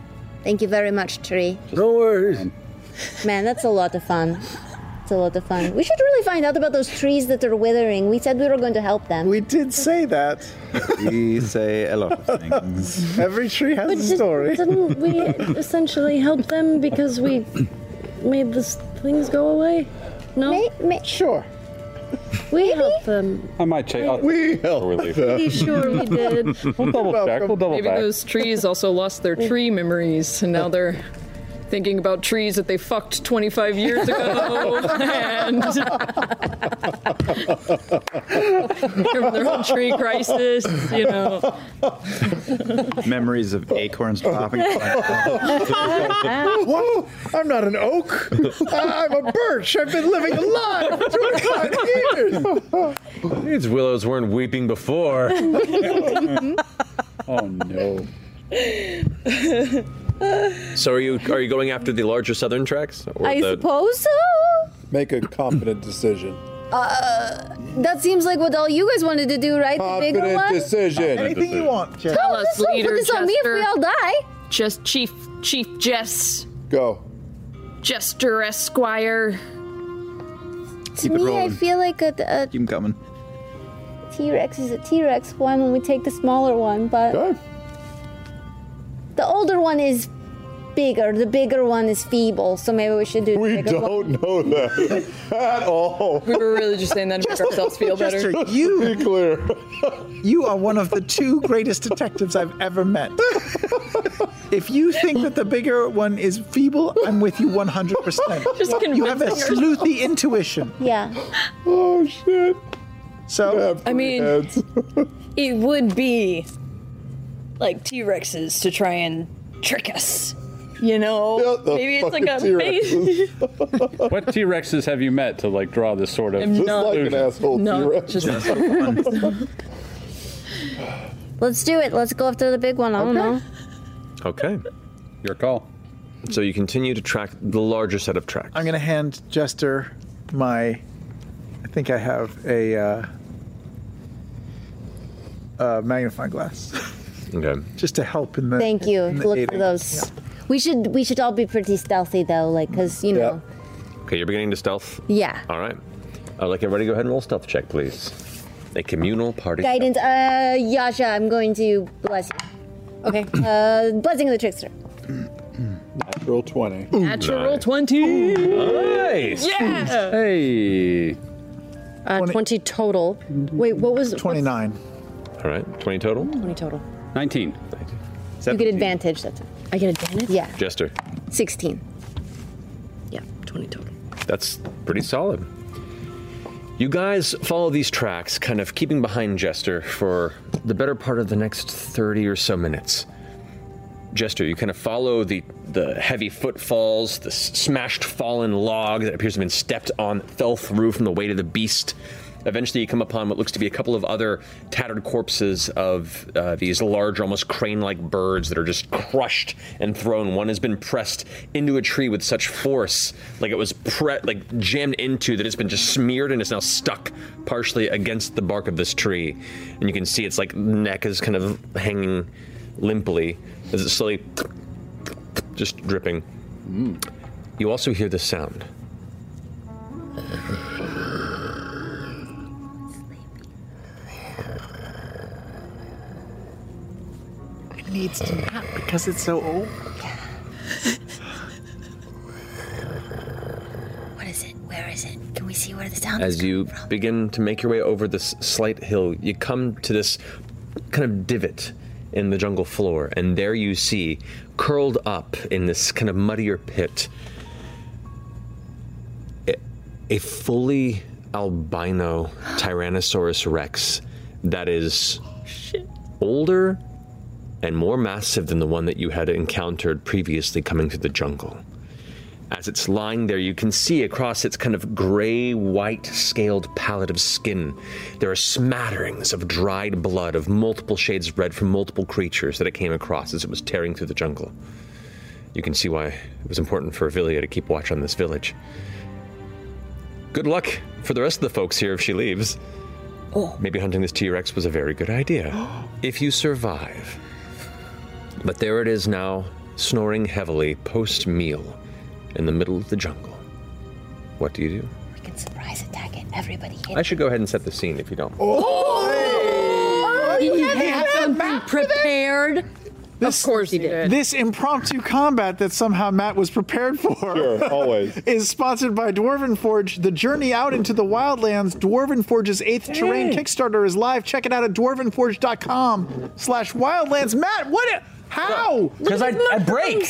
S14: Thank you very much, tree.
S23: No worries.
S14: Man, that's a lot of fun. It's a lot of fun. We should really find out about those trees that are withering. We said we were going to help them. We
S5: did say that.
S2: We say a lot of things.
S5: Every tree has
S15: But
S5: a
S15: did-
S5: story.
S15: Didn't we essentially help them because we made these things go away? No.
S5: sure.
S15: We helped them.
S2: I might check. I'll,
S6: we help.
S15: Pretty sure we did.
S4: uh, We'll double check. We'll double
S25: Maybe
S4: back.
S25: those trees also lost their tree memories, and now they're thinking about trees that they fucked 25 years ago. and from their whole tree crisis, you know.
S2: Memories of acorns popping.
S5: Whoa! I'm not an oak. I'm a birch. I've been living a lie for 25 years.
S3: These willows weren't weeping before.
S4: oh no.
S3: So are you are you going after the larger southern tracks? Or
S14: I
S3: the,
S14: suppose so.
S6: Make a confident decision.
S14: Uh, that seems like what all you guys wanted to do, right? the bigger
S6: Confident
S14: one.
S6: decision.
S5: Anything you want, Jeff.
S25: Tell
S14: No,
S25: us,
S14: just don't
S25: leader
S14: put this on me if we
S25: Jester.
S14: all die.
S25: Just Chief Chief Jess
S6: Go.
S25: Jester Esquire.
S14: To me, I feel like a,
S25: uh,
S14: a
S2: Keep 'em coming.
S14: T-Rex is a T-Rex one when we take the smaller one, but
S11: The older one is bigger. The bigger one is feeble, so maybe we should do.
S6: We
S11: the bigger one.
S6: don't know that at all.
S25: We were really just saying that to make ourselves feel better.
S5: Chester, you You are one of the two greatest detectives I've ever met. If you think that the bigger one is feeble, I'm with you 100%.
S25: Just
S5: you have a
S25: convincing
S5: sleuthy intuition.
S11: Yeah.
S5: Oh shit. So
S26: I mean, it would be like T Rexes to try and trick us. You know,
S4: the
S26: maybe it's like a
S4: fucking
S26: maybe-
S4: what T Rexes have you met to like draw this sort of?
S26: I'm Just not- like an
S4: asshole
S26: No,
S4: T Rex.
S14: let's do it. Let's go after the big one. I don't know.
S3: Okay.
S4: Your call.
S3: So you continue to track the larger set of tracks.
S5: I'm going to hand Jester my. I think I have a, uh, a magnifying glass
S3: Okay.
S5: just to help in the.
S14: Thank you.
S5: in the
S14: Look for
S5: aiding.
S14: those. We should we should all be pretty stealthy though, like because you know.
S3: Okay, you're beginning to stealth.
S14: Yeah.
S3: All right. I'd like everybody to go ahead and roll stealth check, please. A communal party.
S14: Guidance, uh, Yasha, I'm going to bless you. Okay. Uh, blessing of the trickster.
S6: Natural 20.
S25: Natural 20.
S3: Nice.
S25: Yeah.
S4: Hey.
S10: Uh, 20, total. Wait, what was what's-
S3: All right, 20 total?
S10: 20 total.
S3: 19.
S14: You get advantage that time.
S10: I get advantage?
S14: Yeah.
S3: Jester.
S14: 16.
S10: Yeah, 20 total.
S3: That's pretty solid. You guys follow these tracks, kind of keeping behind Jester for the better part of the next 30 or so minutes. Jester, you kind of follow the, the heavy footfalls, the s- smashed fallen log that appears to have been stepped on, fell through from the weight of the beast. Eventually, you come upon what looks to be a couple of other tattered corpses of uh, these large, almost crane like birds that are just crushed and thrown. One has been pressed into a tree with such force, like it was pre- like jammed into, that it's been just smeared and is now stuck partially against the bark of this tree. And you can see its like neck is kind of hanging limply as it slowly just dripping. You also hear this sound.
S5: It needs to nap because it's so old.
S11: What is it? Where is it? Can we see where the sound is?
S3: As you begin to make your way over this slight hill, you come to this kind of divot in the jungle floor, and there you see, curled up in this kind of muddier pit, a, a fully albino Tyrannosaurus rex that is older and more massive than the one that you had encountered previously coming through the jungle. As it's lying there, you can see across its kind of gray white scaled palette of skin, there are smatterings of dried blood of multiple shades of red from multiple creatures that it came across as it was tearing through the jungle. You can see why it was important for Avilia to keep watch on this village. Good luck for the rest of the folks here if she leaves.
S12: Oh.
S3: Maybe hunting this T Rex was a very good idea. if you survive. But there it is now, snoring heavily post meal in the middle of the jungle. What do you do?
S11: We can surprise attack it. Everybody hit.
S3: I should go ahead and set the scene if you don't.
S11: Oh,
S10: Did
S11: you
S10: you have something prepared?
S5: This,
S10: of course he did.
S5: This impromptu combat that somehow Matt was prepared for
S6: Sure, always.
S5: is sponsored by Dwarven Forge. The journey out into the wildlands, Dwarven Forge's eighth terrain
S6: Hey.
S5: Kickstarter is live. Check it out at dwarvenforge.com slash wildlands. Matt, what? a- How? Oh, Because I, I break.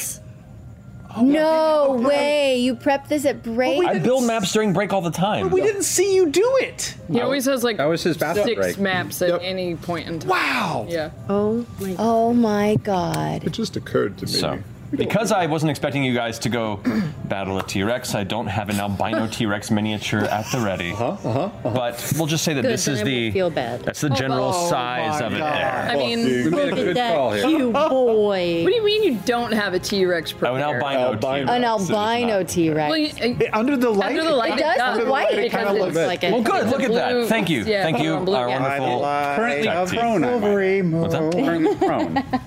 S31: no way! You prepped this at break.
S25: we I didn't build
S31: maps during break all the time.
S5: we didn't see you do it.
S25: He always has like
S31: That was his bathroom
S25: six
S31: break.
S25: maps at any point in time.
S5: Wow.
S25: Yeah.
S31: Oh my. Oh my god. It
S6: just occurred to me.
S31: So.
S1: Because I wasn't expecting you guys to go battle a T Rex, I don't have an albino T Rex miniature at the ready. Uh-huh, uh-huh, But we'll just say that
S10: Good,
S1: this
S10: then
S1: is
S10: I
S1: the
S10: won't feel bad.
S1: that's the general
S10: Oh,
S1: size
S10: my
S1: of it.
S10: God.
S1: There.
S25: I mean,
S1: look at that
S10: You boy.
S25: What do you mean you don't have a T Rex prepared?
S1: an albino T-Rex.
S31: An albino T
S25: Well,
S31: Rex.
S25: you-
S5: under the
S25: light, under the
S31: it
S25: light,
S31: does
S25: does.
S31: look white.
S25: It kinda looks like it.
S1: Well, good.
S25: It's
S1: Look at
S25: blue-
S1: that. Thank you.
S25: yeah,
S1: Thank you,
S25: blue-
S1: our
S25: yeah.
S1: wonderful
S2: Currently
S1: tech
S2: a
S1: team.
S2: prone, I might add.
S1: What's that?
S2: Currently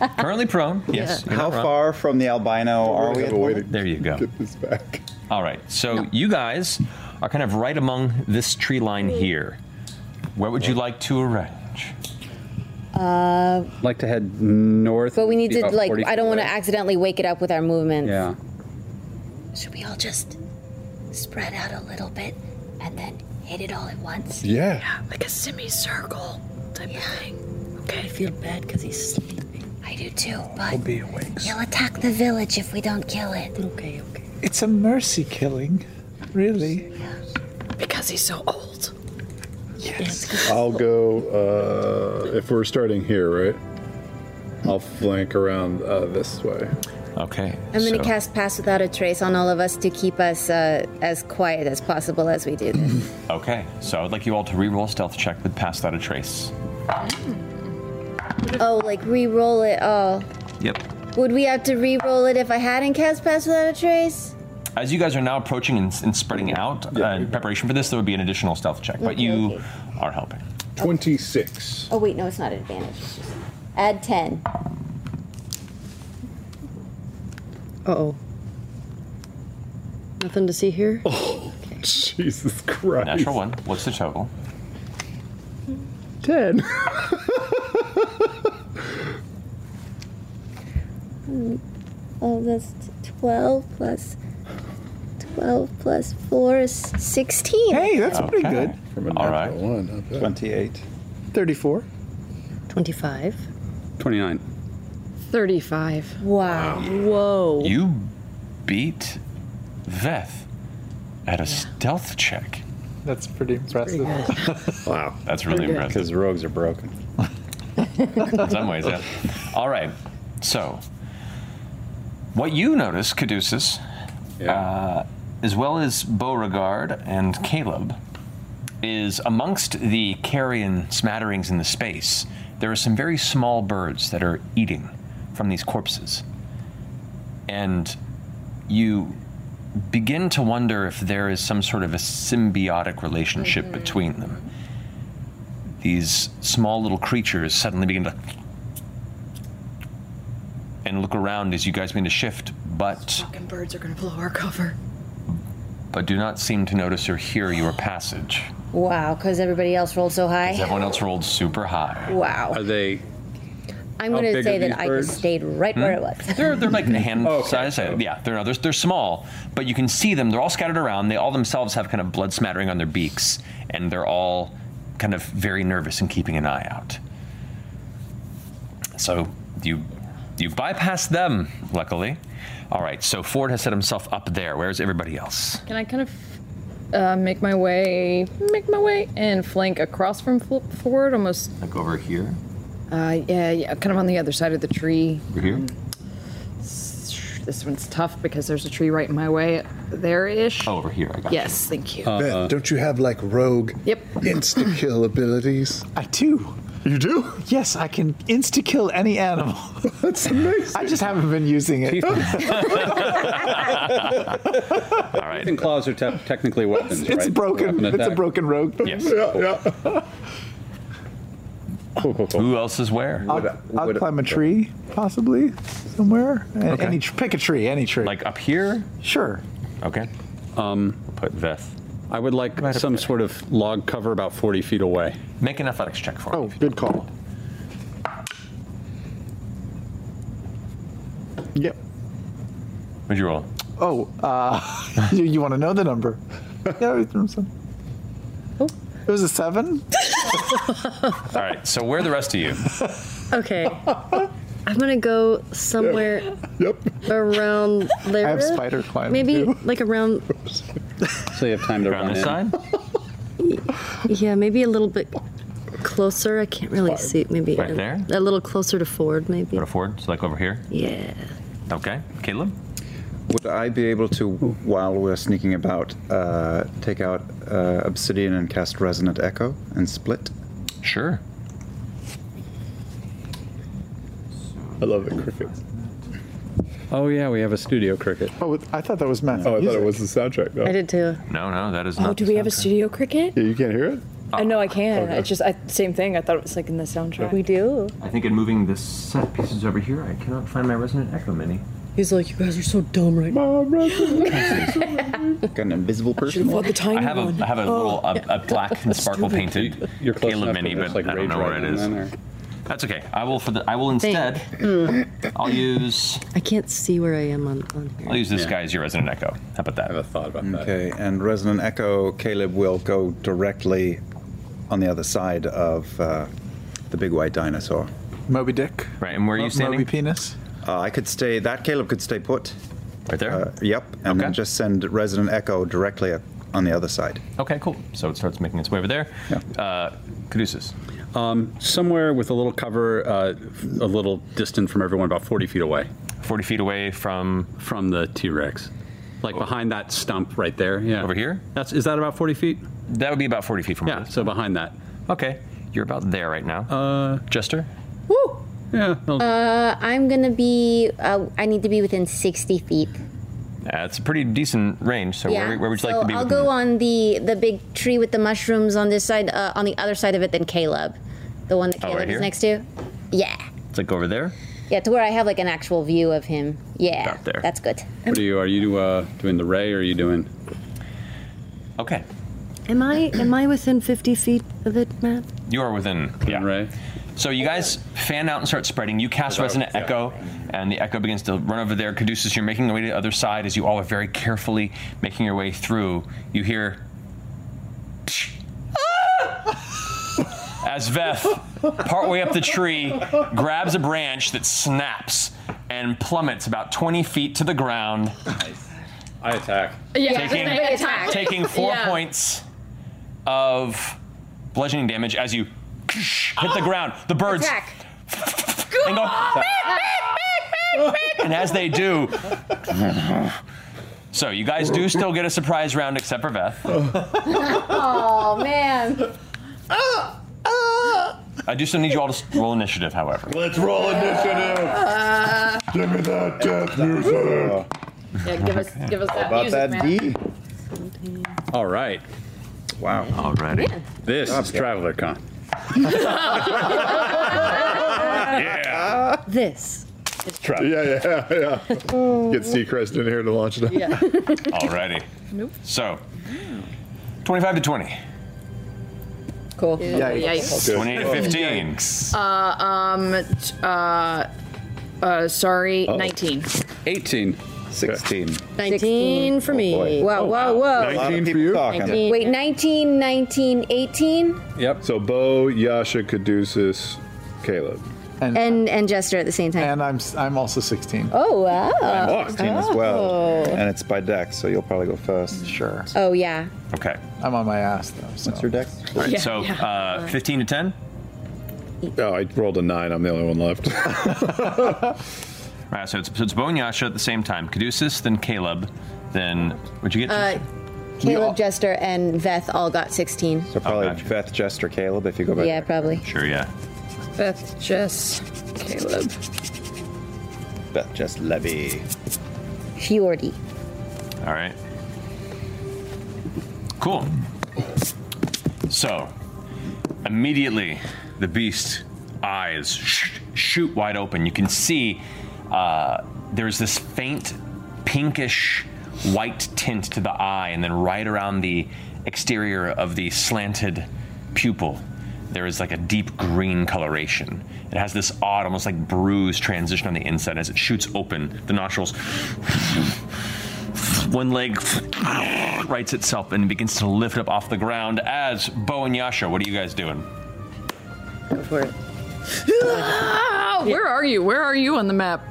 S2: prone.
S1: Currently prone. Yes. you're
S2: How
S1: not wrong.
S2: far from the albino are we? At the moment?
S1: There you go. All right. So you guys are kind of right among this tree line here. Where would you like to arrange?
S14: Uh,
S2: Like to head north.
S14: but we need
S2: be
S14: to
S2: about
S14: like.
S2: 40
S14: I don't
S2: feet
S14: want to
S2: away.
S14: accidentally wake it up with our movement.
S2: Yeah.
S11: Should we all just spread out a little bit and then hit it all at once?
S6: Yeah.
S11: like a semicircle type of thing. Okay. I feel bad because he's sleeping. I do too, but
S5: I'll be awake.
S11: he'll attack the village if we don't kill it. Okay.
S5: It's a mercy killing, really.
S25: Because he's so old.
S6: Yes. I'll go, uh, if we're starting here, right? I'll flank around uh, this way.
S1: Okay.
S14: I'm gonna cast Pass Without a Trace on all of us to keep us uh, as quiet as possible as we do this.
S1: Okay. So I'd like you all to re-roll stealth check with pass without a trace.
S31: Oh, like re-roll it
S14: Oh,
S31: all.
S1: Yep.
S31: Would we have to re-roll it if I hadn't cast Pass Without a Trace?
S1: As you guys are now approaching and, and spreading out uh, in preparation for this, there would be an additional stealth check, but
S14: Okay,
S1: you are helping.
S6: 26.
S14: Oh wait, no, it's not an advantage. It's just- Add ten.
S10: oh. Nothing to see here? Oh,
S6: Jesus Christ.
S1: Natural one. What's the total?
S5: 10.
S14: Mm,
S31: Oh, that's 12 plus
S32: 12 plus 4 is 16. Hey,
S5: that's
S3: Oh.
S5: pretty good.
S2: From a All right. One, 28.
S5: 34.
S9: 25.
S4: 29.
S9: 35.
S33: Wow. Whoa.
S3: You beat Veth at a stealth check.
S5: That's pretty impressive.
S3: Wow. That's really impressive.
S4: Because rogues are broken.
S3: In some ways, yeah. All right. So, what you notice, Caduceus, uh, as well as Beauregard and Caleb, is amongst the carrion smatterings in the space, there are some very small birds that are eating from these corpses. And you begin to wonder if there is some sort of a symbiotic relationship between them these small little creatures suddenly begin to and look around as you guys begin to shift, but
S9: Fucking birds are gonna blow our cover.
S3: but do not seem to notice or hear your passage.
S14: Wow, because everybody else rolled so high.
S3: As everyone else rolled super high.
S14: Wow.
S3: Are they?
S14: I'm
S3: How
S14: going to
S3: big
S14: say
S3: are
S14: that
S3: these
S14: I
S3: birds?
S14: just stayed right where it was.
S3: Hmm? They're they're like a hand size. uh, Yeah, they're they're they're small, but you can see them. They're all scattered around. They all themselves have kind of blood smattering on their beaks, and they're all kind of very nervous and keeping an eye out. So you you bypass them, luckily. All right. So Ford has set himself up there. Where's everybody else?
S9: Can I kind of uh, make my way, make my way, and flank across from fl- forward, almost?
S3: Like over here.
S9: Uh, yeah, yeah, kind of on the other side of the tree.
S3: Over here.
S9: This one's tough because there's a tree right in my way, there-ish.
S3: Oh, over here. I got you.
S9: Yes, thank you.
S6: Beth, don't you have like rogue
S9: Yep.
S6: insta kill abilities?
S5: I do.
S6: You do?
S5: Yes, I can insta kill any animal. That's amazing. I just haven't been using it.
S4: All right. And claws are te- technically weapons,
S5: It's- it's
S4: right?
S5: broken-
S4: Weapon
S5: it's a
S4: attack.
S5: broken rogue. Yes. Yeah,
S3: Who else is where?
S5: I'll, I'll climb a tree, possibly, somewhere. A-
S3: Okay.
S5: Any, tr- pick a tree, any tree.
S3: Like up here?
S5: Sure.
S3: Okay.
S4: Um,
S3: put Veth.
S4: I would like some sort of log cover about 40 feet away.
S3: Make an athletics check for
S4: Oh, good call.
S5: Yep.
S3: What'd you roll?
S5: Oh, uh, you, you want to know the number? yeah, it was a- it was a seven.
S3: All right. So where are the rest of you?
S7: Okay. I'm gonna go somewhere around there.
S4: spider climb,
S7: Maybe
S4: too.
S7: like around
S4: So you have time to run
S3: this
S4: in.
S3: side?
S7: yeah, maybe a little bit closer. I can't really see. Maybe
S3: Right
S7: a,
S3: there?
S7: a little closer to Ford, maybe.
S3: Go to Ford. So like over here.
S7: Yeah.
S3: Okay. Caleb.
S2: Would I be able to, while we're sneaking about, uh, take out uh, Obsidian and cast Resonant Echo and split?
S3: Sure.
S4: I love the crickets. Oh, yeah, we have a studio cricket.
S5: Oh, I thought that was Matt.
S4: Oh, I thought it was the soundtrack, though.
S9: I did too.
S3: No, no, that is
S9: Oh,
S3: not. Uh,
S9: do we have a studio cricket?
S4: Yeah, you can't hear it?
S9: I know I can.
S3: okay.
S9: It's just I, same thing. I thought it was like in the soundtrack.
S3: We
S9: do.
S3: I think in moving this set pieces over here, I cannot find my resonant echo mini.
S9: He's like, you guys are so dumb right now.
S2: Got an invisible person.
S9: Should've bought the tiny
S3: I have
S9: one.
S3: a, I have a
S9: Oh,
S3: little a,
S9: yeah.
S3: a black and sparkle painted Caleb mini, but I don't know where it is. That's okay. I will for the. I will instead. I'll use.
S7: I can't see where I am on, on here.
S3: I'll use this
S2: Yeah.
S3: guy as your resonant echo. How about that? I
S4: have a thought about
S2: Okay, and Resonant Echo, Caleb will go directly on the other side of uh, the big white dinosaur.
S5: Moby Dick.
S3: Right, and where
S5: are you Mo- standing? Moby Penis.
S2: Uh, I could stay. That Caleb could stay put. uh,
S3: Right there.
S2: yep, and then just send Resonant Echo directly up on the other side.
S3: Okay, cool. So it starts making its way over there. Uh, Caduceus.
S4: Um, somewhere with a little cover, uh, f- a little distant from everyone, about 40 feet away.
S3: 40 feet away from? Oh.
S4: From the T Rex. Like behind that stump right there. Yeah. Over
S3: here?
S4: That's Is that about 40 feet?
S3: That would be about 40 feet from
S4: Yeah, so behind that.
S3: Okay. You're about there right now.
S4: Uh,
S3: Jester?
S14: Woo!
S4: Yeah.
S14: Uh, I'm going to be, uh, I need to be within 60 feet.
S3: Uh, it's a pretty decent range. So where, where would you
S14: so
S3: like to be?
S14: I'll
S3: within
S14: go
S3: the-
S14: on the, the big tree with the mushrooms on this side, uh, on the other side of it than Caleb. The one that
S3: Oh, right
S14: Caleb
S3: here?
S14: is next to. Yeah.
S3: It's like over there.
S14: Yeah, to where I have like an actual view of him. Yeah.
S4: About there.
S14: That's good.
S4: What are you? Are you uh, doing the ray or are you doing?
S3: Okay.
S7: Am I am I within 50 feet of it, Matt?
S3: You are within. Yeah.
S4: Ray.
S3: So you guys fan out and start spreading. You cast Resonant Echo, and the echo begins to run over there. Caduceus, you're making your way to the other side as you all are very carefully making your way through. You hear "Ah!" as Veth, partway up the tree, grabs a branch that snaps and plummets about 20 feet to the ground. I attack.
S9: Yeah,
S3: taking,
S9: I attack.
S3: taking four
S9: Yeah.
S3: points of bludgeoning damage as you hit the ground. The birds and go. and as they do, so you guys do still get a surprise round, except for Veth.
S7: oh man.
S3: I do still need you all to s- roll initiative, however.
S6: Let's roll initiative.
S9: Uh,
S6: Give me that death music.
S9: yeah, give us, give us that music, man.
S4: All right. Wow. Alrighty. This is Traveler Con.
S6: Yeah.
S7: This.
S6: Yeah, yeah, yeah.
S14: Oh.
S6: Get Seacrest in here to launch it.
S7: Yeah.
S3: Alrighty.
S7: Nope.
S3: So, 25 to 20.
S9: Cool.
S3: Yikes. 20 to 15.
S9: Uh, um, t- uh, uh, sorry,
S4: Oh.
S9: 19.
S4: 18. 16.
S14: 19
S9: Oh,
S14: for me.
S4: Oh, boy.
S14: Whoa, whoa, whoa.
S4: 19 for you?
S14: Wait, 19, 19, 18,
S6: Yep. So Bo, Yasha, Caduceus, Caleb.
S14: and, and, Jester at the same time.
S5: And I'm I'm also 16.
S14: Oh, wow.
S2: I'm 16 as
S14: Oh.
S2: well. And it's by dex, so you'll probably go first. Sure.
S14: Oh, yeah.
S3: Okay.
S5: I'm on my ass though. So. What's your dex?
S3: All right, so Uh, 15 to 10?
S6: Oh, I rolled a nine. I'm the only one left.
S3: Right, so it's, so it's Bo and Yasha at the same time. Caduceus, then Caleb, then. What'd you get?
S14: Uh, Caleb, Jester, and Veth all got 16.
S3: Oh,
S2: So probably Beth, Jester, Caleb, if you go back.
S14: Yeah, probably.
S3: Sure, yeah.
S9: Beth, Jess,
S2: Oh.
S9: Caleb.
S2: Beth, Jess, Levy.
S14: Fjordy.
S3: All right. Cool. So, immediately, the beast's eyes sh- shoot wide open. You can see uh, there's this faint pinkish white tint to the eye, and then right around the exterior of the slanted pupil, there is like a deep green coloration. It has this odd, almost like bruised transition on the inside as it shoots open. The nostrils one leg rights itself and begins to lift up off the ground as Bo and Yasha. What are you guys doing?
S9: Go for it. Where are you? Where are you on the map?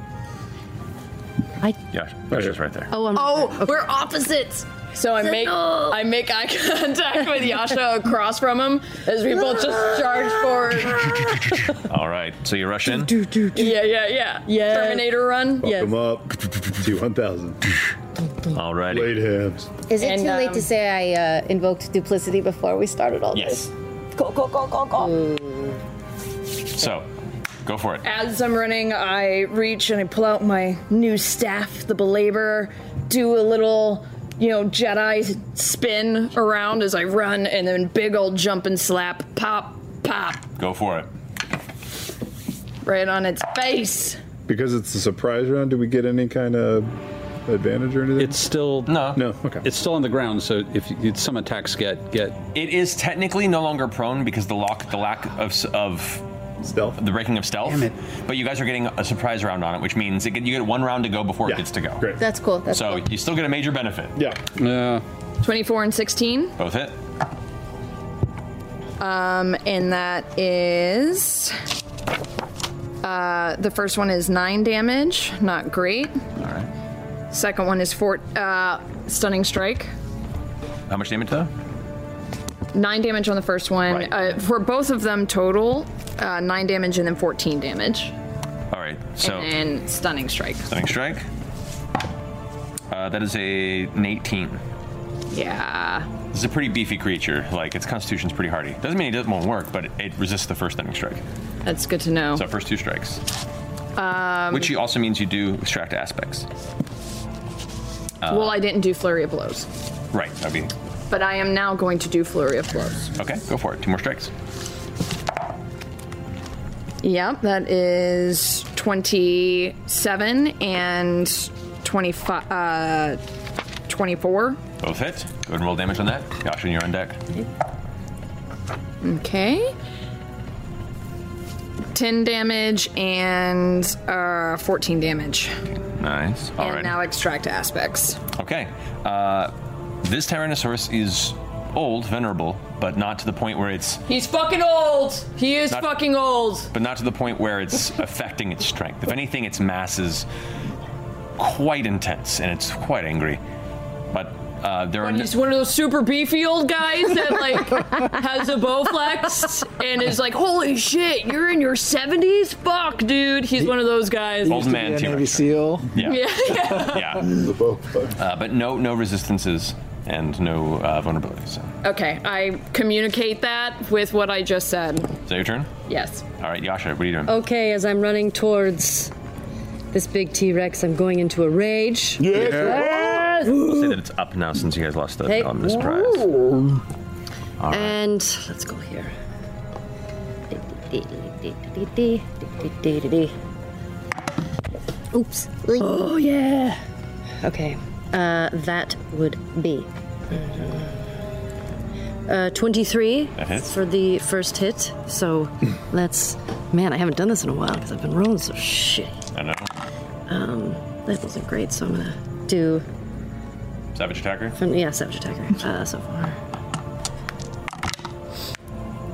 S3: Yeah, Yasha's right there.
S9: Oh, we're opposites. So I make I make eye contact with Yasha across from him as we both just charge forward.
S3: All right, so you rush in.
S9: Yeah, yeah, yeah. Yeah. Terminator run.
S6: Fuck him up. T1000.
S3: All right.
S6: Blade hands.
S14: Is it
S9: And,
S14: too late
S9: um,
S14: to say I uh, invoked duplicity before we started all this? Yes. Go, go, go, go, go.
S3: So, go for it.
S9: As I'm running, I reach and I pull out my new staff, the belaborer, do a little, you know, Jedi spin around as I run, and then big old jump and slap, pop, pop,
S3: Go for it.
S9: right on its face.
S6: Because it's a surprise round, do we get any kind of advantage or anything?
S4: It's still
S3: no.
S4: No. Okay. It's still on the ground, so if you, some attacks get get
S3: It is technically no longer prone because the lock, the lack of s- of
S6: stealth,
S3: the breaking of stealth. But you guys are getting a surprise round on it, which means it get, you get one round to go before it gets to go. Great.
S14: That's cool.
S3: so you still get a major benefit.
S6: Yeah.
S4: Yeah.
S9: 24 and 16.
S3: Both hit.
S9: Um, and that is. Uh, the first one is 9 damage. Not great. All
S3: right.
S9: Second one is four, uh, Stunning Strike.
S3: How much damage though?
S9: Nine damage on the first one. Uh, for both of them total, uh, nine damage and then 14 damage.
S3: All right. So
S9: And then stunning strike.
S3: stunning strike. Uh, that is a an 18.
S9: Yeah.
S3: This is a pretty beefy creature. Like its constitution's pretty hardy. Doesn't mean it doesn't won't work, but it resists the first stunning strike.
S9: That's good to know.
S3: So first two strikes,
S9: Oh. Um,
S3: which you- also means you do extract aspects. Uh,
S9: well, I didn't do flurry of blows,
S3: right. I mean,
S9: but I am now going to do flurry of blows.
S3: okay, go for it. Two more strikes.
S9: Yep, that is 27 and 25, uh, 24.
S3: Both hit. Go ahead and roll damage on that. Yashin, you're on deck.
S9: Okay.
S34: 10 damage and uh, 14 damage.
S3: Nice. All
S34: and
S3: right.
S34: now extract aspects.
S3: Okay. Uh, this Tyrannosaurus is old, venerable, but not to the point where it's
S9: He's fucking old. He is
S3: Not-
S9: fucking old.
S3: but not to the point where it's affecting its strength. If anything, its mass is quite intense and it's quite angry. But uh, there are
S9: But
S3: no-
S9: he's one of those super beefy old guys that like has a bow flex and is like, holy shit, you're in your 70s? Fuck, dude. He's one of those guys.
S3: old man T Rex.
S5: Seal.
S3: Yeah.
S9: Yeah.
S3: Yeah. Uh, but no, no resistances and no uh, vulnerabilities. So.
S9: Okay, I communicate that with what I just said.
S3: Is that your turn?
S9: Yes. Oh.
S3: All right, Yasha, what are you doing?
S7: Okay, as I'm running towards this big T Rex, I'm going into a rage. Yes!
S3: I'll say that it's up now since you guys lost the
S7: Hey.
S3: on this prize.
S7: Ooh.
S3: All right.
S7: And let's go here.
S35: Oops.
S7: Oh, yeah. Okay, uh, that would be uh, 23
S3: That hits.
S7: for the first hit. So let's. Man, I haven't done this in a while because I've been rolling so shit.
S3: I know.
S7: Um, that wasn't great, so I'm gonna do.
S3: Savage attacker.
S7: Yeah, Savage Attacker uh, so far.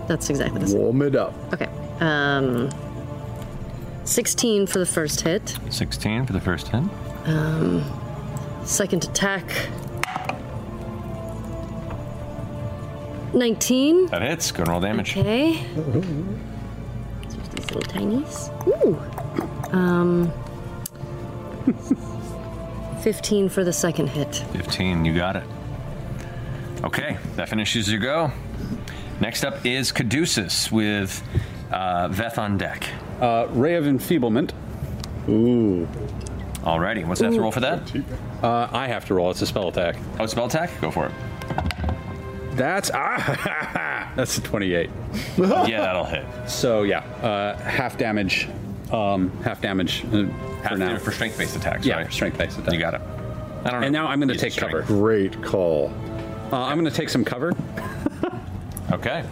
S7: That's exactly the same.
S17: Warm it up.
S7: Okay. Um, 16 for the first hit.
S3: 16 for the first hit.
S7: Um, second attack. 19.
S3: That hits. Go and roll damage.
S7: Okay. These little tinies. Ooh. Um, 15 for the second hit.
S3: 15, you got it. Okay, that finishes your go. Next up is Caduceus with uh, Veth on deck.
S4: Uh, Ray of Enfeeblement. Ooh.
S3: Alrighty, what's that to roll for that?
S4: Uh, I have to roll. It's a spell attack.
S3: Oh, spell attack? Go for it.
S4: That's ah, that's a twenty-eight.
S3: yeah, that'll hit.
S4: So yeah, uh, half damage, um, half damage uh, for now
S3: for strength-based attacks.
S4: Yeah, strength-based attacks. You
S3: got it. I don't know.
S4: And now I'm going to take cover.
S17: Great call.
S4: Uh, I'm going to take some cover.
S3: okay.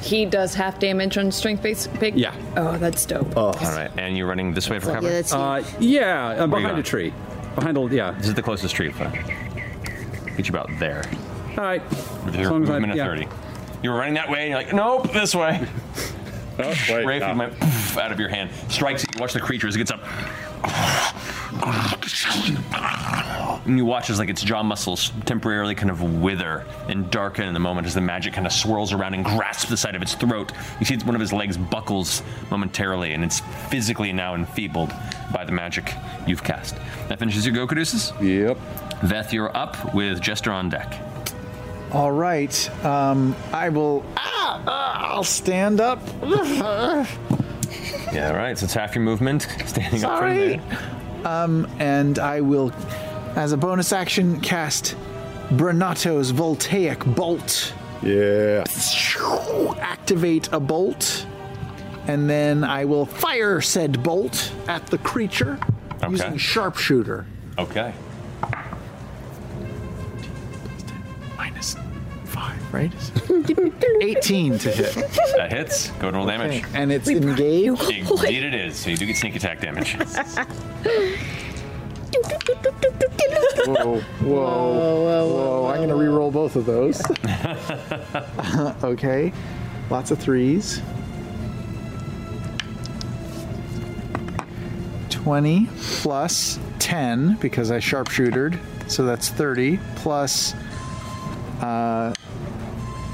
S9: He does half damage on strength base. Big.
S4: Yeah.
S9: Oh, that's dope.
S4: Oh.
S3: Alright, and you're running this way for
S9: Yeah,
S3: cover?
S9: that's you.
S4: Uh, yeah, uh,
S3: Where you
S4: behind
S3: going?
S4: a tree. Behind a yeah.
S3: This is the closest tree. Fine. Get you about there.
S4: All right.
S3: With
S4: As
S3: your
S4: long as I-
S3: movement of
S4: yeah.
S3: 30. You were running that way, and you're like, nope, this way. Oh, wait, Rafe
S4: no.
S3: went out of your hand. Strikes it. You watch the creature as it gets up. And you watch as like its jaw muscles temporarily kind of wither and darken in the moment as the magic kind of swirls around and grasps the side of its throat. You see one of his legs buckles momentarily, and it's physically now enfeebled by the magic you've cast. That finishes your go, Caduceus?
S4: Yep.
S3: Veth, you're up with Jester on deck.
S5: All right. Um, I will. Ah, ah, I'll stand up.
S3: Yeah, all right. So it's half your movement, standing up from
S5: Sorry.
S3: there.
S5: Um, and I will, as a bonus action, cast Bernato's Voltaic Bolt.
S17: Yeah.
S5: Activate a bolt, and then I will fire said bolt at the creature using sharpshooter.
S3: Okay.
S5: Minus five, right? 18 to hit.
S3: That hits. Go and roll damage.
S5: And it's engaged.
S3: Indeed, it is. So you do get sneak attack damage.
S23: whoa, whoa, whoa, I'm going to re-roll both of those.
S5: okay. Lots of threes. 20 plus 10 because I sharpshootered. So that's 30 plus uh,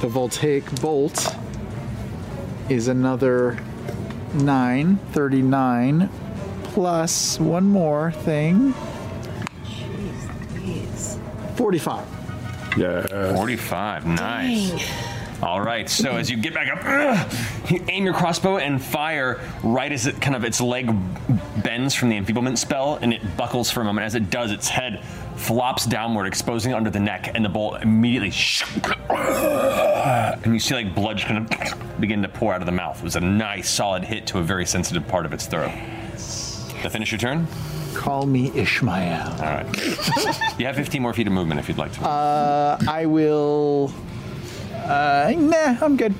S5: the voltaic bolt is another 9, 39 plus one more thing. 45.
S17: Yeah.
S3: 45. Nice. All right. So as you get back up, ugh, you aim your crossbow and fire right as it kind of its leg bends from the enfeeblement spell, and it buckles for a moment. As it does, its head flops downward, exposing it under the neck, and the bolt immediately. And you see like blood just kind of begin to pour out of the mouth. It was a nice, solid hit to a very sensitive part of its throat. To finish your turn.
S5: Call me Ishmael. All
S3: right. you have 15 more feet of movement if you'd like to.
S5: Uh, I will. Uh, nah, I'm good.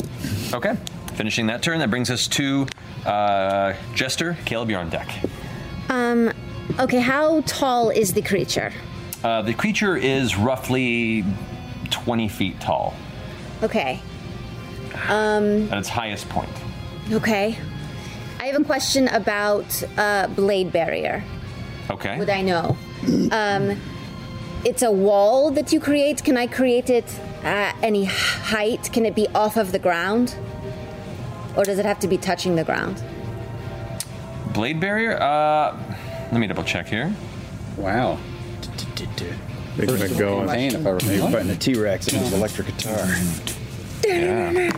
S3: Okay. Finishing that turn, that brings us to uh, Jester. Caleb, you're on deck.
S14: Um, okay, how tall is the creature?
S3: Uh, the creature is roughly 20 feet tall
S14: Okay. Um,
S3: at its highest point.
S14: okay. I have a question about uh, blade barrier.
S3: Okay.
S14: Would I know? Um, it's a wall that you create. Can I create it at any height? Can it be off of the ground? Or does it have to be touching the ground?
S3: Blade barrier? Uh, let me double check here. Wow.
S2: Makes me go on. Pain if I were maybe fighting a T-Rex and his electric guitar.
S3: Yeah.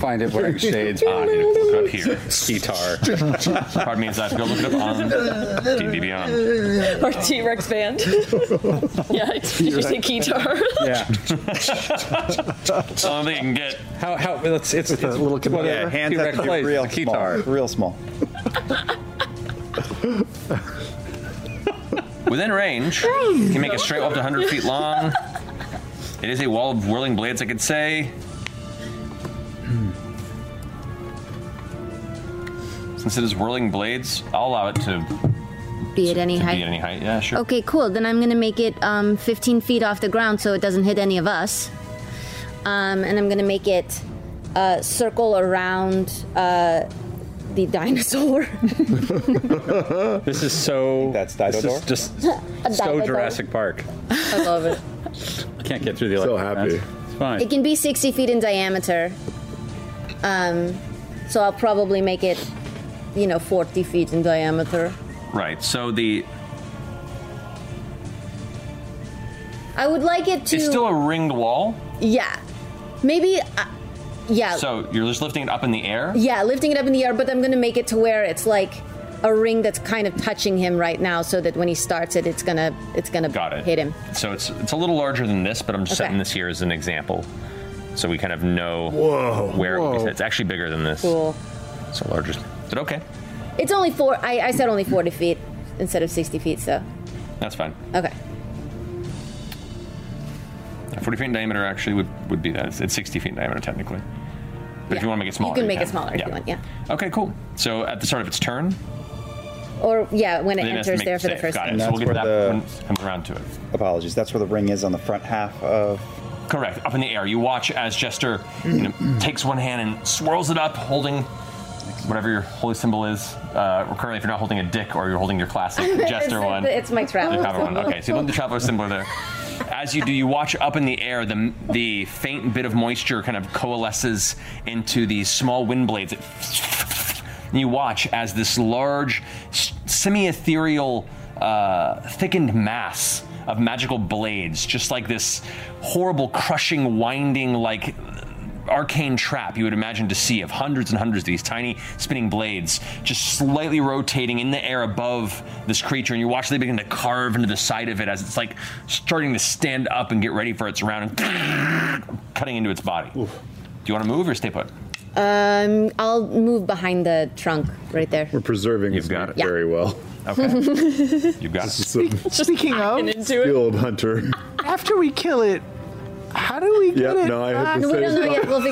S2: Find it wearing shades.
S3: Ah, I need to look up here. Guitar. Pardon me as I have to go look it up on TV Beyond.
S9: Our T Rex band. yeah, did you say guitar?
S3: Yeah. I do you can get.
S2: How? How? It's it's, it's a
S3: little
S2: Yeah,
S3: whatever.
S2: hands
S3: T-Rex
S2: have to be
S3: plays
S2: real
S3: the
S2: small.
S3: guitar.
S2: Real small.
S3: Within range, you can make it straight up to 100 feet long. It is a wall of whirling blades, I could say. Since it is whirling blades, I'll allow it to
S14: Be at any
S3: to
S14: height?
S3: be at any height. Yeah, sure.
S14: Okay, cool. Then I'm going to make it um, 15 feet off the ground so it doesn't hit any of us. Um, and I'm going to make it uh, circle around uh, the dinosaur.
S4: this is so. That's This is
S14: Didodor?
S4: just
S14: A
S4: so
S14: Didodor.
S4: Jurassic Park.
S14: I love it.
S4: Can't get through the electric. So happy. It's fine.
S14: It can be 60 feet in diameter. Um, so I'll probably make it, you know, 40 feet in diameter.
S3: Right. So the
S14: I would like it to.
S3: it's still a ringed wall.
S14: yeah. Maybe. Uh, yeah.
S3: So you're just lifting it up in the air.
S14: Yeah, lifting it up in the air, but I'm gonna make it to where it's like a ring that's kind of touching him right now, so that when he starts it, it's gonna it's gonna hit him.
S3: So it's it's a little larger than this, but I'm just
S14: Okay.
S3: setting this here as an example, so we kind of know
S14: Whoa,
S3: where it would be
S14: whoa.
S3: set. It's actually bigger than this.
S14: Cool.
S3: So larger. But okay,
S14: It's only four. I, I said only forty feet instead of sixty feet. So
S3: that's fine.
S14: okay,
S3: Yeah, 40 feet in diameter actually would, would be that. It's, it's 60 feet in diameter technically. But if you want to make it smaller,
S14: you can make it smaller if you want. Yeah.
S3: Okay, cool. So at the start of its turn,
S14: Or yeah, when it
S3: Then it has to
S14: enters
S3: make
S14: there
S3: the
S14: for the
S3: save.
S14: first
S3: Got
S14: time.
S3: it. So we'll get to that when
S2: it
S3: comes around to it.
S2: Apologies. That's where the ring is on the front half of.
S3: correct, up in the air, you watch as Jester you know, takes one hand and swirls it up, holding whatever your holy symbol is. Uh, currently, if you're not holding a dick or you're holding your classic Jester
S14: it's,
S3: one,
S14: It's Mike's
S3: The
S14: round.
S3: traveler one. Okay, so you look at the traveler symbol there. As you do, you watch up in the air. The the faint bit of moisture kind of coalesces into these small wind blades. And you watch as this large, s- semi-ethereal, uh, thickened mass of magical blades, just like this horrible, crushing, winding, like arcane trap you would imagine to see of hundreds and hundreds of these tiny spinning blades just slightly rotating in the air above this creature and you watch they begin to carve into the side of it as it's like starting to stand up and get ready for its round and cutting into its body do you want to move or stay put
S14: Um, I'll move behind the trunk right there.
S6: We're preserving You've got it
S14: Yeah.
S6: very well.
S3: You've got
S6: this it. Is some
S5: Speaking of,
S6: skilled hunter.
S5: after we kill it, how do we get
S6: Yeah,
S5: it?
S6: no, I
S5: back?
S6: had the same thought.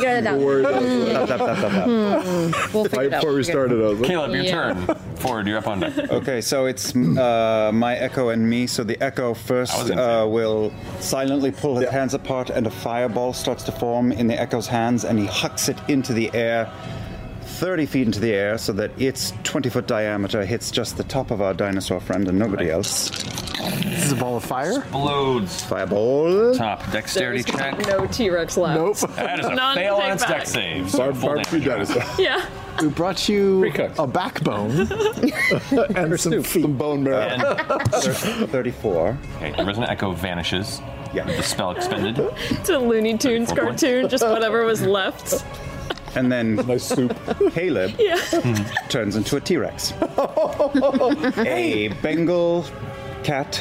S6: Don't worry about
S14: Mm.
S6: it.
S14: Hmm.
S2: Right before we started, I was like-
S3: Caleb, your
S2: Yeah.
S3: turn. Forward, you're up on deck.
S2: Okay, so it's uh, my echo and me. So the echo first uh, will silently pull his hands apart, and a fireball starts to form in the echo's hands, and he hucks it into the air, 30 feet into the air, so that its 20 foot diameter hits just the top of our dinosaur friend and nobody else. This
S5: is a ball of fire?
S3: Explodes.
S2: Fireball.
S3: Top dexterity
S9: There's
S3: check.
S9: No T Rex left.
S5: Nope.
S3: That is a
S9: None to
S3: fail on
S9: take
S3: its
S9: back.
S3: deck save. So
S5: Barb-
S3: full
S5: barbecue
S3: damage.
S9: Yeah.
S5: We brought you a backbone and some, feet. some bone
S3: And-
S2: 34.
S3: Okay, the resident echo vanishes. Yeah. The spell expended.
S9: It's a Looney Tunes
S3: Four points.
S9: cartoon, just whatever was left.
S2: And then my soup. Caleb
S9: Yeah.
S2: Hmm. turns into a T Rex.
S9: hey.
S2: A Bengal cat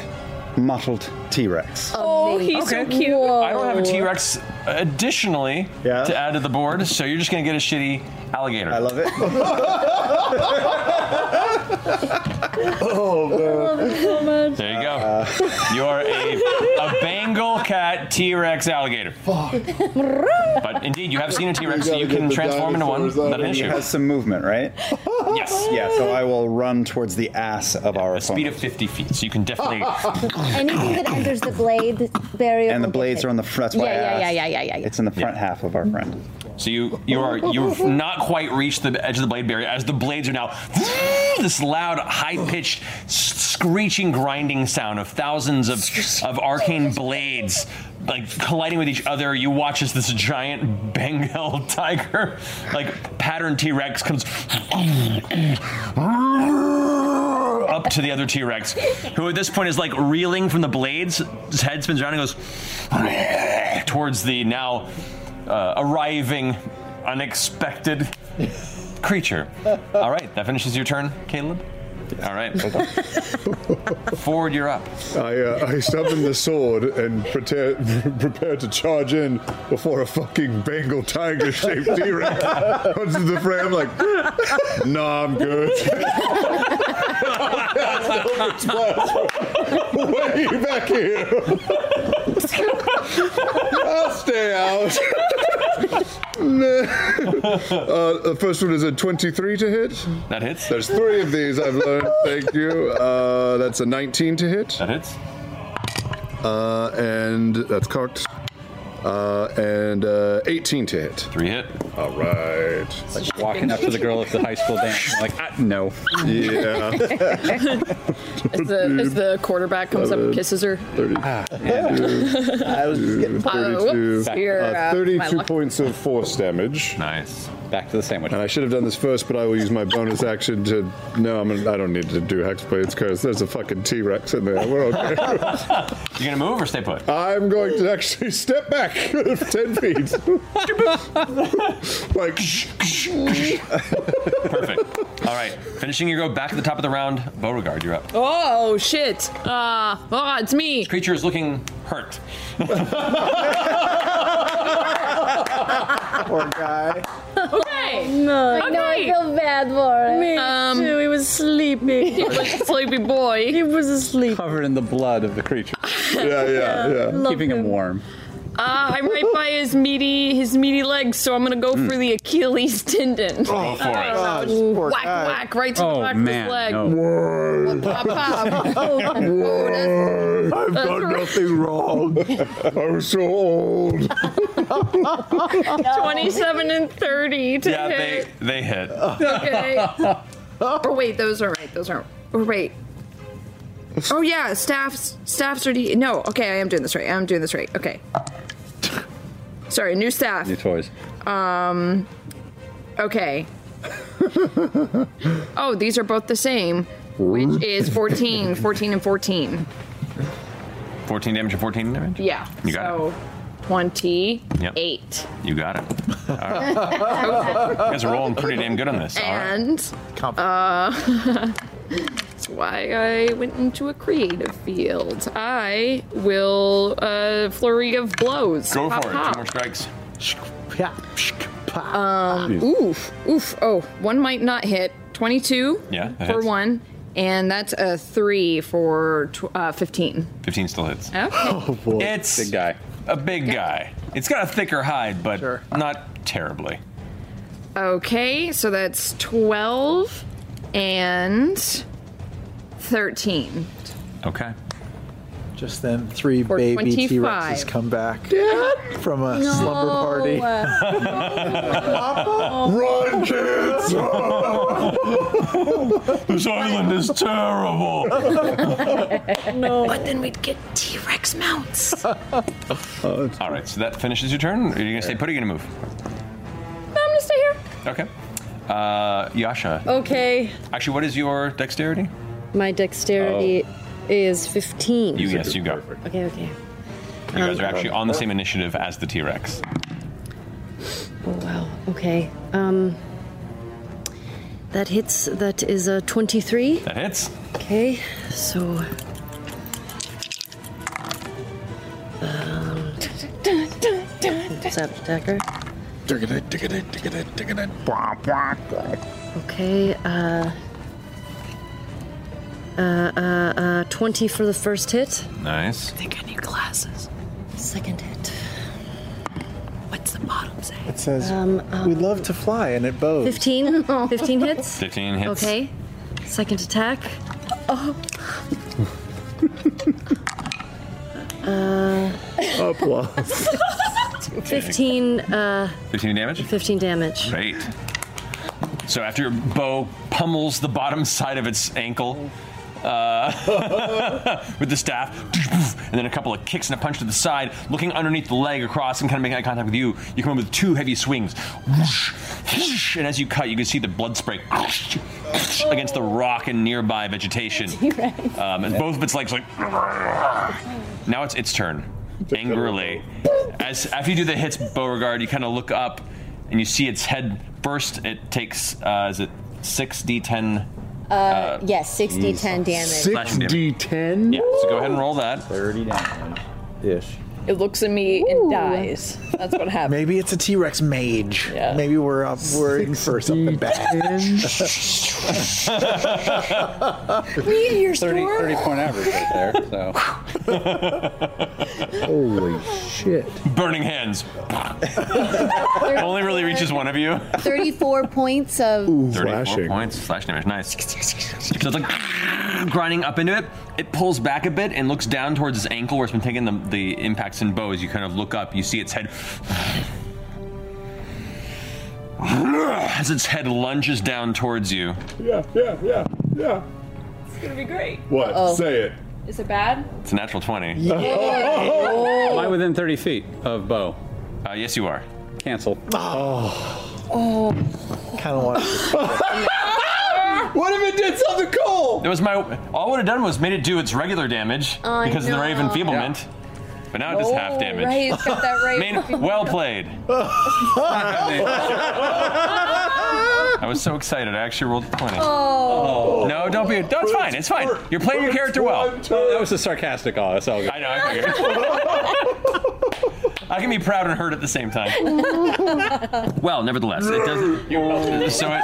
S2: mottled T Rex.
S9: Oh, he's so cute.
S3: I don't have a T Rex additionally to add to the board, so you're just gonna get a shitty Alligator.
S2: I love it.
S3: oh, There you go. you are a, a Bengal cat T Rex alligator. But indeed, you have seen a T Rex, so you can transform into one. Not an
S2: And uh, he
S3: issue.
S2: has some movement, right?
S3: yes.
S2: Yeah, so I will run towards the ass of our
S3: A speed of 50 feet, so you can definitely.
S14: Anything that enters the blade barrier.
S2: And the
S14: will get
S2: blades
S14: hit.
S2: are on the front. That's
S14: Yeah,
S2: why I
S14: yeah,
S2: asked.
S14: yeah, yeah, yeah, yeah, yeah.
S2: It's in the front half of our friend.
S3: So you you are you've not quite reached the edge of the blade barrier as the blades are now this loud, high pitched, screeching, grinding sound of thousands of of arcane blades like colliding with each other. You watch as this giant Bengal tiger, like patterned T Rex, comes up to the other T Rex, who at this point is like reeling from the blades. His head spins around and goes towards the now uh, arriving unexpected creature. All right, that finishes your turn, Caleb. All right. Forward, you're up.
S6: I, uh, I summon the sword and prepare, prepare to charge in before a fucking Bengal tiger shaped T Rex comes to the fray. I'm like, nah, I'm good.
S17: Way back here. I'll stay out. uh, the first one is a 23 to hit.
S3: That hits.
S6: There's three of these I've learned. Thank you. Uh, that's a 19 to hit.
S3: That hits.
S6: Uh, and that's cocked. Uh, and uh, 18 to hit.
S3: Three hit.
S6: All right.
S4: Like walking up to the girl at the high school dance, like ah, no.
S6: Yeah.
S9: as, the, as the quarterback comes up and kisses her.
S6: 30.
S3: Ah,
S9: I was just getting- Uh, whoops,
S6: 32,
S9: you're, uh,
S6: uh,
S9: my
S6: 32
S9: luck.
S6: points of force damage.
S3: Nice.
S6: Back to the sandwich. And I should have done this first, but I will use my bonus action to. No, I'm gonna, I don't need to do hexblades because there's a fucking T Rex in there. We're okay.
S3: You gonna move or stay put?
S6: I'm going to actually step back 10 feet. like.
S3: Perfect. All right, finishing your go back at the top of the round. Beauregard, you're up.
S9: Oh shit! Uh, oh, it's me. This
S3: creature is looking hurt.
S5: Poor guy.
S9: Okay.
S36: No,
S9: Okay.
S36: no, I feel bad for him.
S9: Me Um, too,
S36: He was sleeping.
S9: He was a sleepy boy.
S36: He was asleep.
S4: Covered in the blood of the creature.
S6: Yeah,
S9: yeah, Yeah, yeah. love
S4: Keeping him warm.
S9: Uh, I'm right by his meaty his meaty legs, so I'm gonna go
S4: Mm.
S9: for the Achilles tendon.
S4: Go for it.
S9: Uh,
S4: Oh, poor
S9: whack
S4: guy.
S9: whack right to the
S4: Oh,
S9: back
S4: man,
S9: of his leg. Pop pop. Oh, that's-
S6: I've
S9: that's
S6: done
S9: right.
S6: nothing wrong. I'm so old.
S9: 27 and 30 to
S3: Yeah,
S9: hit.
S3: they they hit.
S9: Okay. or wait, those aren't right. Those aren't. Or wait. Oh yeah, staffs staffs are de- no. Okay, I am doing this right. I'm doing this right. Okay. Sorry, new staff.
S4: New toys.
S9: Um. Okay. oh, these are both the same. Which is 14, 14 and 14.
S3: 14 damage and 14 damage.
S9: Yeah.
S3: You got
S9: so 28.
S3: it. You got it. All right. You guys are rolling pretty damn good on this. All right.
S9: and uh, that's why I went into a creative field. I will uh, flurry of blows.
S3: Go
S9: Pop,
S3: for it. Two
S9: pop.
S3: more strikes.
S9: Um,
S3: Jeez.
S9: oof, oof. Oh, one might not hit. Twenty-two.
S3: Yeah, that
S9: for
S3: hits.
S9: one, and that's a three for tw- uh, fifteen.
S3: 15 still hits.
S9: Okay. Oh,
S3: boy. It's big guy. A big guy. It's got a thicker hide, but not terribly.
S9: Okay, so that's twelve and thirteen.
S3: Okay.
S5: Just then, three
S9: For
S5: baby T
S9: 25.
S5: Rexes come back
S9: Dad?
S5: from a slumber party.
S6: Run, kids!
S5: Oh.
S3: this island is terrible.
S9: no. But then we'd get T Rex mounts. I'm
S3: All right, so that finishes your turn. Are you going to stay put or are you going to move?
S9: gonna stay here.
S3: Okay. Uh, Yasha.
S7: Okay,
S3: Actually, what is your dexterity?
S7: my dexterity is 15.
S3: Oh. You, yes, you go.
S7: Okay, okay.
S3: You guys are actually on the same initiative as the T Rex.
S7: Oh, wow. Okay. Um, that hits. That is a 23.
S3: That hits.
S7: Okay, so. Um, what's that attacker? Okay, uh. Uh, uh, uh, 20 for the first hit.
S3: Nice.
S7: think I need glasses. Second hit. What's the bottom say?
S5: It says,
S7: Um,
S5: we love to fly, and it bows.
S7: 15? 15 hits?
S3: 15
S7: Okay. Second attack. Oh. uh.
S3: Applause.
S7: 15, uh,
S3: 15 damage?
S7: 15 damage.
S3: Great. So after your bow pummels the bottom side of its ankle uh, with the staff, and then a couple of kicks and a punch to the side, looking underneath the leg across and kind of making eye contact with you, you come up with two heavy swings. And as you cut, you can see the blood spray against the rock and nearby vegetation. Um, and both of its legs like. Now it's its turn. Angrily. As after you do the hits, Beauregard, you kind of look up and you see its head burst. It takes uh, is it six d10?
S37: Uh, yes, 60, 10 damage.
S3: Slashing damage.
S38: d10.
S3: Yeah. So go ahead and roll that. Thirty damage. Ish.
S9: It looks at me and dies. That's what happens.
S5: Maybe it's a T Rex mage. Maybe we're up, we're in for something bad.
S9: Read your
S2: 30,
S9: store.
S2: 30 point average right there. So.
S38: Holy shit.
S3: Burning hands. Only really reaches one of you.
S37: 34 points of.
S3: 34 points. Flash damage. Nice. So it's like grinding up into it. It pulls back a bit and looks down towards its ankle where it's been taking the, the impacts and bow. As you kind of look up, you see its head. As its head lunges down towards you.
S6: Yeah, yeah, yeah, yeah.
S9: It's gonna be great.
S6: What?
S9: Uh-oh.
S6: Say it.
S9: Is it bad?
S3: It's a natural 20.
S9: Oh.
S4: Am I within 30 feet of bow?
S3: Uh, yes, you are.
S4: Cancel.
S5: Oh.
S9: Oh.
S5: Kind of want
S3: What if it did something cool? It was my. All I would have done was made it do its regular damage
S9: I
S3: because of the rave
S9: know.
S3: enfeeblement. But now it does half damage.
S9: Oh, Right, it's got that right.
S3: Man, well played. I was so excited. I actually rolled a 20.
S9: Oh.
S3: No, don't be. No, it's fine. It's fine. You're playing your character well.
S4: That was a sarcastic awe. That's all good.
S3: I know. I figured. I can be proud and hurt at the same time. Well, nevertheless, it does. So it.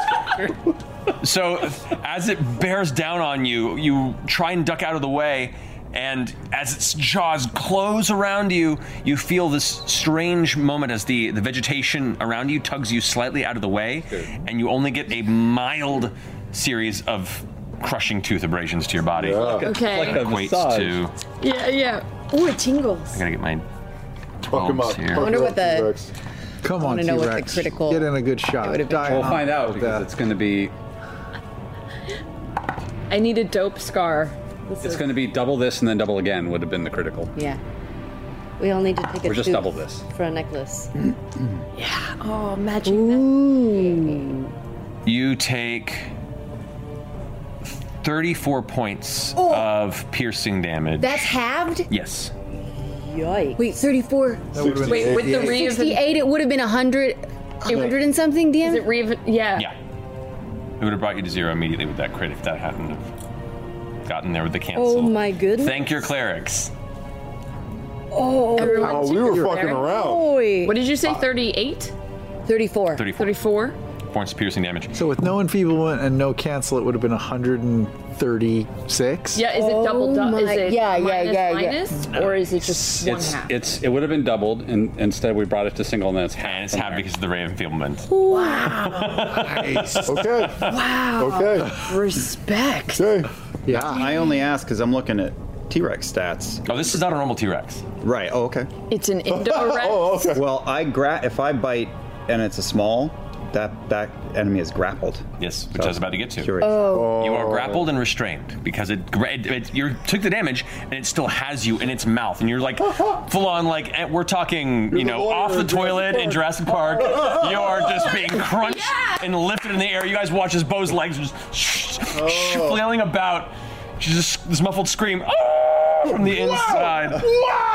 S3: So as it bears down on you, you try and duck out of the way, and as its jaws close around you, you feel this strange moment as the, the vegetation around you tugs you slightly out of the way, and you only get a mild series of crushing tooth abrasions to your body.
S39: like a- it's Okay. like a
S3: Equates
S39: massage.
S3: to.
S39: Yeah, yeah. Ooh, it tingles.
S3: I gotta get my. 12s here.
S39: I wonder what the-
S5: Come
S39: I
S5: on,
S39: wanna
S5: T
S39: know what the
S5: Rex.
S39: critical-
S5: Get in a good shot. Die
S4: We'll
S5: on
S4: find out
S5: with
S4: because
S5: that.
S4: it's going to be
S9: I need a dope scar. This
S4: it's
S9: is-
S4: going to be double this and then double again would have been the critical.
S7: Yeah. We all need to take a
S4: Or just
S7: tooth
S4: double this.
S7: For a necklace.
S39: Oh, magic.
S3: You take 34 points
S14: Oh.
S3: of piercing damage.
S14: That's halved?
S3: yes.
S14: Yikes. Wait, 34.
S3: That would've been Wait, with the 68. re-
S14: 68, it would have been 100, 100 and something, damn? Is it
S9: re- yeah.
S3: Yeah. It would have brought you to zero immediately with that crit if that hadn't have gotten there with the cancel.
S7: Oh my goodness.
S3: Thank your clerics.
S9: Oh,
S6: Oh, we were fucking around.
S9: What did you say? 38?
S7: 34.
S3: 34.
S9: 34?
S3: Points of piercing damage.
S5: So with no enfeeblement and no cancel, it would have been 136.
S9: Yeah, is it double
S7: Oh
S9: double? Is
S7: my-
S9: it
S7: yeah, yeah,
S9: minus,
S7: yeah, yeah.
S9: minus, Or is it just one
S4: It's
S9: half?
S4: it's it would have been doubled and instead we brought it to single and then it's half.
S3: And it's half because of the ray of enfeeblement.
S4: Nice.
S6: Okay.
S9: Wow.
S6: Okay.
S9: Respect.
S6: Okay.
S5: Yeah.
S2: I only ask because I'm looking at T Rex stats.
S3: Oh, this is not a normal T Rex.
S2: Right. Oh, okay.
S9: It's an indoor rat.
S2: Well, I gra- if I bite and it's a small, that that enemy is grappled.
S3: Yes, which I was about to get to.
S2: Oh.
S3: You are grappled and restrained because it, gra- it, it you took the damage and it still has you in its mouth and you're like full on like eh, we're talking you know off the toilet in Jurassic Park you are just being crunched and lifted in the air you guys watch as Bo's legs just Oh. flailing about she's just this muffled scream "Ah!" from the inside
S9: Whoa!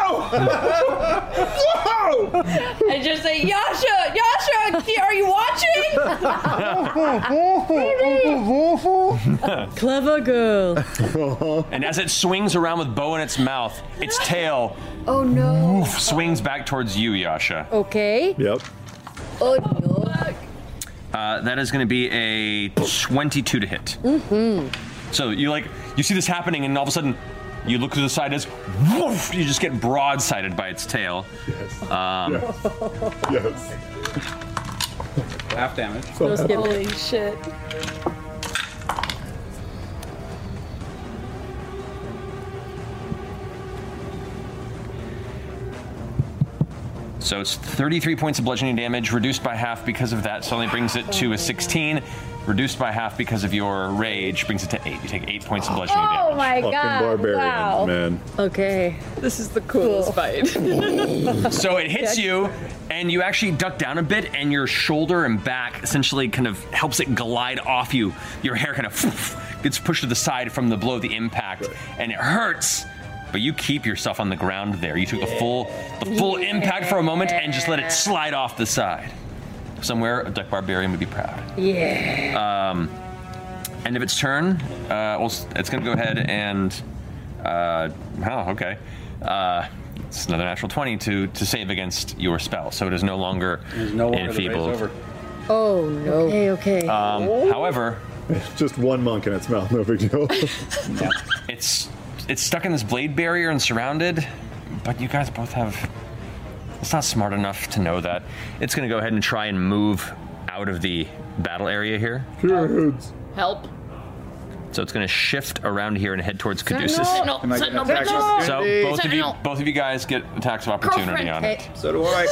S9: I just say, Yasha, Yasha, are you watching?
S7: Clever girl.
S3: and as it swings around with Bo in its mouth its tail
S7: Oh no.
S3: swings back towards you Yasha
S7: Okay.
S3: yep
S14: Oh no.
S3: Uh, that is going to be a 22 to hit.
S14: Mm-hmm.
S3: So you like you see this happening, and all of a sudden you look to the side as woof, you just get broadsided by its tail. Yes. Um,
S6: yes.
S4: Half damage.
S9: Holy shit.
S3: So it's 33 points of bludgeoning damage, reduced by half because of that. So only brings it to a 16. Reduced by half because of your rage, brings it to eight. You take eight points of bludgeoning damage.
S40: Oh my
S3: Fucking
S40: god.
S3: barbarians,
S40: wow.
S3: man.
S40: Okay. This is the coolest fight.
S3: so it hits you, and you actually duck down a bit, and your shoulder and back essentially kind of helps it glide off you. Your hair kind of gets pushed to the side from the blow, the impact, and it hurts. But you keep yourself on the ground there. You took the full, the full impact for a moment, and just let it slide off the side. Somewhere a duck barbarian would be proud.
S40: Yeah.
S3: Um, end of its turn. Uh, well, s- it's going to go ahead and. Uh, oh, okay. Uh, it's another natural 20 to, to save against your spell, so it is no longer
S4: no longer the raise
S3: enfeebled.
S4: over.
S7: Oh no. Okay, okay.
S3: Um, however,
S6: Just one monk in its mouth, no big deal.
S3: it's it's stuck in this blade barrier and surrounded, but you guys both have. It's not smart enough to know that. It's going to go ahead and try and move out of the battle area here.
S9: Help.
S3: So it's going to shift around here and head towards
S9: Sentinel,
S3: Caduceus.
S9: Sentinel, Can I get an Sentinel, attack of Sentinel.
S3: So
S9: opportunity?
S3: both of you,
S9: Sentinel.
S3: both of you guys get attacks of opportunity on it.
S4: So do I.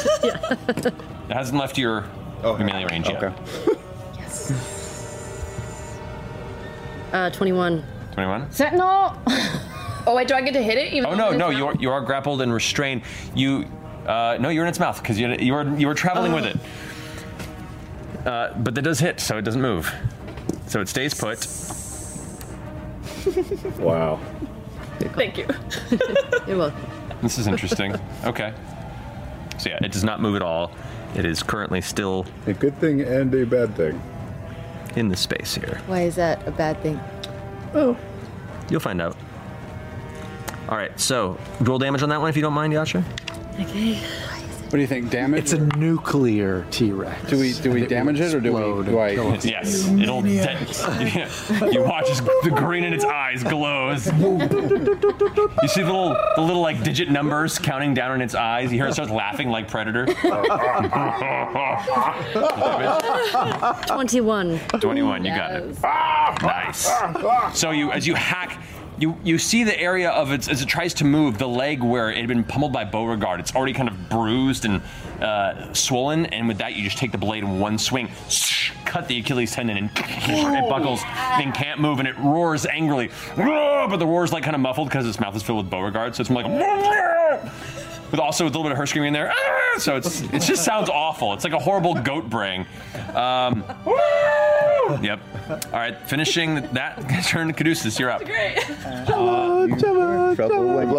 S3: It hasn't left your melee range yet.
S7: Uh, 21.
S3: Twenty-one.
S7: Sentinel!
S9: Oh, wait, do I get to hit it? Even though
S3: Oh no,
S9: it's in
S3: no,
S9: its
S3: you
S9: mouth?
S3: are, you are grappled and restrained. You, uh, no, you're in its mouth because you you were you were traveling with it. Uh, but that does hit, so it doesn't move. So it stays put. Wow.
S9: Thank you.
S7: You're welcome.
S3: This is interesting. okay. So yeah, it does not move at all. It is currently still
S6: a good thing and a bad thing
S3: in the space here.
S14: Why is that a bad thing?
S5: Oh.
S3: You'll find out. All right, so roll damage on that one if you don't mind, Yasha.
S7: Okay.
S4: What do you think? Damage?
S41: It's a nuclear T Rex.
S4: Do we do we damage it or do we do I?
S3: Yes, it'll. De- you watch as the green in its eyes glows. You see the little, the little like digit numbers counting down in its eyes. You hear it starts laughing like Predator.
S7: 21.
S3: 21, you got it. Nice. So you, as you hack, you you see the area of its as it tries to move the leg where it had been pummeled by Beauregard. It's already kind of bruised and uh, swollen, and with that you just take the blade in one swing, cut the Achilles tendon, and it buckles and can't move, and it roars angrily. Roar! But the roar's like kind of muffled because its mouth is filled with Beauregard, so it's more like. a With also a little bit of her screaming in there, "Ah!" so it's it just sounds awful. It's like a horrible goat braying. Um, Yep. All right, finishing that turn, Caduceus, you're up.
S9: Great.
S3: Uh,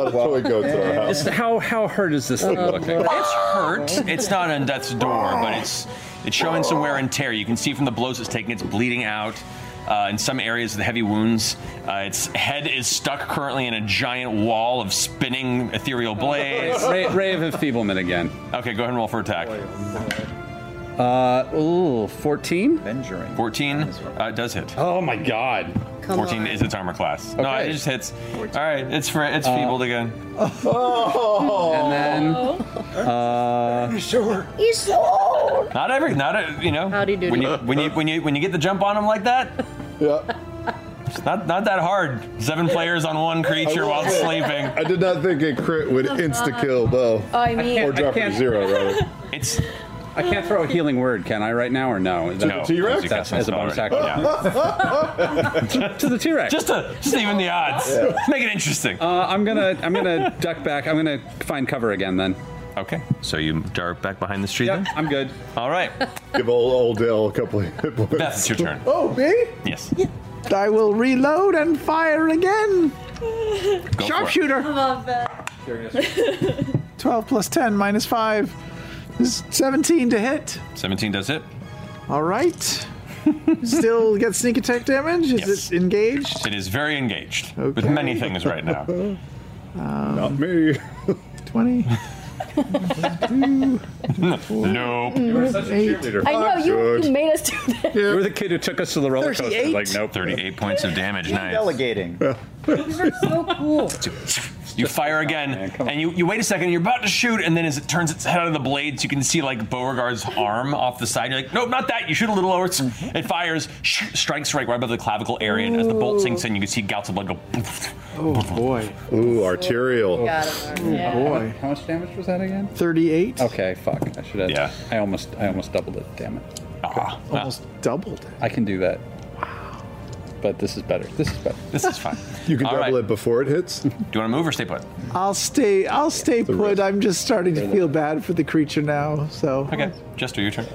S42: Just
S3: how how hurt is this
S42: thing looking?
S3: Um, It's hurt. It's not on death's door, but it's it's showing some wear and tear. You can see from the blows it's taking, it's bleeding out. Uh, in some areas with heavy wounds, uh, its head is stuck currently in a giant wall of spinning ethereal blades.
S4: Ray, Ray of Enfeeblement again.
S3: Okay, go ahead and roll for attack.
S4: Uh, ooh, 14?
S3: 14 uh, it does hit.
S4: Oh my god.
S3: Come 14 is its armor class. No,
S4: Okay.
S3: it just hits. All right, it's for it's
S4: Uh,
S3: feebled again. Oh.
S4: And then.
S9: Oh.
S4: Uh,
S3: sure.
S43: He's so old.
S3: Not every, not a, you know. How do you
S43: do
S3: when
S43: it?
S3: you when you when you when you get the jump on them like that?
S6: Yeah.
S3: It's not not that hard. Seven players on one creature while it's sleeping.
S6: I did not think a crit
S9: Oh,
S6: would insta kill, though.
S9: I mean-
S6: or drop
S9: I
S6: it
S9: can't-
S6: to zero, rather.
S3: It's.
S4: I can't throw a healing word, can I, right now, or no? Is that-
S6: No. T-Rex?
S4: That's as a bonus action.
S3: to
S4: the T-Rex.
S3: Just to just to even the odds.
S4: Yeah.
S3: Make it interesting.
S4: Uh, I'm gonna I'm gonna duck back. I'm gonna find cover again then.
S3: Okay. So you dart back behind the tree then?
S4: I'm good.
S3: All right.
S6: Give old, old Dale a couple of hit points.
S3: Beth, it's your turn.
S5: Oh, me?
S3: Yes.
S5: I will reload and fire again.
S3: for it.
S5: Sharpshooter.
S9: Curious.
S5: 12 plus 10 minus 5 is 17 to hit.
S3: 17 does it.
S5: All right. Still get sneak attack damage? Is it engaged?
S3: It is very engaged with many things right now.
S5: Um, Not me. 20.
S4: nope.
S9: You were such a
S4: cheerleader. Oh,
S9: I know you, you made us do this.
S4: You were the kid who took us to the roller coaster.
S9: 38?
S4: Like, nope.
S3: 38 points of damage. Nice.
S4: Delegating.
S9: These are so cool.
S3: You fire again,
S14: Oh,
S3: and you, you wait a second. And you're about to shoot, and then as it turns its head out of the blades, you can see like Beauregard's arm off the side. You're like, nope, not that. You shoot a little lower. It's-
S14: Mm-hmm.
S3: It fires, sh- strikes right right above the clavicle area, and as the bolt sinks in, you can see gouts of blood go. Oh boy!
S6: Ooh, arterial.
S4: Yeah. boy. How much damage was that again?
S44: 38.
S4: Okay, fuck. I should have. Yeah. I almost, I almost doubled it. Damn it.
S3: Ah,
S44: Almost doubled it.
S4: I can do that. But this is better. This is better.
S3: This is fine.
S6: You can double it before it hits. Do you
S3: want to move or stay put?
S5: I'll stay. I'll stay put. I'm just starting to
S3: Fair
S5: feel bad for the creature now. So
S3: okay, Jester, your turn.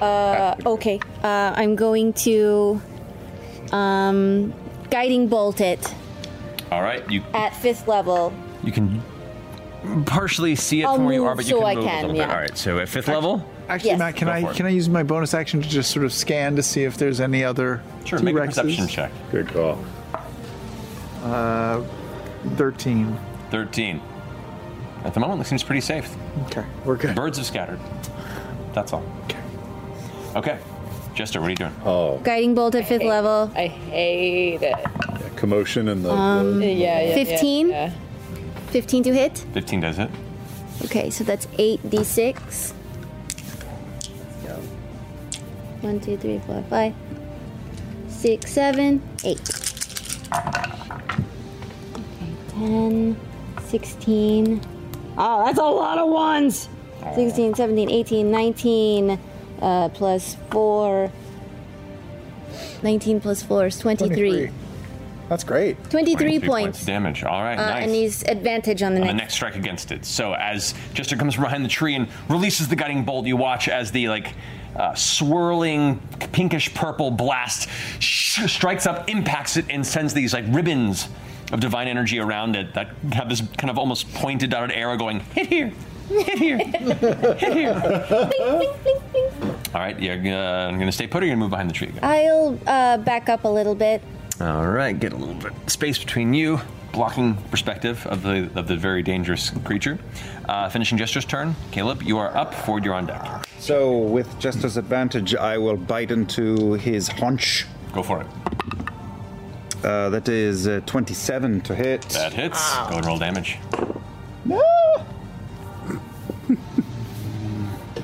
S14: Uh, okay. Uh, I'm going to um, guiding bolt it
S3: All right, you
S14: at fifth level.
S3: you can partially see it
S14: I'll
S3: from where you are,
S14: move
S3: but you
S14: Um, so
S3: can
S14: I
S3: move
S14: can,
S3: a little
S14: yeah.
S3: bit. All right, so at fifth level.
S5: Actually, Matt, can
S3: Go
S5: I
S3: for it.
S5: can I use my bonus action to just sort of scan to see if there's any other
S3: Sure, make a
S5: T-Rexes?
S3: perception check.
S6: Good call.
S5: Uh, thirteen.
S3: 13. At the moment, it seems pretty safe.
S5: Okay, we're good.
S3: Birds have scattered. That's all. Okay. Okay. Jester, what are you doing?
S6: Oh,
S14: Guiding bolt at fifth level.
S9: I hate it.
S6: commotion and the.
S9: Uh.
S14: Um,
S6: the-
S9: yeah, yeah,
S14: 15?
S9: yeah.
S14: 15 to hit.
S3: 15 does it.
S14: Okay, so that's 8d6. One, two, three, four, five, six, seven, eight. Okay, 10, 16. Oh, that's a lot of ones! 16, 17, 18, 19, uh, plus 4. 19 plus 4 is 23. 23,
S5: That's great.
S14: points.
S3: damage. All right,
S14: Uh,
S3: nice.
S14: And he's advantage on the
S3: on
S14: next.
S3: the next strike against it. So as Jester comes from behind the tree and releases the guiding bolt, you watch as the like uh, swirling pinkish purple blast sh- strikes up, impacts it, and sends these like ribbons of divine energy around it that have this kind of almost pointed dotted arrow going hit here. Hit here. Hit here. All right, you're uh, going to stay put or you're going to move behind the tree again?
S14: I'll uh, back up a little bit.
S3: All right, get a little bit of space between you, blocking perspective of the of the very dangerous creature. Uh, finishing Jester's turn. Caleb, you are up. Ford, you're on deck.
S2: So, with Jester's advantage, I will bite into his haunch.
S3: Go for it.
S2: Uh, that is uh, 27 to hit.
S3: That hits.
S2: Ah.
S3: Go and roll damage.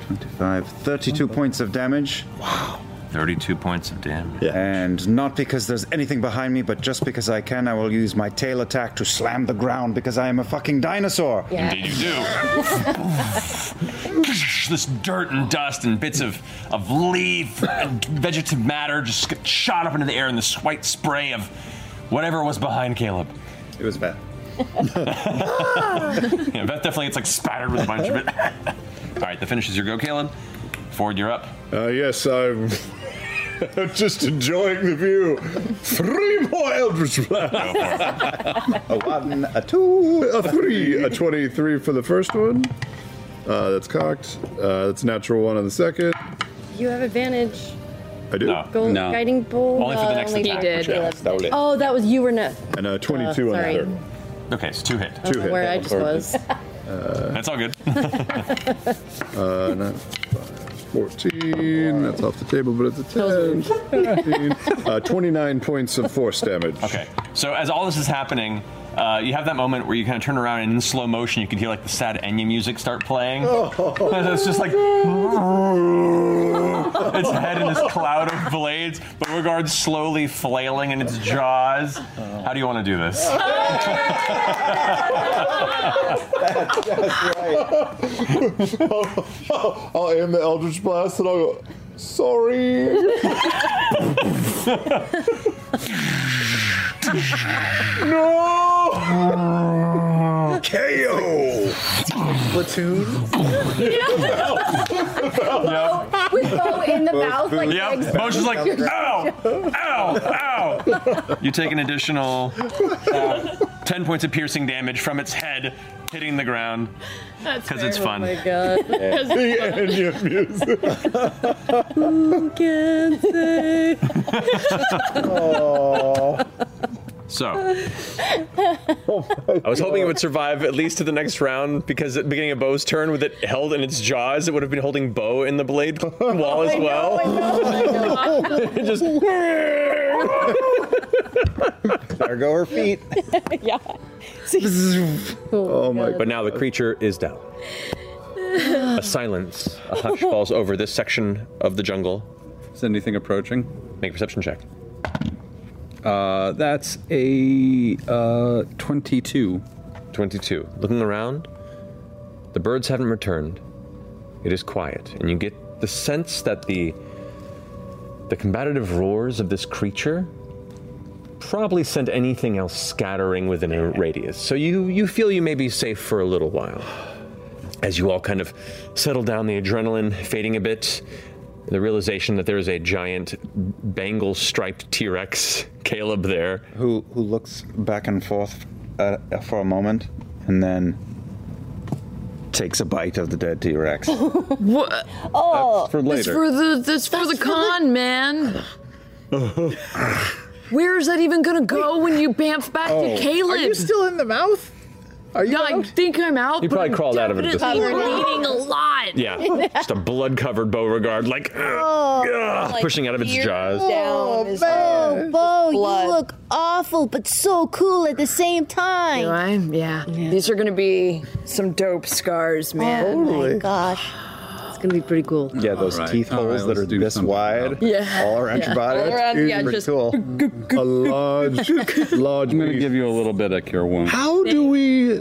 S2: 25, 32 points of damage. Wow.
S3: 32 points of damage.
S2: And not because there's anything behind me, but just because I can, I will use my tail attack to slam the ground because I am a fucking dinosaur.
S3: Indeed, you do. this dirt and dust and bits of, of leaf and vegetative matter just get shot up into the air in this white spray of whatever was behind Caleb.
S2: It was bad.
S3: yeah, Beth definitely it's like spattered with a bunch of it. All right, the finish is your go, Caleb. Ford, you're up.
S6: Uh, yes, I'm just enjoying the view. Three more Eldritch Blasts.
S2: a one, a two,
S6: a three, a 23 for the first one. Uh, that's cocked. Uh, that's a natural one on the second.
S7: You have advantage.
S6: I do.
S7: Go guiding bolt. Uh,
S6: No, only for the next attack.
S7: Oh, that was you were not.
S6: And a 22
S7: Uh,
S6: on
S7: sorry.
S6: the third.
S3: Okay, it's two hit.
S7: I don't know where I just was.
S3: That's all good.
S6: uh, nine, five, 14. That's off the table, but it's a 10. 15, uh, 29 points of force damage.
S3: Okay. So as all this is happening, uh, you have that moment where you kind of turn around and in slow motion you can hear like the sad Enya music start playing. And it's just like its head in this cloud of blades, but Regard's slowly flailing in its jaws. How do you want to do this?
S6: That's, right. I'll, I'll aim the Eldritch Blast and I'll go, sorry.
S5: no.
S6: KO.
S5: Platoon.
S23: With bow in the mouth, like
S3: Yep.
S23: legs.
S3: Motion's like, ow, ow, ow. You take an additional uh, 10 points of piercing damage from its head hitting the ground.
S7: That's
S3: 'Cause it's fun.
S7: Oh my god.
S3: Yeah. The
S6: Enya
S3: Oh.
S7: music. Who can say?
S45: So
S3: Oh I was hoping it would survive at least to the next round because at the beginning of Bo's turn, with it held in its jaws, it would have been holding Bo in the blade wall as well. Just
S2: there go her feet.
S7: yeah.
S3: oh my! But now the creature is down. A silence, a hush falls over this section of the jungle.
S4: Is anything approaching?
S3: Make a perception check.
S4: Uh, that's a uh, 22.
S3: 22. Looking around, the birds haven't returned. It is quiet, and you get the sense that the the combative roars of this creature probably sent anything else scattering within a radius. So you you feel you may be safe for a little while. As you all kind of settle down, the adrenaline fading a bit, the realization that there is a giant bangle-striped T-Rex, Caleb, there.
S2: Who who looks back and forth uh, for a moment and then takes a bite of the dead T Rex.
S9: what?
S2: Oh, for
S9: That's
S2: later.
S9: for the that's for the con, man. Where is that even gonna go when you bamf back
S5: Oh.
S9: to Caleb?
S5: Are you still in the mouth?
S9: Are you? Yeah, I think I'm out.
S3: You
S9: but
S3: probably
S9: I'm
S3: crawled out of it at this
S9: definitely
S3: point.
S9: bleeding a lot.
S3: Yeah, just a blood-covered Beauregard, like
S14: Oh,
S3: ugh, pushing out of its jaws.
S14: Oh, Bo, Bo, you look awful, but so cool at the same time.
S7: Yeah. These are gonna be some dope scars, man.
S14: Oh my Totally.
S7: gosh. It's gonna be pretty cool.
S2: Yeah, those teeth holes that are this wide,
S7: Yeah.
S2: all around
S7: Yeah.
S2: your body.
S7: All
S2: That's
S7: around, yeah,
S2: pretty
S7: just-
S2: cool.
S4: A large, large. I'm going to give you a little bit of cure wound.
S5: How do we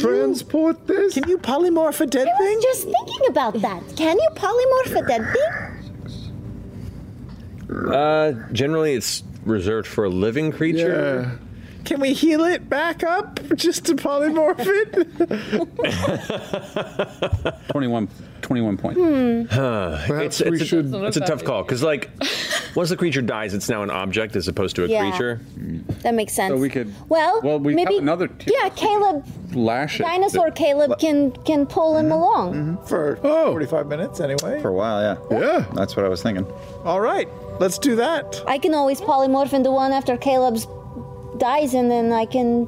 S5: transport this? Can you polymorph a dead
S14: I
S5: thing?
S14: was just thinking about that. Can you polymorph a dead thing?
S3: Uh, generally, it's reserved for a living creature.
S5: Can we heal it back up just to polymorph it?
S4: 21, 21 points.
S3: Huh. It's, it's, a, it's a tough call because, like, once the creature dies, it's now an object as opposed to a
S14: Yeah.
S3: creature.
S14: That makes sense.
S3: So we could-
S14: Well,
S3: well, we have
S14: maybe
S3: another t-
S14: yeah, Caleb,
S4: Lash
S14: dinosaur Caleb can can pull
S3: Mm-hmm.
S14: him along.
S5: For 45 minutes, anyway.
S2: For a while, yeah. Yeah. That's what I was thinking.
S5: All right, let's do that.
S14: I can always polymorph into one after Caleb's dies, and then I can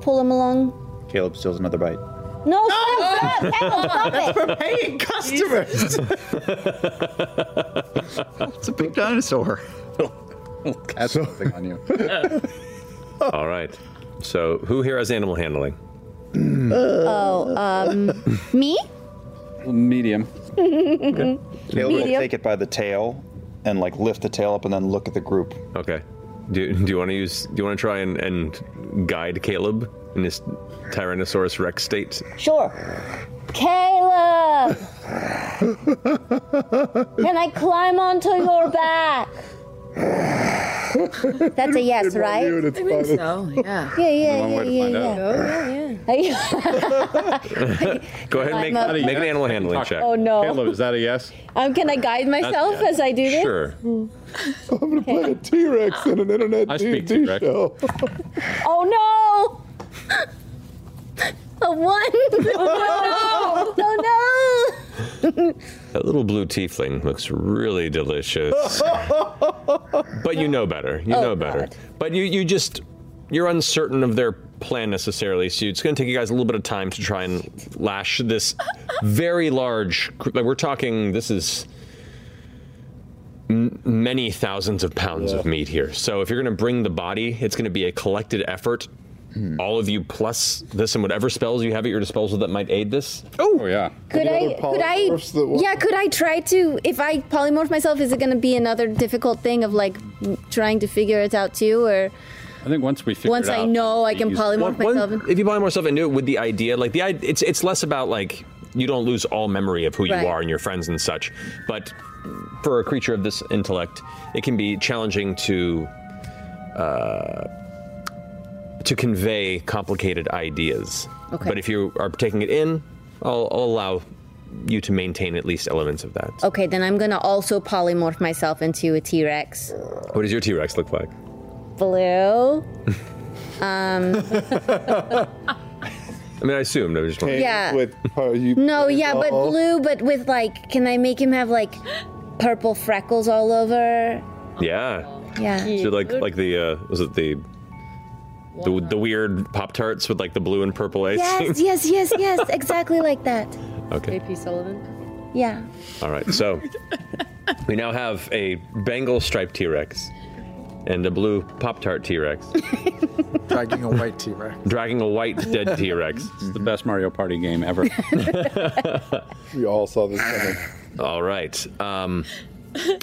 S14: pull him along.
S2: Caleb steals another bite.
S14: No, stop, stop, Caleb, stop it.
S5: We're paying customers.
S2: It's a big dinosaur. That's something on you.
S3: All right. So, who here has animal handling?
S14: Oh, um, me?
S4: Medium.
S2: Caleb will
S14: Medium.
S2: take it by the tail and like lift the tail up and then look at the group.
S3: Okay. Do, do you want to use? Do you want to try and, and guide Caleb in his Tyrannosaurus Rex state?
S14: Sure. Caleb, can I climb onto your back? That's a yes, right?
S6: I
S14: think so.
S7: Yeah.
S14: Yeah, yeah,
S3: Only
S14: yeah,
S3: one
S14: yeah,
S3: way to
S14: yeah.
S3: find Go ahead and make,
S14: Climb up.
S3: make an animal handling check.
S14: Oh, no. Caleb,
S3: is that a yes?
S14: Um, can I guide myself
S3: yeah.
S14: as I do this?
S3: Sure.
S14: I'm gonna play a
S6: T Rex in an internet
S14: I speak
S6: D&D
S14: T-Rex.
S6: show.
S14: Oh no! A one! Oh, no! no!
S3: That little blue tiefling looks really delicious. but you know better. You
S4: Oh,
S3: know better. But you you just you're uncertain of their plan necessarily, so it's going to take you guys a little bit of time to try and lash this very large. cr- Like we're talking, this is m- many thousands of pounds of meat here. So if you're going to bring the body, it's going to be a collected effort.
S4: Hmm.
S3: All of you plus this and whatever spells you have at your disposal that might aid this.
S4: Oh yeah.
S14: Could I? Could I? Yeah, could I try to? If I polymorph myself, is it going to be another difficult thing of like m- trying to figure it out too, or
S4: I think once we figure
S14: once
S4: it out,
S14: I know I
S4: it'll
S14: can
S4: be easier.
S14: polymorph myself? in-
S3: if you buy more stuff and do it with the idea, like the i- it's it's less about like you don't lose all memory of who
S14: Right.
S3: you are and your friends and such, but for a creature of this intellect, it can be challenging to uh, to convey complicated ideas.
S14: Okay.
S3: But if you are taking it in, I'll, I'll allow you to maintain at least elements of that.
S14: Okay, then I'm gonna also polymorph myself into a T Rex.
S3: What does your T Rex look like?
S14: Blue. Um.
S3: I mean, I assumed. I was just wondering.
S14: Yeah.
S6: With her, you
S14: No, yeah, but
S6: Oh.
S14: blue, but with like, can I make him have like purple freckles all over?
S3: Yeah.
S14: Yeah.
S3: So like like the uh, was it the The, the weird Pop Tarts with like the blue and purple icing.
S14: Yes, yes, yes, yes. Exactly like that.
S3: Okay.
S7: AP Sullivan.
S14: Yeah.
S3: All right. So we now have a Bengal striped T Rex and a blue Pop Tart T Rex
S5: Dragging a white T Rex.
S3: dragging a white dead T Rex. It's the best Mario Party game ever.
S6: we all saw this coming.
S3: All right. Um,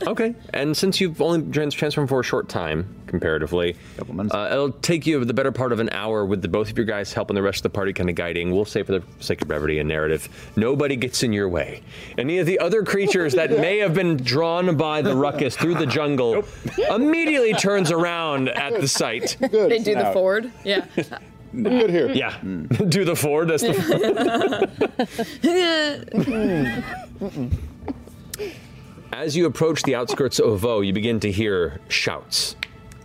S3: okay. And since you've only trans- transformed for a short time, comparatively, couple months. Uh, it'll take you the better part of an hour with the both of your guys helping the rest of the party kind of guiding. We'll say, for the sake of brevity and narrative, nobody gets in your way. Any of the other creatures that may have been drawn by the ruckus through the jungle immediately turns around at the sight.
S9: They do the forward. Yeah.
S6: Good here.
S3: Yeah. Do the Ford. That's the As you approach the outskirts of Vo, you begin to hear shouts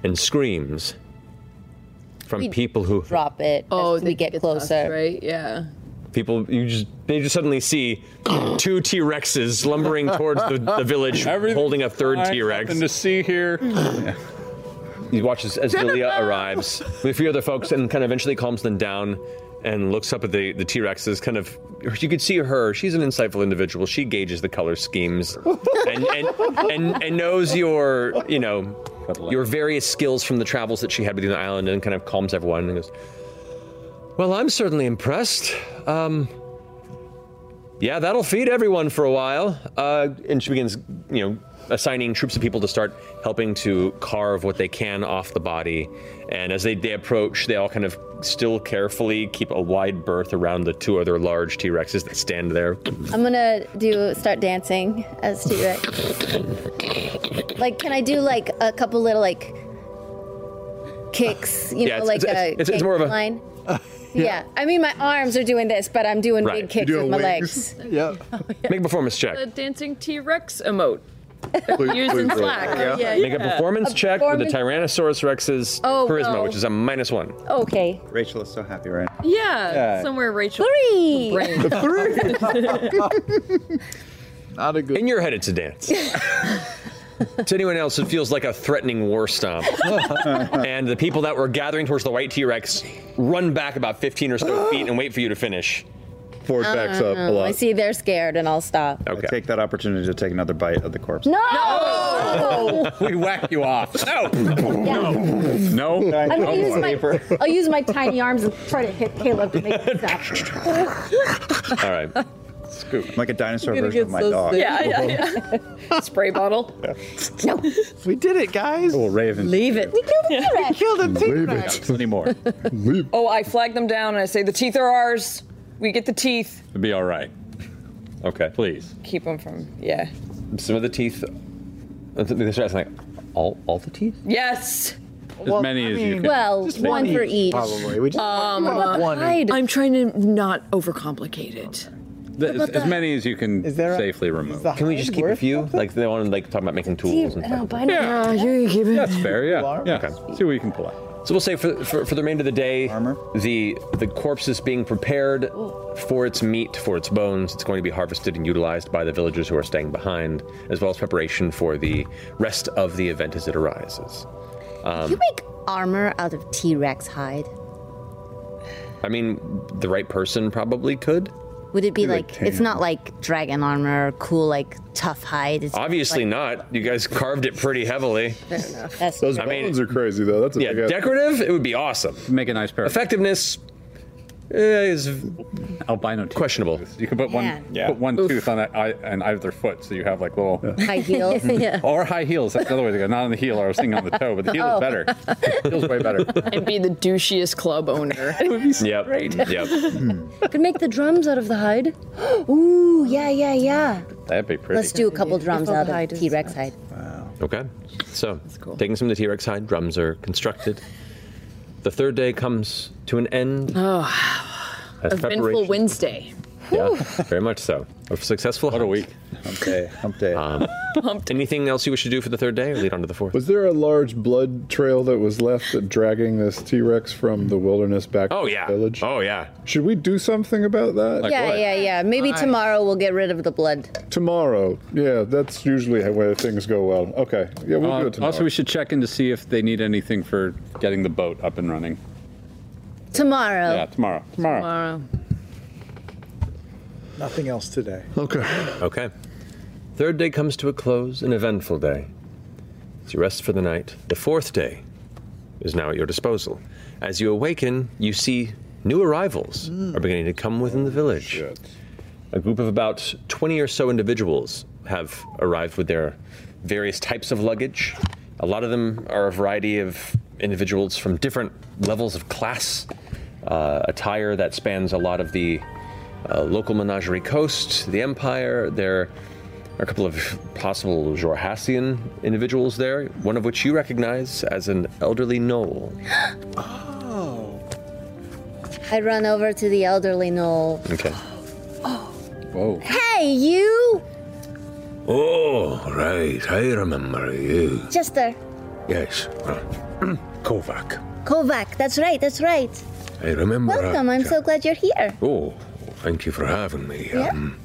S3: and screams from
S14: We
S3: people who
S14: Drop it as we Oh, get closer. right?
S9: Yeah.
S3: people you just they just suddenly see two T Rexes lumbering towards the, the village, holding a third
S4: I
S3: T Rex.
S4: happen to
S3: see here. You watch as, as Lilia arrives with a few other folks, and kind of eventually calms them down and looks up at the the T Rexes. Kind of, you could see her. She's an insightful individual. She gauges the color schemes and and and, and knows your you know your various skills from the travels that she had within the island, and kind of calms everyone and goes. Well, I'm certainly impressed. Um, yeah, that'll feed everyone for a while. Uh, and she begins, you know, assigning troops of people to start helping to carve what they can off the body. And as they, they approach, they all kind of still carefully keep a wide berth around the two other large T Rexes that stand there.
S14: I'm gonna do start dancing as T Rex. like, can I do like a couple little like kicks? You
S3: Yeah,
S14: know,
S3: it's-
S14: like
S3: it's-
S14: a
S3: it's- it's
S14: kick
S3: more of a-
S14: line.
S3: yeah.
S14: yeah. I mean, my arms are doing this, but I'm doing
S3: Right.
S14: big kicks with my legs.
S3: yeah. Make a performance check.
S9: The dancing T Rex emote.
S3: Please-
S9: Using
S3: please roll.
S9: Slack. Yeah. Yeah,
S3: Make a
S9: yeah.
S3: performance
S9: A
S3: check with the
S9: performance-
S3: Tyrannosaurus Rex's
S9: Oh,
S3: charisma,
S9: no.
S3: which is a minus one.
S14: Okay.
S2: Rachel is so happy right now.
S9: Yeah,
S2: Yeah.
S9: somewhere Rachel.
S14: Three.
S9: Oh,
S3: Not a good. In your head, it's a dance. to anyone else, it feels like a threatening war stomp. and the people that were gathering towards the white T Rex run back about 15 or so feet and wait for you to finish. Ford
S14: Uh, I see they're scared, and I'll stop.
S2: Okay. take that opportunity to take another bite of the corpse.
S14: No.
S2: we whack you off. No.
S3: Oh.
S2: No. No.
S14: I'm gonna use my, I'll use my tiny arms and try to hit Caleb to make it stop.
S3: All right.
S2: Scoop. Like a dinosaur
S9: You're gonna
S2: version of
S9: get
S2: my
S9: so
S2: dog.
S9: sick. Yeah, yeah, yeah. Spray bottle.
S14: No.
S5: We did it, guys.
S2: Oh, Raven.
S9: Leave it. We
S14: killed
S9: a T Rex.
S5: killed a T Rex.
S2: Not anymore.
S26: Oh, I flag them down and I say the teeth are ours. We get the teeth.
S4: It'd be all right.
S3: Okay.
S4: Please.
S26: Keep them from yeah.
S3: Some of the teeth. uh, This is like all, all the teeth?
S26: Yes.
S4: As many as you can.
S14: Well,
S4: Just one one for each, each. probably. We just-
S9: um,
S4: Well, one each.
S9: I'm trying to not overcomplicate it.
S4: Th- As, as many as you can safely remove.
S3: Can we just keep a few? Like they want to like talk about making tools and stuff.
S9: I know. you keep it.
S4: That's fair. Yeah. Yeah.
S3: Okay. See what you can pull out. So we'll say for, for, for the remainder of the day, the the corpse is being prepared for its meat, for its bones. It's going to be harvested and utilized by the villagers who are staying behind, as well as preparation for the rest of the event as it arises.
S14: you
S3: Um,
S14: make armor out of T Rex hide?
S3: I mean, the right person probably could.
S14: Would it be
S3: Be
S14: like,
S3: like
S14: it's
S3: tan.
S14: not like dragon armor or cool, like tough hide? It's
S3: Obviously not. You guys carved it pretty heavily.
S14: That's
S3: Those bones
S6: are crazy though. Oh, That's a
S3: yeah,
S6: big ass-
S3: decorative. It would be awesome. Make a nice pair. Effectiveness eh, is
S4: albino teeth.
S3: questionable.
S4: You can put
S14: Yeah.
S4: one put one tooth on a, eye- an either foot, so you have like little
S14: High heels. yeah.
S4: or high heels. That's another way to go. Not on the heel. I was thinking on the toe, but the heel
S9: Oh.
S4: is better. Heel's way better.
S9: I'd be the douchiest club owner.
S3: Yep. Yep.
S14: Could make the drums out of the hide. Ooh, yeah, yeah, yeah.
S4: That'd be pretty.
S14: Let's do a couple drums
S4: all
S14: out of T Rex hide.
S3: Okay. So, taking some of the T Rex hide, drums are constructed. The third day comes to an end.
S9: Oh,
S3: as
S9: eventful
S3: preparation-
S9: Wednesday.
S3: Yeah, very much so. A successful What a week.
S2: Hump day. Hump day.
S3: Um, anything else you wish to do for the third day or lead on to the fourth?
S6: Was there a large blood trail that was left that dragging this T Rex from the wilderness back
S3: Oh,
S6: to
S3: yeah.
S6: the village?
S3: Oh, yeah.
S6: Should we do something about that?
S14: yeah, yeah, yeah. Maybe
S6: Fine.
S14: tomorrow we'll get rid of the blood.
S6: Tomorrow. Yeah, that's usually how- where things go well. Okay. Yeah, we'll
S4: Uh,
S6: do it tomorrow.
S4: also, we should check in to see if they need anything for getting the boat up and running.
S14: Tomorrow.
S4: Yeah, tomorrow.
S14: Tomorrow.
S5: Nothing else today.
S3: Okay. Okay. Third day comes to a close, an eventful day. As you rest for the night, the fourth day is now at your disposal. As you awaken, you see new arrivals are beginning to come within the village. A group of about 20 or so individuals have arrived with their various types of luggage. A lot of them are a variety of individuals from different levels of class, uh, attire that spans a lot of the uh, local menagerie coast, the empire. There are a couple of possible Jorhassian individuals there, one of which you recognize as an elderly knoll.
S14: Oh. I run over to the elderly knoll.
S3: Okay.
S14: Whoa. Hey, you!
S17: Oh, right. I remember you.
S14: Chester.
S17: Yes. well, Kovac.
S14: Kovac. That's right, that's right.
S17: I remember.
S14: Welcome, I'm so glad you're here.
S17: Oh, thank you for having me.
S14: Yeah.
S17: Um,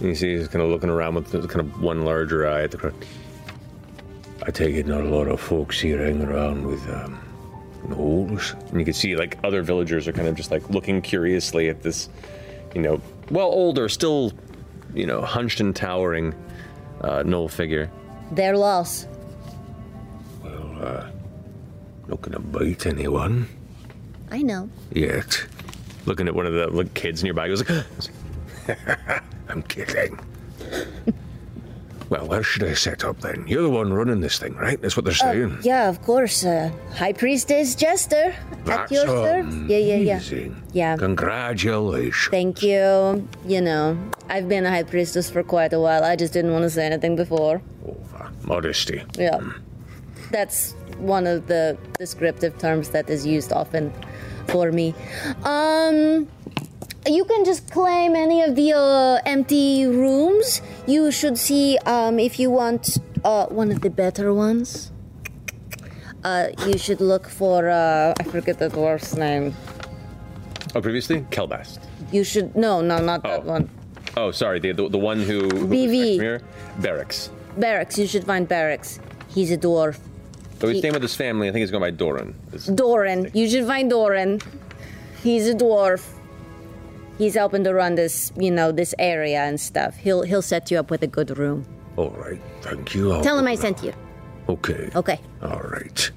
S3: You see, he's kind of looking around with kind of one larger eye at the crowd.
S17: I take it not a lot of folks here hang around with um, gnolls.
S3: And you can see like other villagers are kind of just like looking curiously at this, you know, well older, still, you know, hunched and towering uh, knoll figure.
S14: Their loss.
S17: Well, uh, not gonna bite anyone
S14: I know.
S17: yet.
S3: Looking at one of the like, kids nearby, he goes like,
S17: I'm kidding. well, where should I set up then? You're the one running this thing, right? That's what they're
S14: Uh,
S17: saying.
S14: yeah, of course. Uh, High Priestess Jester. at
S17: That's
S14: your service. Yeah, yeah, yeah.
S17: amazing.
S14: Yeah.
S17: Congratulations.
S14: Thank you. You know, I've been a High Priestess for quite a while. I just didn't want to say anything before.
S17: Modesty.
S14: Yeah. That's one of the descriptive terms that is used often for me.
S46: Um,
S14: You can just claim any of the uh, empty rooms. You should see um, if you want uh, one of the better ones. Uh, you should look for uh, I forget the dwarf's name.
S3: oh, previously Kelbast.
S14: You should no, no, not that one.
S3: Oh, sorry, the the, the one who, who was
S14: BV.
S3: here, Barracks.
S14: Barracks. You should find Barracks. He's a dwarf.
S3: Though he's staying with his family, I think he's going by Doran. It's-
S14: Doran. You should find Doran. He's a dwarf. He's helping to run this, you know, this area and stuff. He'll he'll set you up with a good room.
S17: All right. Thank you. I'll-
S14: Tell him I sent you.
S17: Okay.
S14: Okay.
S17: All right.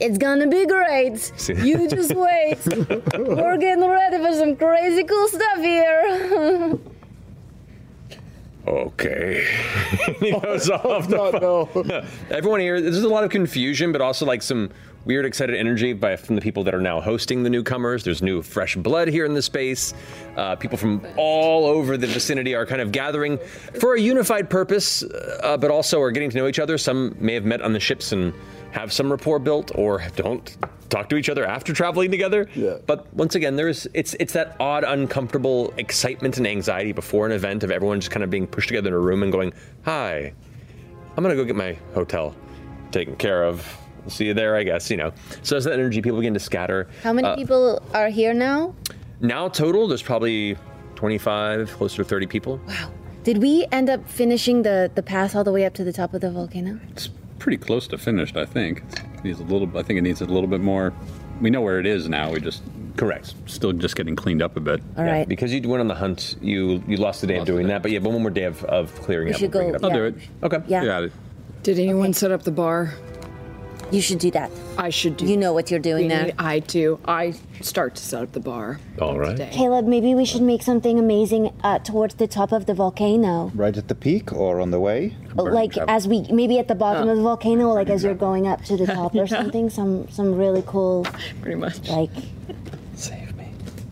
S14: It's gonna be great.
S17: See-
S14: You just wait. We're getting ready for some crazy cool stuff here.
S3: Okay. he goes off the phone. Everyone here, there's a lot of confusion, but also like some weird, excited energy by from the people that are now hosting the newcomers. There's new, fresh blood here in the space. Uh, people from all over the vicinity are kind of gathering for a unified purpose, uh, but also are getting to know each other. Some may have met on the ships and have some rapport built, or don't talk to each other after traveling together. But once again, there's it's it's that odd, uncomfortable excitement and anxiety before an event of everyone just kind of being pushed together in a room and going, "Hi, I'm gonna go get my hotel taken care of. See you there, I guess. You know." So as that energy, people begin to scatter.
S14: How many
S3: Uh,
S14: people are here now?
S3: Now total, there's probably 25, closer to 30 people.
S14: Did we end up finishing the the path all the way up to the top of the volcano?
S4: Pretty close to finished, I think. It needs a little. I think it needs a little bit more. We know where it is now. We just correct. Still just getting cleaned up a bit.
S14: All right.
S3: Because you went on the hunt, you you lost the day of doing that, but you have one more day of, of clearing
S9: We
S3: up.
S9: should
S3: and bringing
S9: go-
S3: it up.
S9: I'll do it.
S3: Okay.
S14: Yeah.
S3: Got it.
S9: Did anyone set up the bar?
S14: You should do that.
S9: I should do.
S14: You know what you're
S9: We
S14: doing now.
S9: need- I do. I start to set up the bar.
S3: All right.
S46: Caleb, maybe we should make something amazing uh, towards the top of the volcano.
S2: Right at the peak or on the way?
S14: Oh,
S46: like as we maybe at the bottom of the volcano, like as you're going up to the top or something, some some really cool,
S9: pretty much
S46: like save me,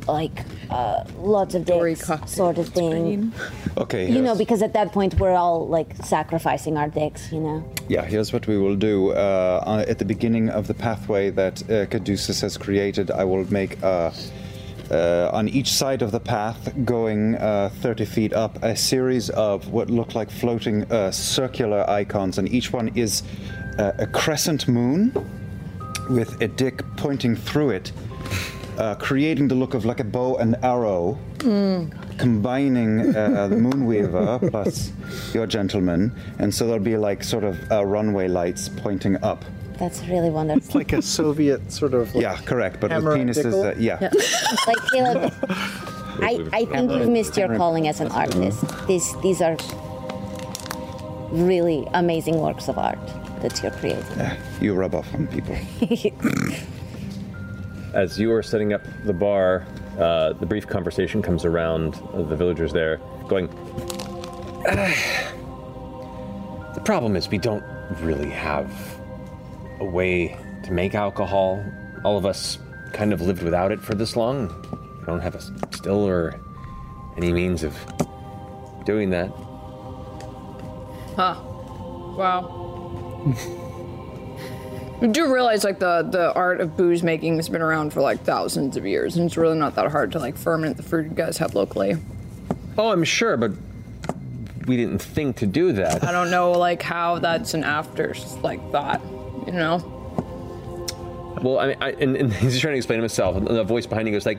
S46: like uh, lots of dicks sort of thing.
S2: Okay.
S46: You
S2: here's-
S46: know, because at that point we're all like sacrificing our dicks. You know,
S2: Yeah, here's what we will do. Uh, on- at the beginning of the pathway that uh, Caduceus has created, I will make uh, uh, on each side of the path, going uh, 30 feet up, a series of what look like floating uh, circular icons, and each one is uh, a crescent moon with a dick pointing through it, uh, creating the look of like a bow and arrow combining uh, the Moonweaver plus your gentleman, and so there'll be like sort of uh, runway lights pointing up.
S14: That's really wonderful.
S5: It's like a Soviet sort of.
S2: Yeah, correct. But with
S5: hammer and
S2: penises,
S5: pickle?
S2: that, yeah.
S14: like Caleb, I, I think you've missed your calling as an artist. These these are really amazing works of art that you're creating.
S2: You rub off on people.
S3: as you are setting up the bar, uh, the brief conversation comes around uh, the villagers there, going,
S1: The problem is we don't really have a way to make alcohol. All of us kind of lived without it for this long. We don't have a s- still or any means of doing that.
S9: Huh. Wow. You do realize like the the art of booze making has been around for like thousands of years, and it's really not that hard to like ferment the fruit you guys have locally.
S3: "Oh, I'm sure, but we didn't think to do that."
S9: I don't know like how that's an after like thought, you know?
S3: Well, I mean, I, and, and he's trying to explain himself, and the voice behind him goes like,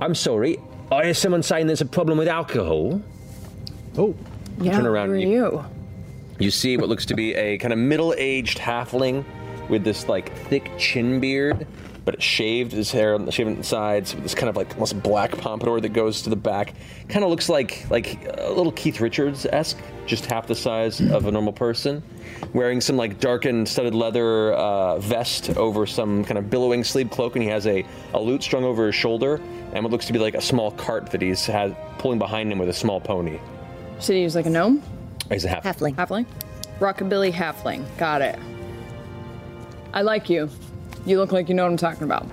S3: "I'm sorry, I hear someone saying there's a problem with alcohol." Oh,
S9: Yeah,
S3: turn around.
S9: who are
S3: and
S9: you?
S3: You see what looks to be a kind of middle-aged halfling with this like thick chin beard, but it's shaved. His hair on the shaven on the sides with this kind of like almost black pompadour that goes to the back. Kind of looks like like a little Keith Richards esque, just half the size of a normal person. Wearing some like darkened studded leather uh, vest over some kind of billowing sleeve cloak, and he has a, a lute strung over his shoulder, and what looks to be like a small cart that he's had pulling behind him with a small pony.
S9: So he was like a gnome?
S3: He's a half.
S9: Halfling. Rockabilly halfling. Got it. I like you. You look like you know what I'm talking about.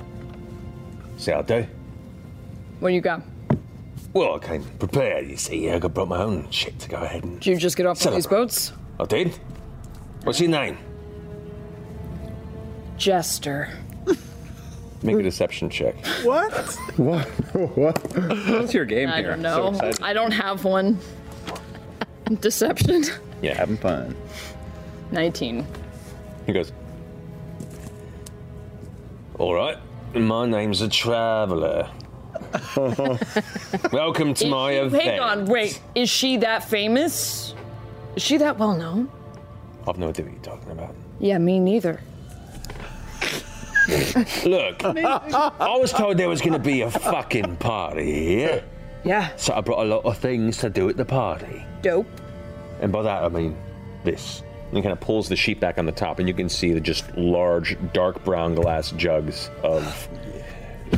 S1: See how I do?
S9: What do you got?
S1: Well, I came prepared, you see. I got brought my own shit to go ahead and.
S9: Did you just get off one of these boats?
S1: I did. What's your name?
S9: Jester.
S3: Make a deception check.
S9: What?
S3: What? what? What's your game
S9: I don't know. I don't have one. Deception.
S3: yeah, having fun.
S9: 19.
S1: He goes, All right, my name's a traveler. Welcome to my
S9: Hang
S1: event.
S9: on, wait. Is she that famous? Is she that well known?
S1: I've no idea what you're talking about.
S9: Yeah, me neither.
S1: Look, I was told there was going to be a fucking party here.
S9: Yeah.
S1: So I brought a lot of things to do at the party.
S9: Dope.
S3: And by that I mean this. And he kind of pulls the sheet back on the top, and you can see the just large, dark brown glass jugs of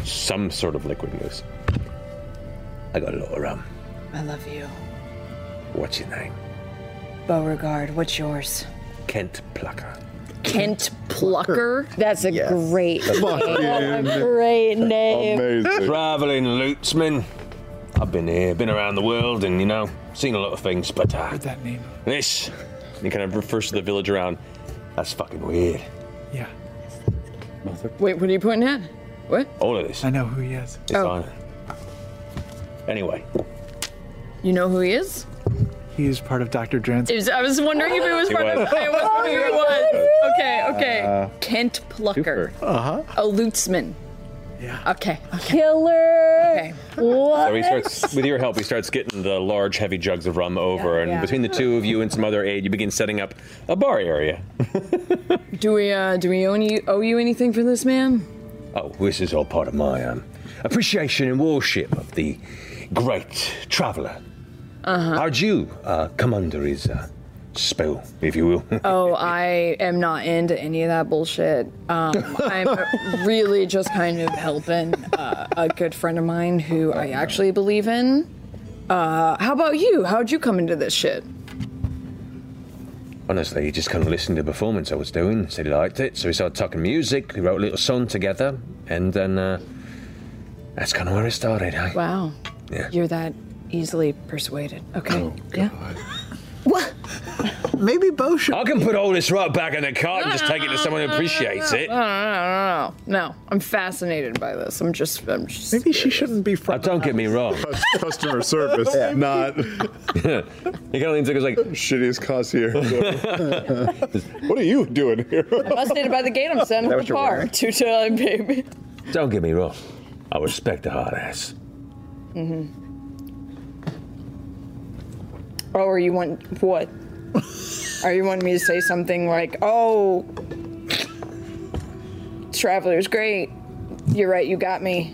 S3: some sort of liquid. He goes, I got a lot of rum.
S7: I love you.
S1: What's your name?
S7: Beauregard, what's yours?
S1: Kent Plucker.
S9: Kent Plucker.
S7: That's a great name.
S1: Fucking
S7: great name.
S1: Traveling lootsman. I've been here, been around the world, and you know, seen a lot of things, but. Uh, that name? This. And he kind of refers to the village around. That's fucking weird.
S9: Wait, what are you pointing at? What?
S1: All of this.
S5: I know who he is.
S7: Oh.
S1: It's on. Anyway,
S9: You know who he is?
S5: He is part of Dr. Dran's.
S9: It was- I was wondering if it was
S5: It
S9: part of.
S5: was.
S9: I was wondering if it was. Okay, okay.
S5: Uh,
S9: Kent Plucker.
S5: Uh huh.
S9: A lutesman. Yeah. Okay.
S7: Killer.
S9: Okay.
S7: What?
S3: So he starts, with your help, he starts getting the large, heavy jugs of rum over, and
S9: Yeah.
S3: between the two of you and some other aid, you begin setting up a bar area.
S9: Do we uh do we owe you, owe you anything for this man?
S1: Oh, this is all part of my um, appreciation and worship of the great traveller.
S9: Uh-huh.
S1: How'd you uh, come under his uh, spell, if you will?
S9: Oh, I am not into any of that bullshit. Um, I'm really just kind of helping uh, a good friend of mine who I actually believe in. Uh, how about you? How'd you come into this shit?
S1: Honestly, he just kind of listened to the performance I was doing, said he liked it, so we started talking music, we wrote a little song together, and then uh, that's kind of where it started, eh?
S9: Wow. You're that easily persuaded. Okay.
S1: Oh,
S9: yeah.
S1: Maybe Bo should. I can put all this right back in the cart and just take it to someone who appreciates it.
S9: No, no, no, no, no. No, I'm fascinated by this. I'm just, I'm just. Maybe
S5: she shouldn't be from.
S1: Don't get me wrong.
S6: Customer service,
S1: Yeah.
S6: not.
S1: he kind of leans like, like
S6: shittiest concierge. what are you doing here?
S26: Busted by the gate, I'm sending
S1: That
S26: the
S1: was your
S26: car.
S1: word.
S26: Two time, baby.
S1: Don't get me wrong. I respect a hard ass.
S26: Mm-hmm.
S9: Mm-hmm.
S26: Oh, or you want what? Are you wanting me to say something like, "Oh,
S9: Traveler's great. You're right, you got me.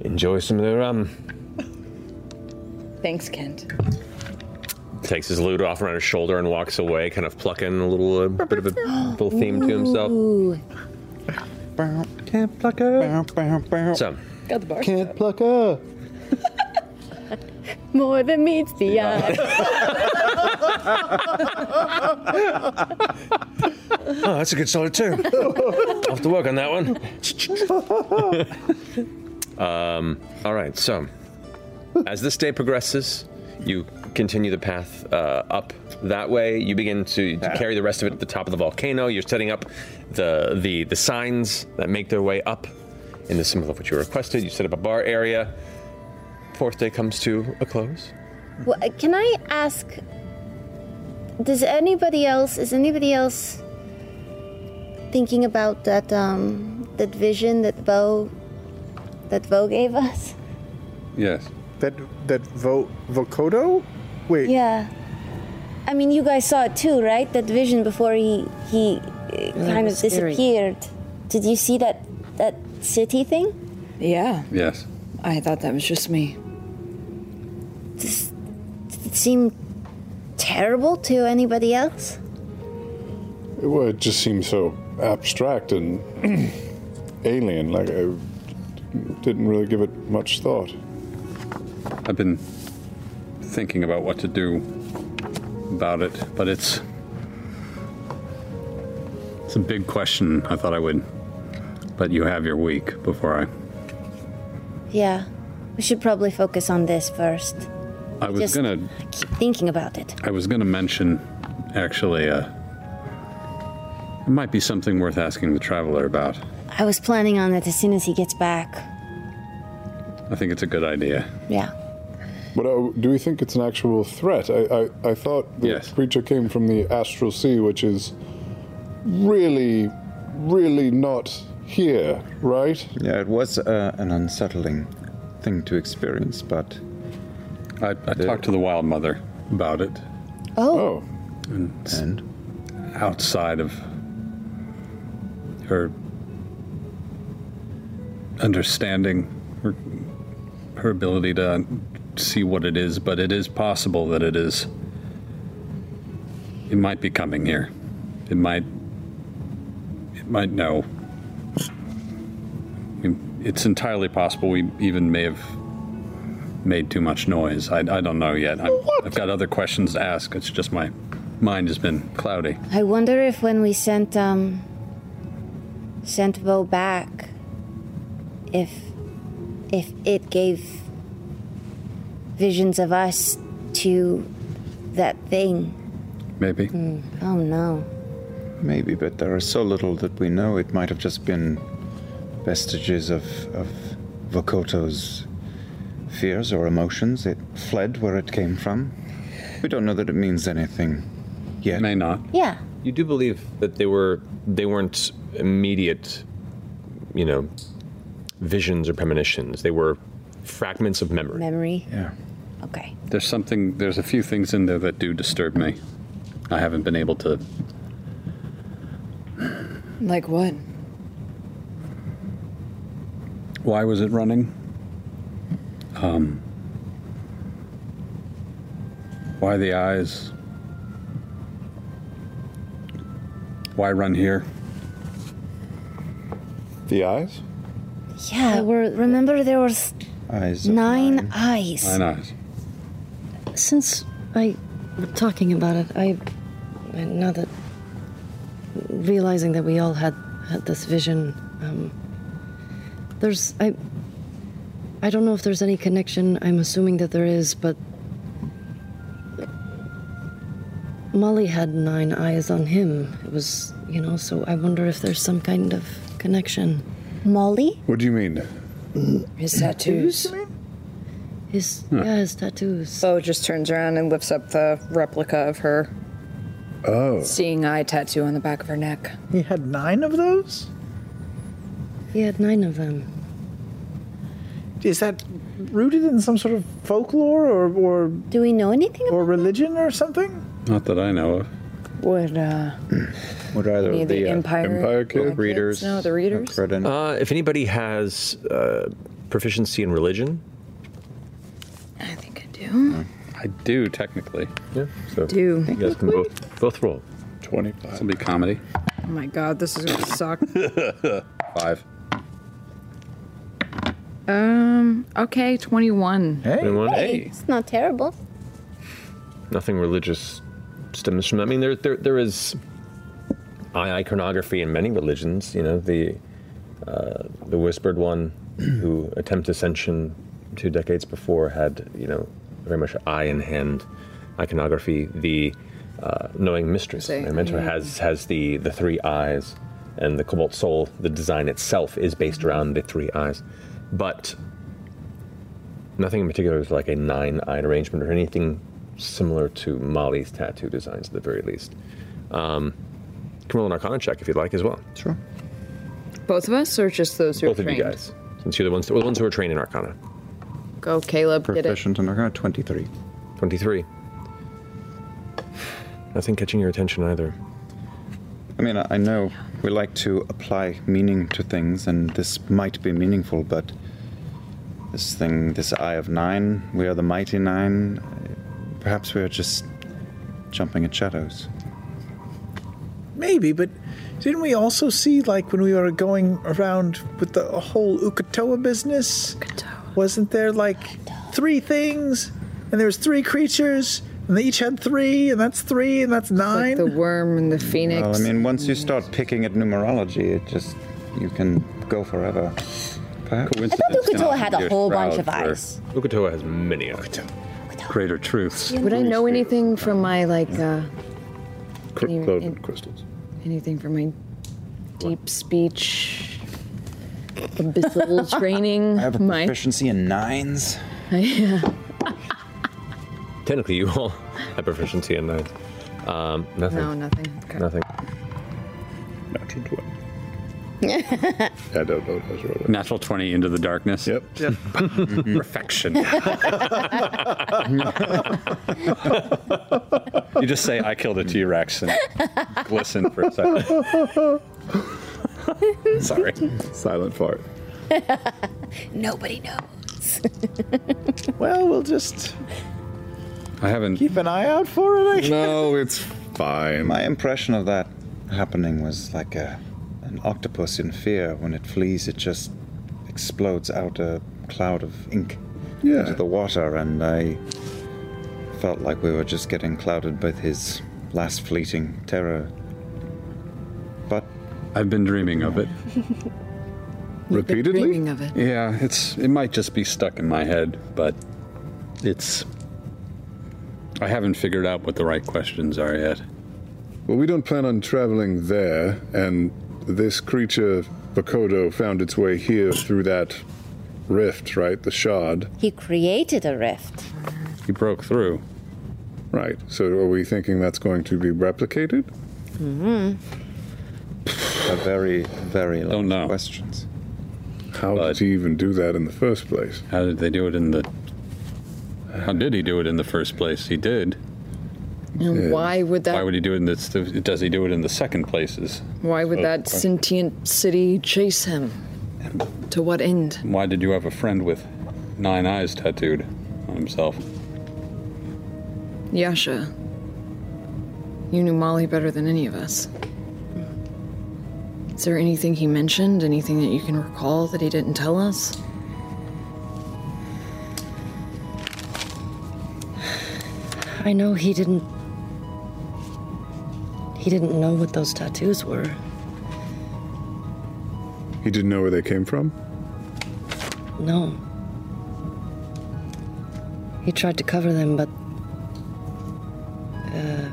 S3: Enjoy some of the
S17: um,
S3: rum.
S9: Thanks, Kent.
S3: Takes his loot off around his shoulder and walks away, kind of plucking a little uh, bit of a little theme to himself.
S47: Can't pluck her.
S3: So,
S7: Got the bar.
S47: Can't pluck her.
S7: More than meets the
S9: Hmm.
S48: eye.
S3: oh, that's a good solid too. I'll have to work on that one. um, all right, so as this day progresses, you continue the path uh, up that way. You begin to, to carry the rest of it at the top of the volcano. You're setting up the the, the signs that make their way up in the symbol of what you requested. You set up a bar area. Fourth day comes to a close.
S14: Well, uh, can I ask? Does anybody else? Is anybody else thinking about that um that vision that Bo that Bo gave us?
S4: Yes.
S5: That that vo vokodo? Wait.
S14: Yeah. I mean, you guys saw it too, right? That vision before he he uh, kind of
S7: was scary.
S14: disappeared. Did you see that that city thing?
S9: Yeah,
S4: Yes.
S9: I thought that was just me.
S14: Did it seem terrible to anybody else?
S6: Well, it just seems so abstract and alien. Like I didn't really give it much thought.
S4: I've been thinking about what to do about it, but it's it's a big question. I thought I would let you have your week before I
S14: Yeah. We should probably focus on this first.
S4: I was
S14: Just-
S4: gonna
S14: Keep thinking about it.
S4: I was gonna mention actually uh, it might be something worth asking the traveler about.
S14: I was planning on it as soon as he gets back.
S4: I think it's a good idea.
S14: Yeah.
S6: But uh, do we think it's an actual threat? I, I, I thought the creature came from the astral sea, which is really, really not here, right?
S2: Yeah, it was uh, an unsettling thing to experience, but
S4: I, I talked to the Wild Mother about it.
S14: Oh.
S4: And, s- outside of her understanding, her, her ability to see what it is, but it is possible that it is. It might be coming here. It might. It might know. We- It's entirely possible we even may have made too much noise. I, I don't know yet. I'm, I've got other questions to ask. It's just my mind has been cloudy.
S14: I wonder if when we sent um sent Bo back if if it gave visions of us to that thing.
S4: Maybe.
S14: Oh no.
S2: Maybe, but there is so little that we know. It might have just been vestiges of, of Vokoto's fears or emotions. It fled where it came from. We don't know that it means anything yet.
S4: May not.
S14: Yeah.
S3: You do believe that they were they weren't immediate, you know, visions or premonitions. They were fragments of memory.
S14: Memory.
S4: Yeah.
S14: Okay.
S4: There's something. There's a few things in there that do disturb me. I haven't been able to.
S9: Like what?
S4: Why was it running? Um. Why the eyes? Why run here?
S6: The eyes?
S14: Yeah, we're, remember there was
S2: Eyes.
S14: nine, eyes.
S4: eyes.
S7: Since I we're talking about it, I now that realizing that we all had had this vision, um, there's I I don't know if there's any connection. I'm assuming that there is, but Molly had nine eyes on him. It was you know, so I wonder if there's some kind of connection.
S14: Molly?
S6: What do you mean?
S7: His tattoos. His yeah, his tattoos.
S9: Bo just turns around and lifts up the replica of her
S6: oh.
S9: seeing eye tattoo on the back of her neck.
S5: He had nine of those?
S7: He had nine of them.
S5: Is that rooted in some sort of folklore or, or
S14: do we know anything
S5: or religion or something?
S4: Not that I know of.
S26: Would uh,
S2: Would either
S26: Any of the Empire- Empire Kids?
S2: readers?
S26: No, the readers?
S2: Credit.
S3: Uh, if anybody has uh, proficiency in religion,
S26: do?
S4: I do technically.
S3: Yeah. So
S26: Do.
S3: You guys can both both roll.
S4: Twenty-five. This will be comedy.
S25: Oh my god, this is gonna suck.
S4: Five.
S25: um. Okay, twenty-one.
S3: Hey. 21? Hey.
S11: It's not terrible.
S3: nothing religious stems from. I mean, there there there is i- iconography in many religions. You know, the uh, the whispered one who attempted ascension two decades before had you know very much eye in hand iconography. The uh, knowing mistress,
S27: Say,
S3: my
S26: Mm.
S3: mentor,
S27: yeah.
S3: has has the the three eyes, and the cobalt soul. The design itself is based
S26: Mm.
S3: around the three eyes, but Nothing in particular is like a nine-eyed arrangement or anything similar to Molly's tattoo designs, at the very least. Um, you can roll an Arcana check if you'd like as well. Sure.
S26: Both of us, or just those who
S3: Both
S26: are
S3: of you
S26: trained?
S3: guys, since you're the ones, well, the ones who are trained in Arcana.
S26: Go, Caleb. Get it.
S3: in
S2: Uh,
S3: Arcana, twenty-three. Twenty-three. Nothing catching your attention either.
S2: I mean, I I know we like to apply meaning to things, and this might be meaningful, but this thing, this Eye of Nine, we are the mighty nine. Perhaps we are just jumping at shadows.
S5: Maybe, but didn't we also see, like, when we were going around with the whole Ukatoa business? Wasn't there, like, three things? And there was three creatures, and they each had three, and that's three, and that's nine?
S26: The worm and the phoenix.
S2: Well, I mean, once you start picking at numerology, it just you can go forever. Perhaps.
S14: I thought Ukatoa had a whole bunch of eyes.
S3: Ukatoa has many eyes.
S4: Greater truths.
S26: Would I know anything from my like uh, any-
S4: Cloven crystals.
S26: anything from my deep speech abyssal training?
S2: I have a
S26: my
S2: proficiency in nines.
S26: yeah.
S3: Technically, you all have proficiency in nine. Um, nothing.
S26: No, nothing. Okay.
S3: Nothing.
S4: Natural twenty.
S14: That's
S4: I don't know. Natural twenty into the darkness. Yep. Perfection. you just say, "I killed a T Rex," and glisten for a second. Sorry. Silent fart.
S14: Nobody knows.
S5: well, we'll just
S2: I haven't.
S5: keep an eye out for it, I guess.
S2: No, it's fine. My impression of that happening was like a an octopus in fear. When it flees, it just explodes out a cloud of ink into the water, and I felt like we were just getting clouded with his last fleeting terror. But
S4: I've been dreaming of it.
S6: Repeatedly?
S26: dreaming of it.
S4: Yeah, it's it might just be stuck in my head, but it's I haven't figured out what the right questions are yet.
S6: Well, we don't plan on traveling there, and this creature, Bakodo, found its way here through that rift, right? The shard.
S14: He created a rift.
S4: He broke through.
S6: Right. So are we thinking that's going to be replicated?
S7: Mm-hmm.
S14: hmm
S2: a very, very large
S4: Don't know.
S2: questions.
S6: How did he even do that in the first place?
S4: How did they do it in the How did he do it in the first place? He did.
S26: And why would that?
S4: Why would he do it in the does he do it in the second places?
S26: Why would
S4: Oh,
S26: that
S4: okay.
S26: sentient city chase him? To what end?
S4: Why did you have a friend with nine eyes tattooed on himself?
S26: Yasha, you knew Molly better than any of us. Is there anything he mentioned? Anything that you can recall that he didn't tell us?
S7: I know he didn't. He didn't know what those tattoos were.
S6: He didn't know where they came from?
S7: No. He tried to cover them, but uh,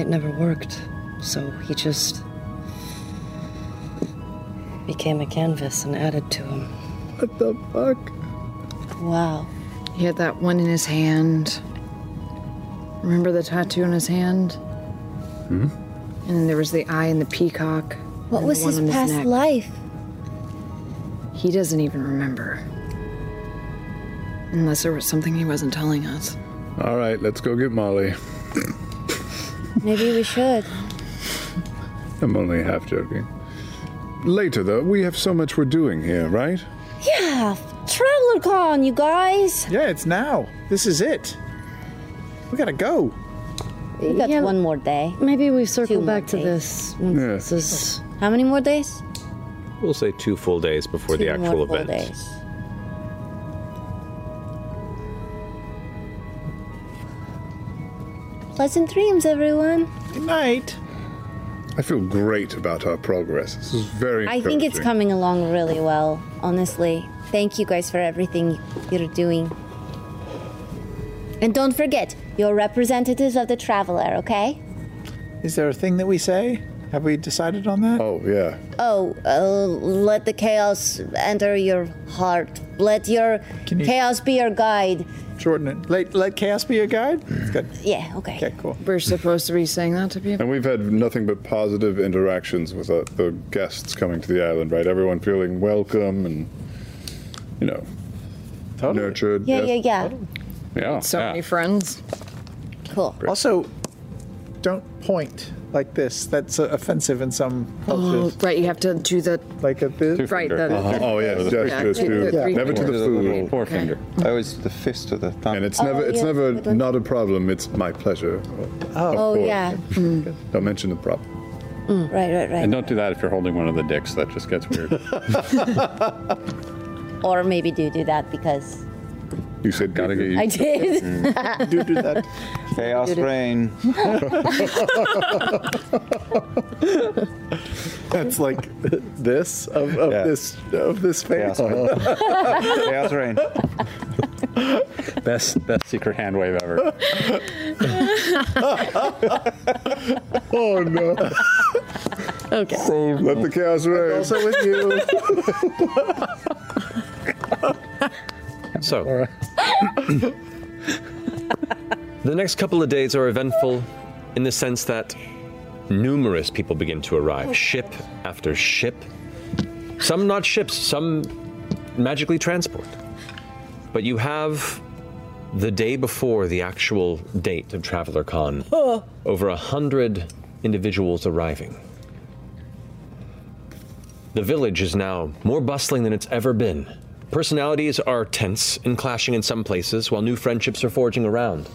S7: it never worked. So he just became a canvas and added to him.
S6: What the fuck?
S26: Wow. He had that one in his hand. Remember the tattoo in his hand?
S4: Hmm?
S26: And then there was the eye and the peacock.
S11: What
S26: and the
S11: was
S26: one
S11: his
S26: on
S11: past
S26: neck.
S11: life?
S26: He doesn't even remember. Unless there was something he wasn't telling us.
S6: All right, let's go get Molly.
S11: Maybe we should.
S6: I'm only half joking. Later, though, we have so much we're doing here, right?
S14: Yeah, Traveler Con, you guys.
S5: Yeah, it's now. This is it. We gotta go.
S14: We got one more day.
S7: Maybe we circle back to this. once this is-
S14: How many more days?
S3: We'll say two full days before
S14: Two
S3: the
S14: more
S3: actual
S14: full
S3: event.
S14: days.
S11: Pleasant dreams, everyone.
S5: Good night.
S6: I feel great about our progress. This is very.
S14: I think it's
S6: encouraging.
S14: coming along really well, honestly. Thank you guys for everything you're doing.
S11: And don't forget,
S14: You're representatives of the traveler, okay?
S5: Is there a thing that we say? Have we decided on that?
S6: Oh, yeah.
S11: Oh, uh, let the chaos enter your heart. Let your
S5: Can you-
S11: chaos be your guide.
S5: Shorten it. Let, let chaos be your guide? It's good.
S11: Yeah, okay.
S5: Okay, cool.
S26: We're supposed to be saying that to people.
S6: And we've had nothing but positive interactions with uh, the guests coming to the island, right? Everyone feeling welcome and, you know, nurtured.
S14: Yeah,
S6: yes.
S14: yeah, yeah.
S6: Yeah.
S26: So many friends.
S14: Cool.
S5: Also, don't point like this. That's uh, offensive in some
S26: Oh,
S5: cultures.
S26: right, you have to do the
S5: like a this.
S26: Right, the- the-
S6: Oh, yeah,
S26: the-
S6: just- just
S26: the-
S6: to-
S26: the three
S6: never to the
S26: fingers.
S6: food.
S26: Forefinger.
S6: I always the fist or the thumb. And it's
S26: Oh,
S6: never, it's
S26: yeah,
S6: never
S26: good one.
S6: not a problem. It's my pleasure. Of
S11: oh
S6: course.
S11: yeah.
S14: Mm.
S6: Don't mention the problem.
S11: Right, right, right.
S4: And don't do that if you're holding one of the dicks. That just gets weird.
S14: Or maybe do do that because
S6: You said gotta get
S14: I did.
S6: Mm.
S5: do do that.
S2: Chaos brain.
S5: That's like this of, of this of this face.
S2: Chaos brain.
S4: best, best secret hand wave ever.
S6: oh no.
S26: Okay.
S6: Let the chaos reign.
S5: Also with you.
S3: So, the next couple of days are eventful in the sense that numerous people begin to arrive, ship after ship. Some not ships, some magically transport. But you have the day before the actual date of Traveler Con, over a hundred individuals arriving. The village is now more bustling than it's ever been. Personalities are tense and clashing in some places, while new friendships are forging around.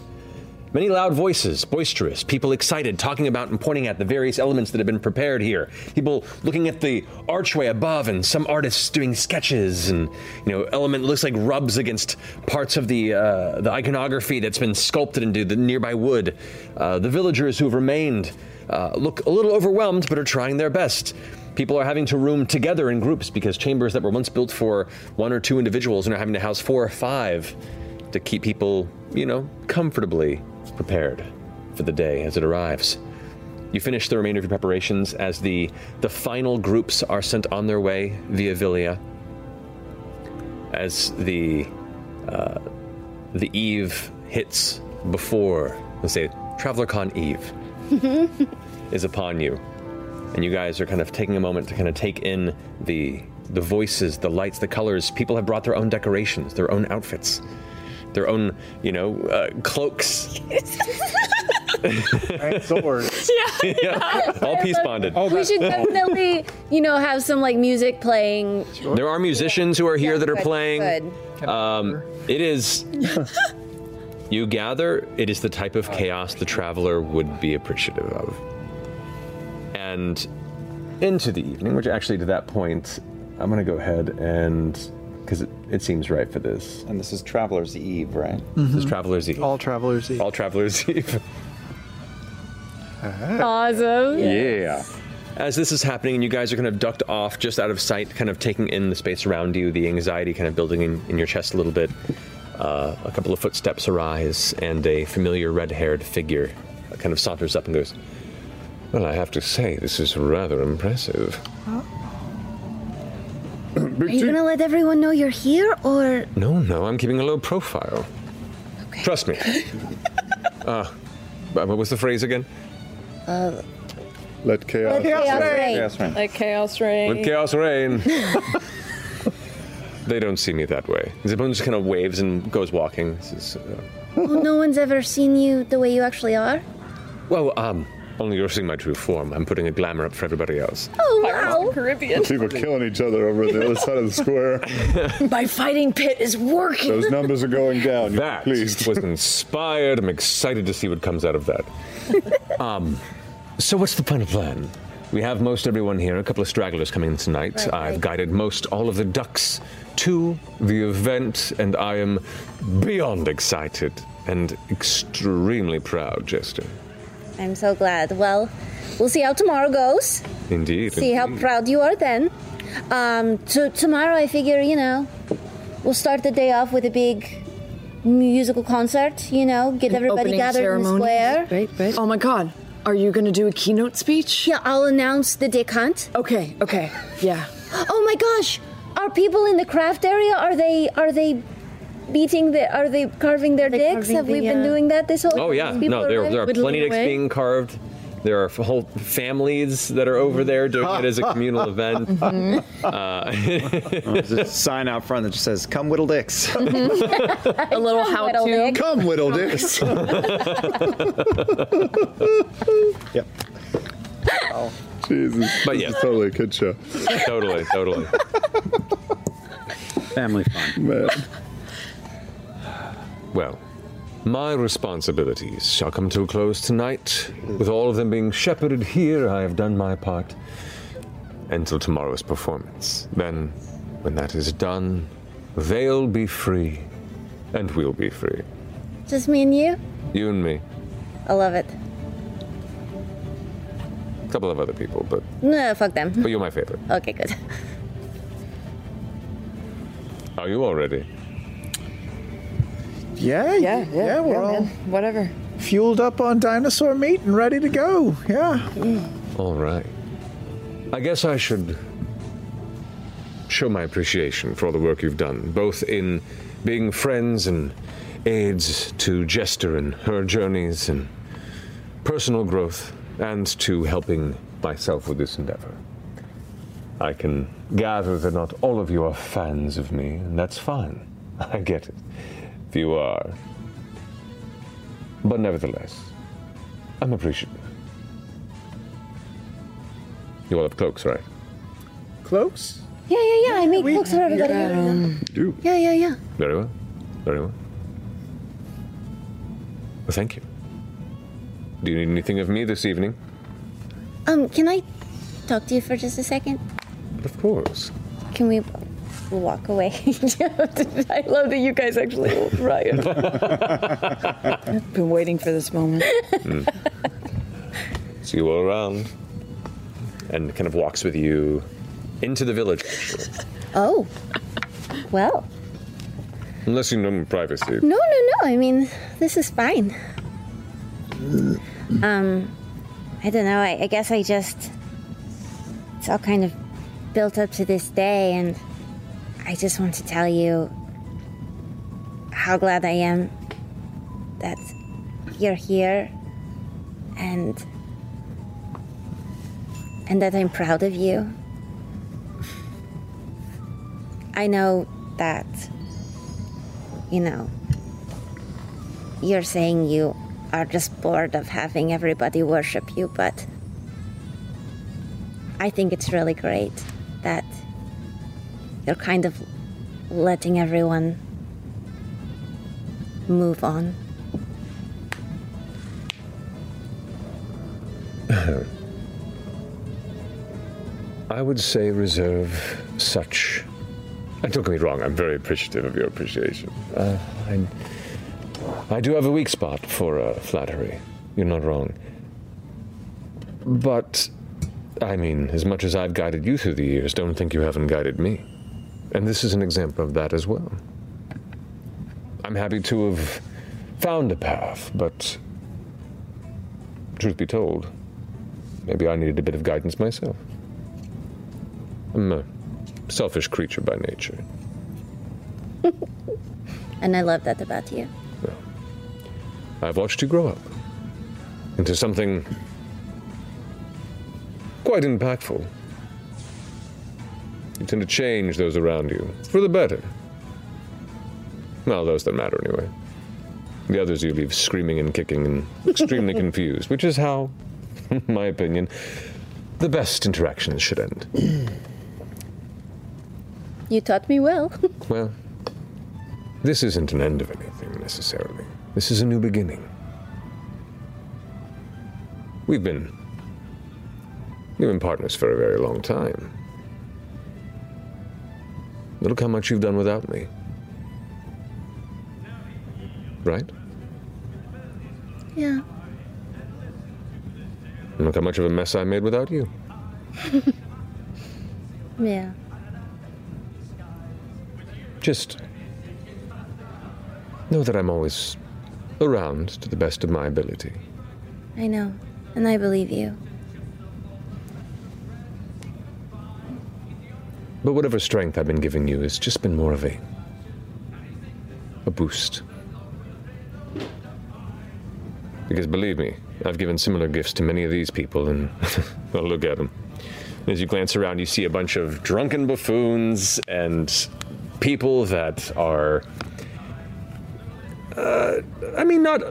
S3: Many loud voices, boisterous, people excited, talking about and pointing at the various elements that have been prepared here. People looking at the archway above, and some artists doing sketches, and you know, element looks like rubs against parts of the uh, the iconography that's been sculpted into the nearby wood. Uh, the villagers who've remained uh, look a little overwhelmed, but are trying their best. People are having to room together in groups because chambers that were once built for one or two individuals are now having to house four or five to keep people, you know, comfortably prepared for the day as it arrives. You finish the remainder of your preparations as the the final groups are sent on their way via Vilia. As the uh, the eve hits before, let's say, TravelerCon Eve is upon you, and you guys are kind of taking a moment to kind of take in the the voices, the lights, the colors. People have brought their own decorations, their own outfits, their own you know uh, cloaks.
S10: swords. Yeah.
S3: yeah, all peace bonded. Oh,
S10: we should definitely, you know, have some like music playing.
S3: There are musicians who are here that are
S10: good,
S3: playing. Um, it is. you gather, it is the type of chaos the traveler would be appreciative of. And into the evening, which actually to that point, I'm going to go ahead and. Because it, it seems right for this. And this is Traveler's Eve, right? This is
S5: Mhm.
S3: Traveler's Eve.
S5: All travelers eat.
S3: All Traveler's Eve.
S10: Awesome.
S3: Yeah. As this is happening, and you guys are kind of ducked off, just out of sight, kind of taking in the space around you, the anxiety kind of building in, in your chest a little bit. Uh, a couple of footsteps arise, and a familiar red haired figure kind of saunters up and goes, Well, I have to say, this is rather impressive.
S14: Are you gonna let everyone know you're here, or
S3: No, no, I'm keeping a low profile. Trust me. uh, but what was the phrase again?
S14: uh,
S6: Let chaos,
S3: Let chaos reign. reign. Chaos reign.
S26: Like chaos rain.
S3: Let chaos reign. they don't see me that way. Zipun just kind of waves and goes walking. This is, uh,
S14: well, no one's ever seen you the way you actually are?
S3: well, um,
S17: Only you're seeing my true form. I'm putting a glamour up for everybody else.
S10: Oh wow!
S9: Caribbean.
S6: People killing each other over the other side of the square.
S9: My fighting pit is working.
S6: Those numbers are going down.
S17: That was inspired. I'm excited to see what comes out of that. um,
S3: So, what's the final plan?
S27: We have most everyone here, a couple of stragglers coming in tonight.
S3: Right,
S27: I've
S3: right.
S27: guided most all of the ducks to
S17: the event, and I am beyond excited and extremely proud, Jester.
S14: I'm so glad. Well, we'll see how tomorrow goes.
S17: Indeed.
S14: See how
S17: indeed.
S14: proud you are then. Um, so tomorrow, I figure, you know, we'll start the day off with a big musical concert. You know, get
S26: An
S14: everybody
S26: opening
S14: gathered in
S26: ceremony.
S14: the square.
S26: Right, right. Oh my god. Are you gonna do a keynote speech?
S14: Yeah, I'll announce the decant.
S26: Okay, okay. Yeah.
S14: Oh my gosh, are people in the craft area? Are they? Are they? Beating the are they carving their dicks?
S3: carving
S14: Have we
S3: the,
S14: been
S3: uh,
S14: doing that this whole?
S3: Oh yeah,
S14: People
S3: no, there, there are
S14: arriving?
S3: plenty of dicks being carved. There are f- whole families that are over there doing it as a communal event.
S14: Mhm.
S3: Uh,
S2: There's a sign out front that just says, "Come whittle dicks."
S26: A little how to.
S2: Come whittle dicks.
S6: yep. Jesus. But yeah. Totally a kid show.
S3: totally, totally.
S2: Family fun.
S17: Well, my responsibilities shall come to a close tonight. With all of them being shepherded here, I have done my part until tomorrow's performance. Then, when that is done, they'll be free, and we'll be free.
S14: Just me and you.
S17: You and me,
S14: I love it.
S17: a couple of other people, but
S14: No, fuck them.
S17: but you're my favorite.
S14: Okay, good.
S17: Are you all ready?
S5: Yeah, yeah, yeah. we're all
S26: whatever
S5: fueled up on dinosaur meat and ready to go. Yeah.
S17: All right. I guess I should show my appreciation for all the work you've done, both in being friends and aids to Jester and her journeys and personal growth, and to helping myself with this endeavor. I can gather that not all of you are fans of me, and that's fine. I get it. If you are. But nevertheless, I'm appreciative. You all have cloaks, right?
S5: Cloaks?
S14: Yeah, yeah, yeah. I make books for everybody.
S17: Do.
S14: Yeah, yeah, yeah.
S17: Very well. Very well. Well, thank you. Do you need anything of me this evening?
S14: Um, can I talk to you for just a second?
S17: Of course.
S14: Can we walk away?
S26: I love that you guys actually Ryan. I've been waiting for this moment.
S3: Mm. See you all around, and kind of walks with you into the village,
S14: Oh, well.
S17: Unless you know my privacy.
S14: No, no, no. I mean, this is fine. Um, I don't know. I, I guess I just. It's all kind of built up to this day, and I just want to tell you how glad I am that you're here and. and that I'm proud of you. I know that, you know, you're saying you are just bored of having everybody worship you, but I think it's really great that you're kind of letting everyone move on.
S17: I would say reserve such. And don't get me wrong, I'm very appreciative of your appreciation. Uh, I, I do have a weak spot for uh, flattery. You're not wrong. But, I mean, as much as I've guided you through the years, don't think you haven't guided me. And this is an example of that as well. I'm happy to have found a path, but truth be told, maybe I needed a bit of guidance myself. I'm a selfish creature by nature.
S14: And I love that about you.
S17: I've watched you grow up into something quite impactful. You tend to change those around you for the better. Well, those that matter anyway. The others you leave screaming and kicking and extremely confused, which is how my opinion, the best interactions should end.
S11: You taught me well.
S17: Well, this isn't an end of anything necessarily. This is a new beginning. We've been we've been partners for a very long time. Look how much you've done without me. Right?
S11: yeah.
S17: And look how much of a mess I made without you.
S11: Yeah.
S17: Just know that I'm always around to the best of my ability.
S11: I know. And I believe you.
S17: But whatever strength I've been giving you has just been more of a a boost. Because believe me, I've given similar gifts to many of these people, and well, look at them.
S3: As you glance around, you see a bunch of drunken buffoons and people that are. Uh, I mean, not.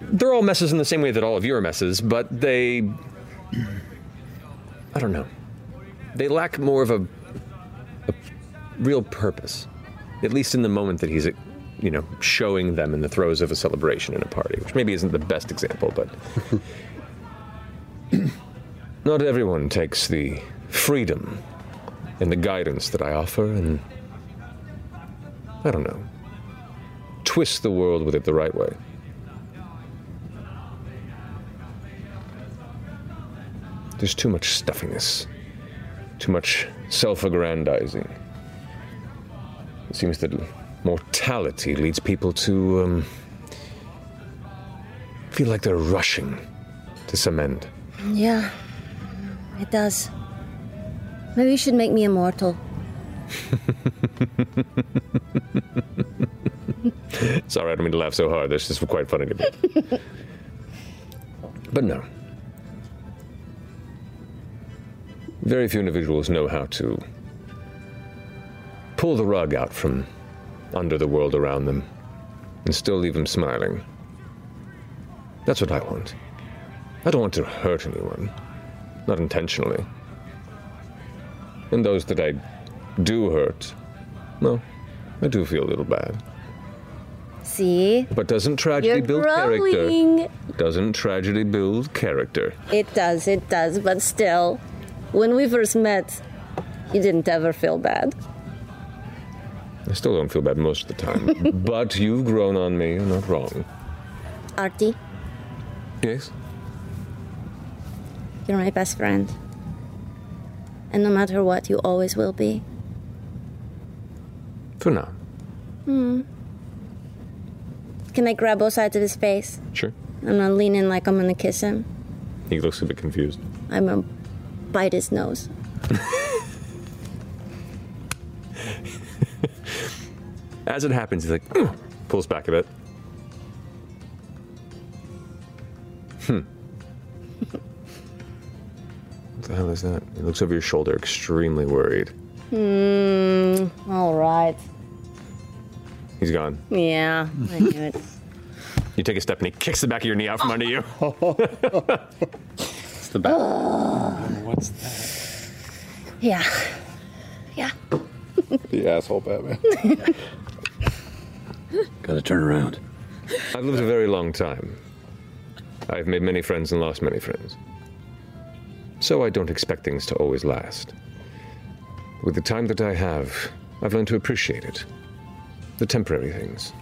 S3: They're all messes in the same way that all of you are messes, but they. I don't know. They lack more of a, a real purpose, at least in the moment that he's, you know, showing them in the throes of a celebration in a party, which maybe isn't the best example, but.
S17: Not everyone takes the freedom and the guidance that I offer, and I don't know. Twist the world with it the right way. There's too much stuffiness, too much self aggrandizing. It seems that mortality leads people to um, feel like they're rushing to some end.
S11: Yeah. It does. Maybe you should make me immortal.
S17: Sorry, I don't mean to laugh so hard. This is quite funny to me. but no. Very few individuals know how to pull the rug out from under the world around them and still leave them smiling. That's what I want. I don't want to hurt anyone, not intentionally. And those that I do hurt, well, I do feel a little bad.
S11: See?
S17: But doesn't tragedy
S11: You're
S17: build
S11: growing.
S17: character? Doesn't tragedy build character?
S11: It does, it does, but still. When we first met, you didn't ever feel bad.
S17: I still don't feel bad most of the time, but you've grown on me. You're not wrong.
S11: Artie,
S17: Yes.
S11: you're my best friend. And no matter what, you always will be.
S17: For now,
S11: Hmm. Can I grab both sides of his face?
S17: sure.
S11: I'm gonna lean in like I'm gonna kiss him.
S17: He looks a bit confused.
S11: I'm gonna bite his nose.
S3: As it happens, he's like, "Mm," pulls back a bit.
S17: Hmm. what the hell is that? He looks over your shoulder, extremely worried.
S14: Hmm. All right.
S17: He's gone.
S14: Yeah, I knew it.
S3: You take a step and he kicks the back of your knee out from under you. it's the back.
S4: What's that?
S11: Yeah. Yeah.
S6: The asshole Batman.
S17: Gotta turn around. I've lived a very long time. I've made many friends and lost many friends. So I don't expect things to always last. With the time that I have, I've learned to appreciate it. The temporary things.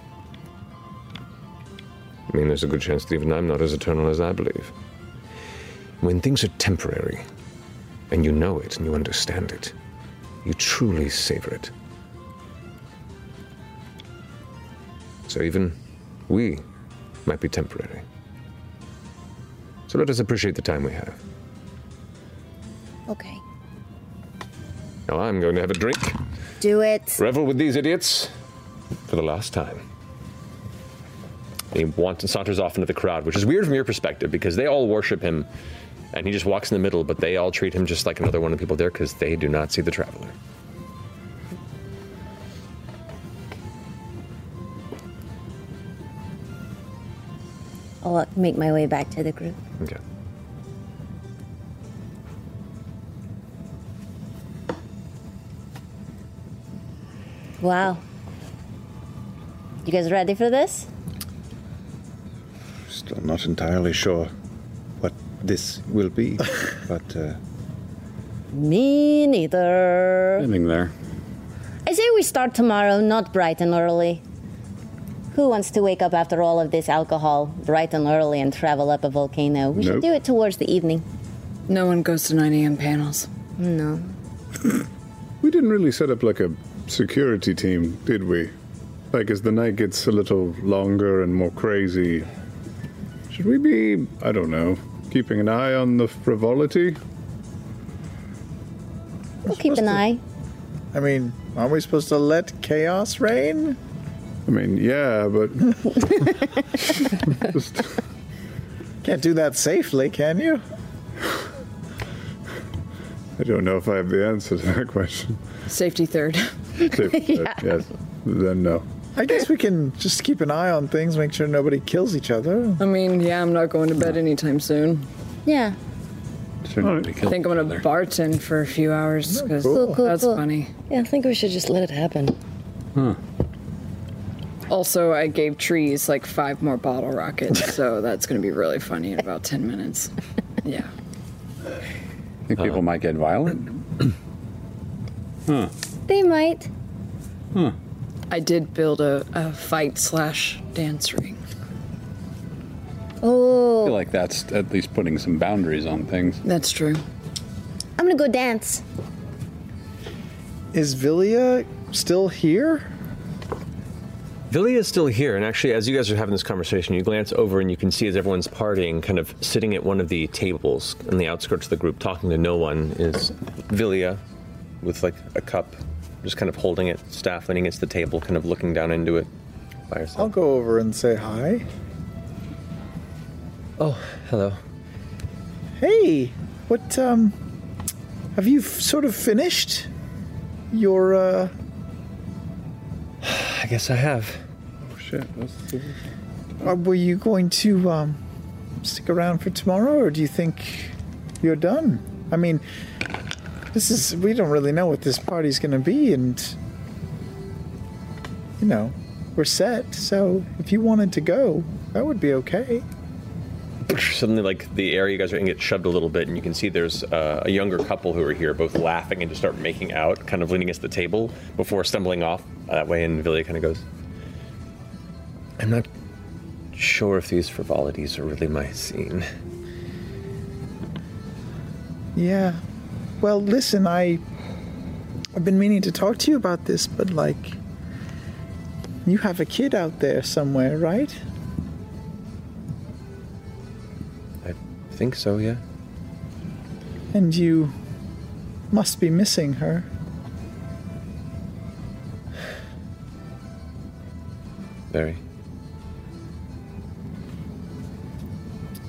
S17: I mean, there's a good chance that even I'm not as eternal as I believe. When things are temporary, and you know it and you understand it, you truly savor it. So even we might be temporary. So let us appreciate the time we have.
S11: Okay.
S17: Now I'm going to have a drink,
S11: Do it.
S17: revel with these idiots for the last time.
S3: He wants and saunters off into the crowd, which is weird from your perspective because they all worship him, and he just walks in the middle. But they all treat him just like another one of the people there because they do not see the traveler.
S11: I'll uh, make my way back to the group.
S17: Okay.
S14: Wow.
S11: You guys ready for this?
S2: Still not entirely sure what this will be, but uh,
S14: Me neither.
S4: ending there.
S14: I say we start tomorrow, not bright and early. Who wants to wake up after all of this alcohol bright and early and travel up a volcano? We should
S26: Nope.
S14: do it towards the evening.
S26: No one goes to 9 a.m. panels.
S14: No.
S6: We didn't really set up like a security team, did we? Like, as the night gets a little longer and more crazy, should we be, I don't know, keeping an eye on the frivolity?
S14: We'll keep an eye.
S5: I mean, aren't we supposed to let chaos reign?
S6: I mean, yeah, but.
S5: Can't do that safely, can you?
S6: I don't know if I have the answer to that question.
S26: Safety third.
S6: Safe- Yes. Then no.
S5: I guess we can just keep an eye on things, make sure nobody kills each other.
S26: I mean, yeah, I'm not going to bed anytime soon.
S14: Yeah.
S26: I think I'm gonna bartend for a few hours because
S7: Cool, cool,
S26: that's
S7: cool.
S26: funny.
S7: Yeah, I think we should just let it happen.
S26: Also, I gave trees like five more bottle rockets, so that's gonna be really funny in about ten minutes. Yeah.
S4: I think
S7: Uh-huh.
S4: people might get violent. huh.
S14: They might.
S4: Huh.
S26: I did build a, a fight slash dance ring.
S4: I feel
S14: Oh,
S4: like that's at least putting some boundaries on things.
S26: That's true.
S14: I'm gonna go dance.
S5: Is Villia still here?
S3: Villy is still here, and actually, as you guys are having this conversation, you glance over and you can see as everyone's partying, kind of sitting at one of the tables in the outskirts of the group, talking to no one, is Villia with like a cup, just kind of holding it, staff leaning against the table, kind of looking down into it by herself.
S5: I'll go over and say hi.
S3: Oh, hello.
S5: Hey, what, um, have you f- sort of finished your, uh,
S3: I guess I have.
S5: Oh, shit. That's... Uh, were you going to, um, stick around for tomorrow, or do you think you're done? I mean, this is, we don't really know what this party's gonna be, and, you know, we're set, so if you wanted to go, that would be okay.
S3: Suddenly, like the area you guys are in gets shoved a little bit, and you can see there's uh, a younger couple who are here, both laughing and just start making out, kind of leaning against the table before stumbling off Uh, that way. And Villia kind of goes, I'm not sure if these frivolities are really my scene.
S5: Yeah. Well, listen, I I've been meaning to talk to you about this, but like you have a kid out there somewhere, right?
S3: I think so, yeah.
S5: And you must be missing her.
S3: Very.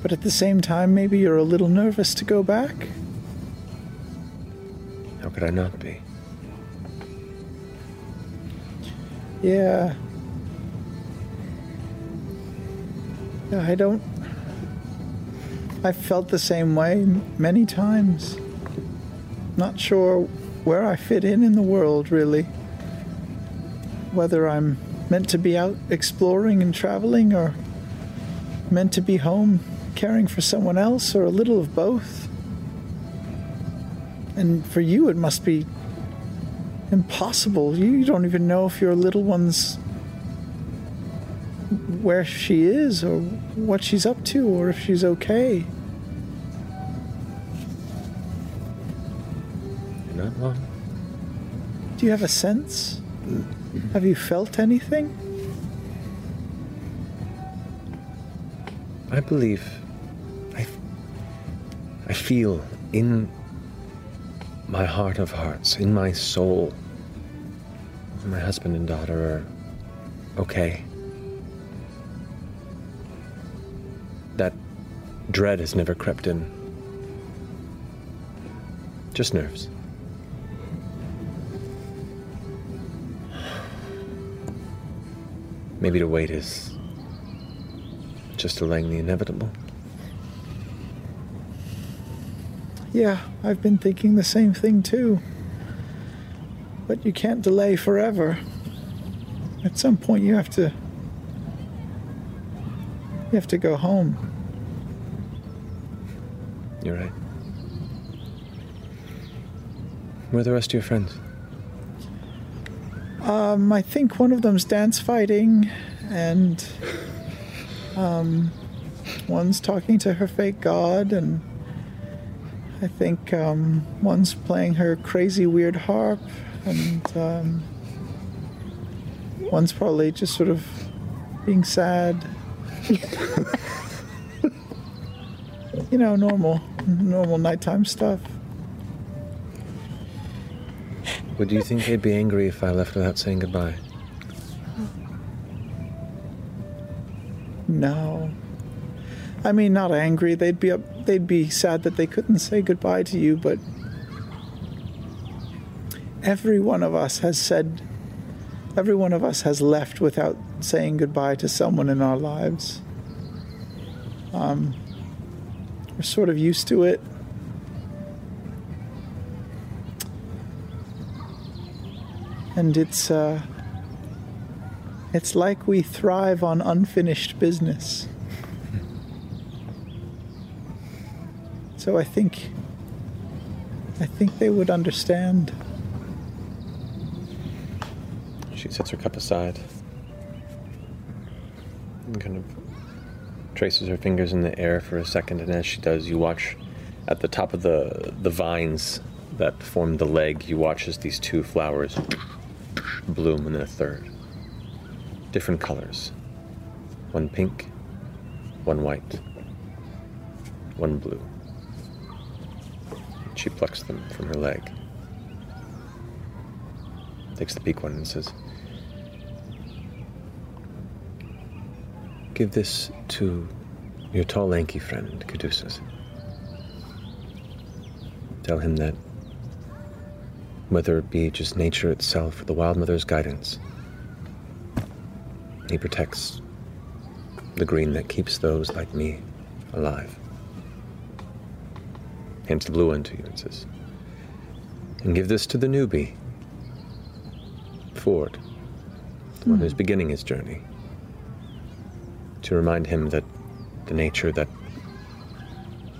S5: But at the same time, maybe you're a little nervous to go back.
S3: How could I not be?
S5: Yeah. Yeah, I don't I've felt the same way many times. Not sure where I fit in in the world, really. Whether I'm meant to be out exploring and traveling, or meant to be home caring for someone else, or a little of both. And for you, it must be impossible. You you don't even know if your little one's where she is, or what she's up to, or if she's okay.
S3: You're not wrong.
S5: Do you have a sense? Have you felt anything?
S3: I believe. I, I feel in my heart of hearts, in my soul, my husband and daughter are okay. That dread has never crept in. Just nerves. Maybe to wait is just delaying the inevitable.
S5: Yeah, I've been thinking the same thing too. But you can't delay forever. At some point, you have to. You have to go home.
S27: You're right. Where are the rest of your friends?
S5: Um, I think one of them's dance fighting, and um, one's talking to her fake god, and I think um, one's playing her crazy weird harp, and um, one's probably just sort of being sad. you know, normal, normal nighttime stuff.
S27: Would you think they'd be angry if I left without saying goodbye?
S5: No. I mean, not angry. They'd be up, they'd be sad that they couldn't say goodbye to you, but every one of us has said every one of us has left without saying goodbye to someone in our lives. Um, we're sort of used to it. And it's uh it's like we thrive on unfinished business. So I think I think they would understand.
S27: She sets her cup aside and kind of traces her fingers in the air for a second, and as she does, you watch at the top of the the vines that form the leg. You watch as these two flowers bloom, and then a third, different colors: one pink, one white, one blue. She plucks them from her leg, takes the pink one, and says. Give this to your tall, lanky friend, Caduceus. Tell him that whether it be just nature itself or the Wild Mother's guidance, he protects the green that keeps those like me alive. Hands the blue one to you and says, And give this to the newbie, Ford, the one who's beginning his journey to remind him that the nature that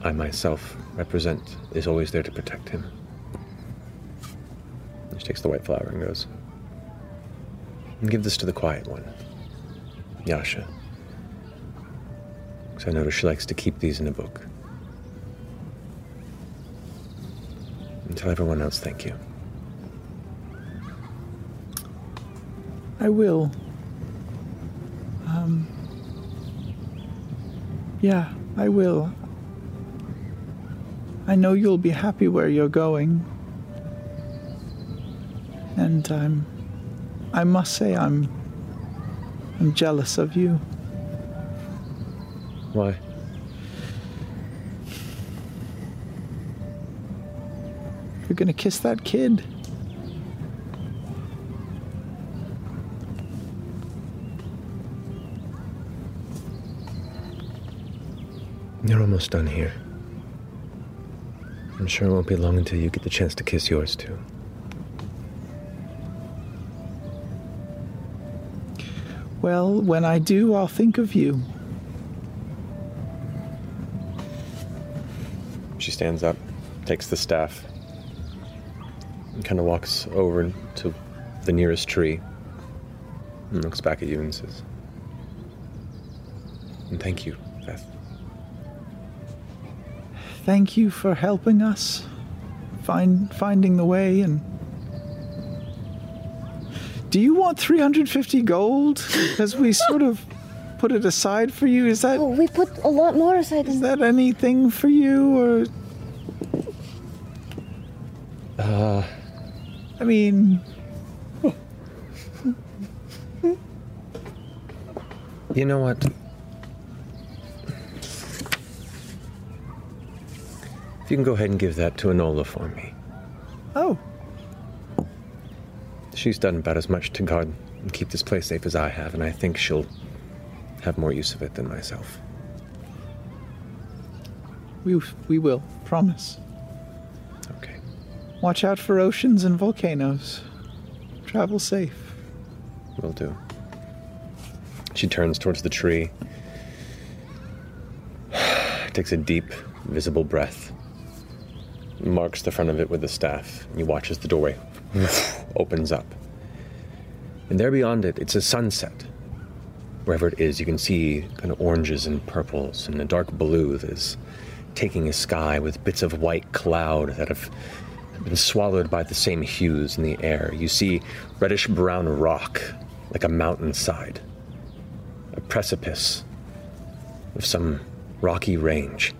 S27: I myself represent is always there to protect him. And She takes the white flower and goes, and Give this to the quiet one, Yasha. Because I notice she likes to keep these in a book. And tell everyone else thank you.
S5: I will. Um, yeah, I will. I know you'll be happy where you're going. And I'm I must say I'm I'm jealous of you.
S27: Why?
S5: You're gonna kiss that kid.
S27: You're almost done here. I'm sure it won't be long until you get the chance to kiss yours too.
S5: Well, when I do, I'll think of you.
S27: She stands up, takes the staff, and kind of walks over to the nearest tree and looks back at you and says, And thank you, Beth.
S5: Thank you for helping us find finding the way and Do you want 350 gold? Because we sort of put it aside for you. Is that Oh,
S14: we put a lot more aside.
S5: Is that anything for you or
S27: Uh,
S5: I mean,
S27: you know what? If you can go ahead and give that to Enola for me.
S5: oh,
S27: She's done about as much to guard and keep this place safe as I have, and I think she'll have more use of it than myself.
S5: we we will. Promise. Okay. Watch out for oceans and volcanoes. Travel safe.
S27: Will do. She turns towards the tree, takes a deep, visible breath, marks the front of it with the staff. and You watch as the doorway opens up. And there beyond it, it's a sunset. Wherever it is, you can see kind of oranges and purples and a dark blue that is taking a sky with bits of white cloud that have been swallowed by the same hues in the air. You see reddish brown rock like a mountainside, a precipice of some rocky range.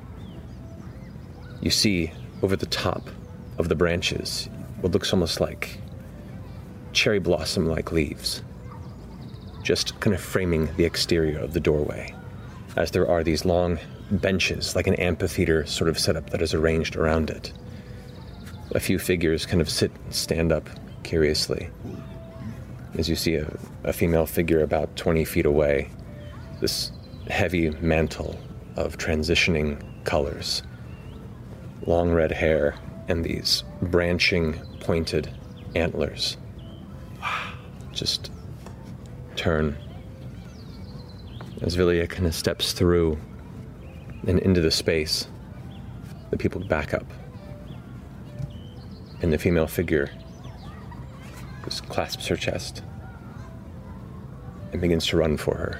S27: You see over the top of the branches what looks almost like cherry blossom like leaves, just kind of framing the exterior of the doorway, as there are these long benches, like an amphitheater sort of setup that is arranged around it. A few figures kind of sit and stand up curiously as you see a, a female figure about 20 feet away, this heavy mantle of transitioning colors, long red hair, and these branching, pointed antlers. Just turn as Vilia kind of steps through and into the space. The people back up, and the female figure just clasps her chest and begins to run for her,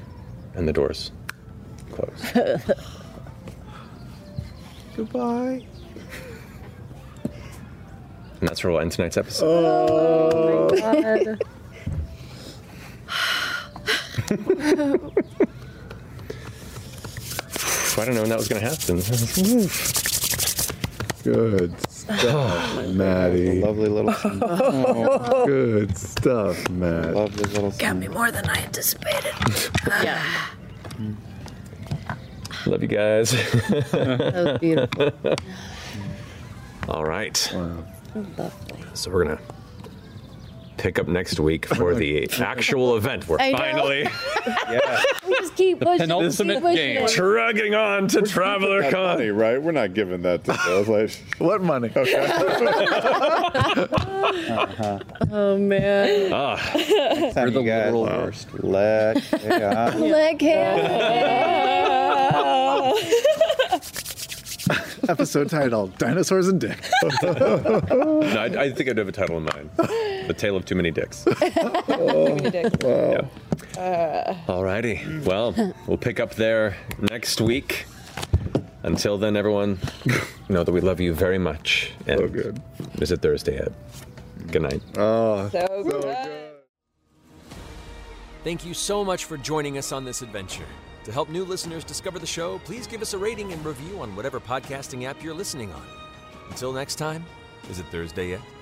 S27: and the doors close.
S5: Goodbye.
S27: And that's where we'll end tonight's episode.
S5: Oh.
S27: I don't know when that was going to happen.
S6: Good stuff, Maddie. Lovely little.
S5: Oh.
S6: Good stuff, Matt. Lovely little.
S49: Got me more than I anticipated. yeah.
S27: Love you guys. that
S7: was beautiful.
S27: All right. So we're going to pick up next week for the actual event. We're
S7: I know.
S27: finally
S6: Yeah.
S7: We just keep pushing. keep pushing it.
S27: Trugging on to Traveler Con.
S6: Money, right? We're not giving that to Bill. Like,
S5: what money?
S6: Okay. Uh-huh.
S7: Oh man.
S4: Ah.
S9: Next time you guys, Let yeah.
S7: Leg
S5: Episode title Dinosaurs and Dick.
S27: no, I, I think I do have a title in mind The Tale of Too Many Dicks.
S3: Uh,
S27: Alrighty. Well, we'll pick up there next week. Until then, everyone, know that we love you very much. And so good. Is it Thursday yet? Good night.
S6: Oh,
S3: So
S9: uh,
S3: Thank you so much for joining us on this adventure. To help new listeners discover the show, please give us a rating and review on whatever podcasting app you're listening on. Until next time, is it Thursday yet?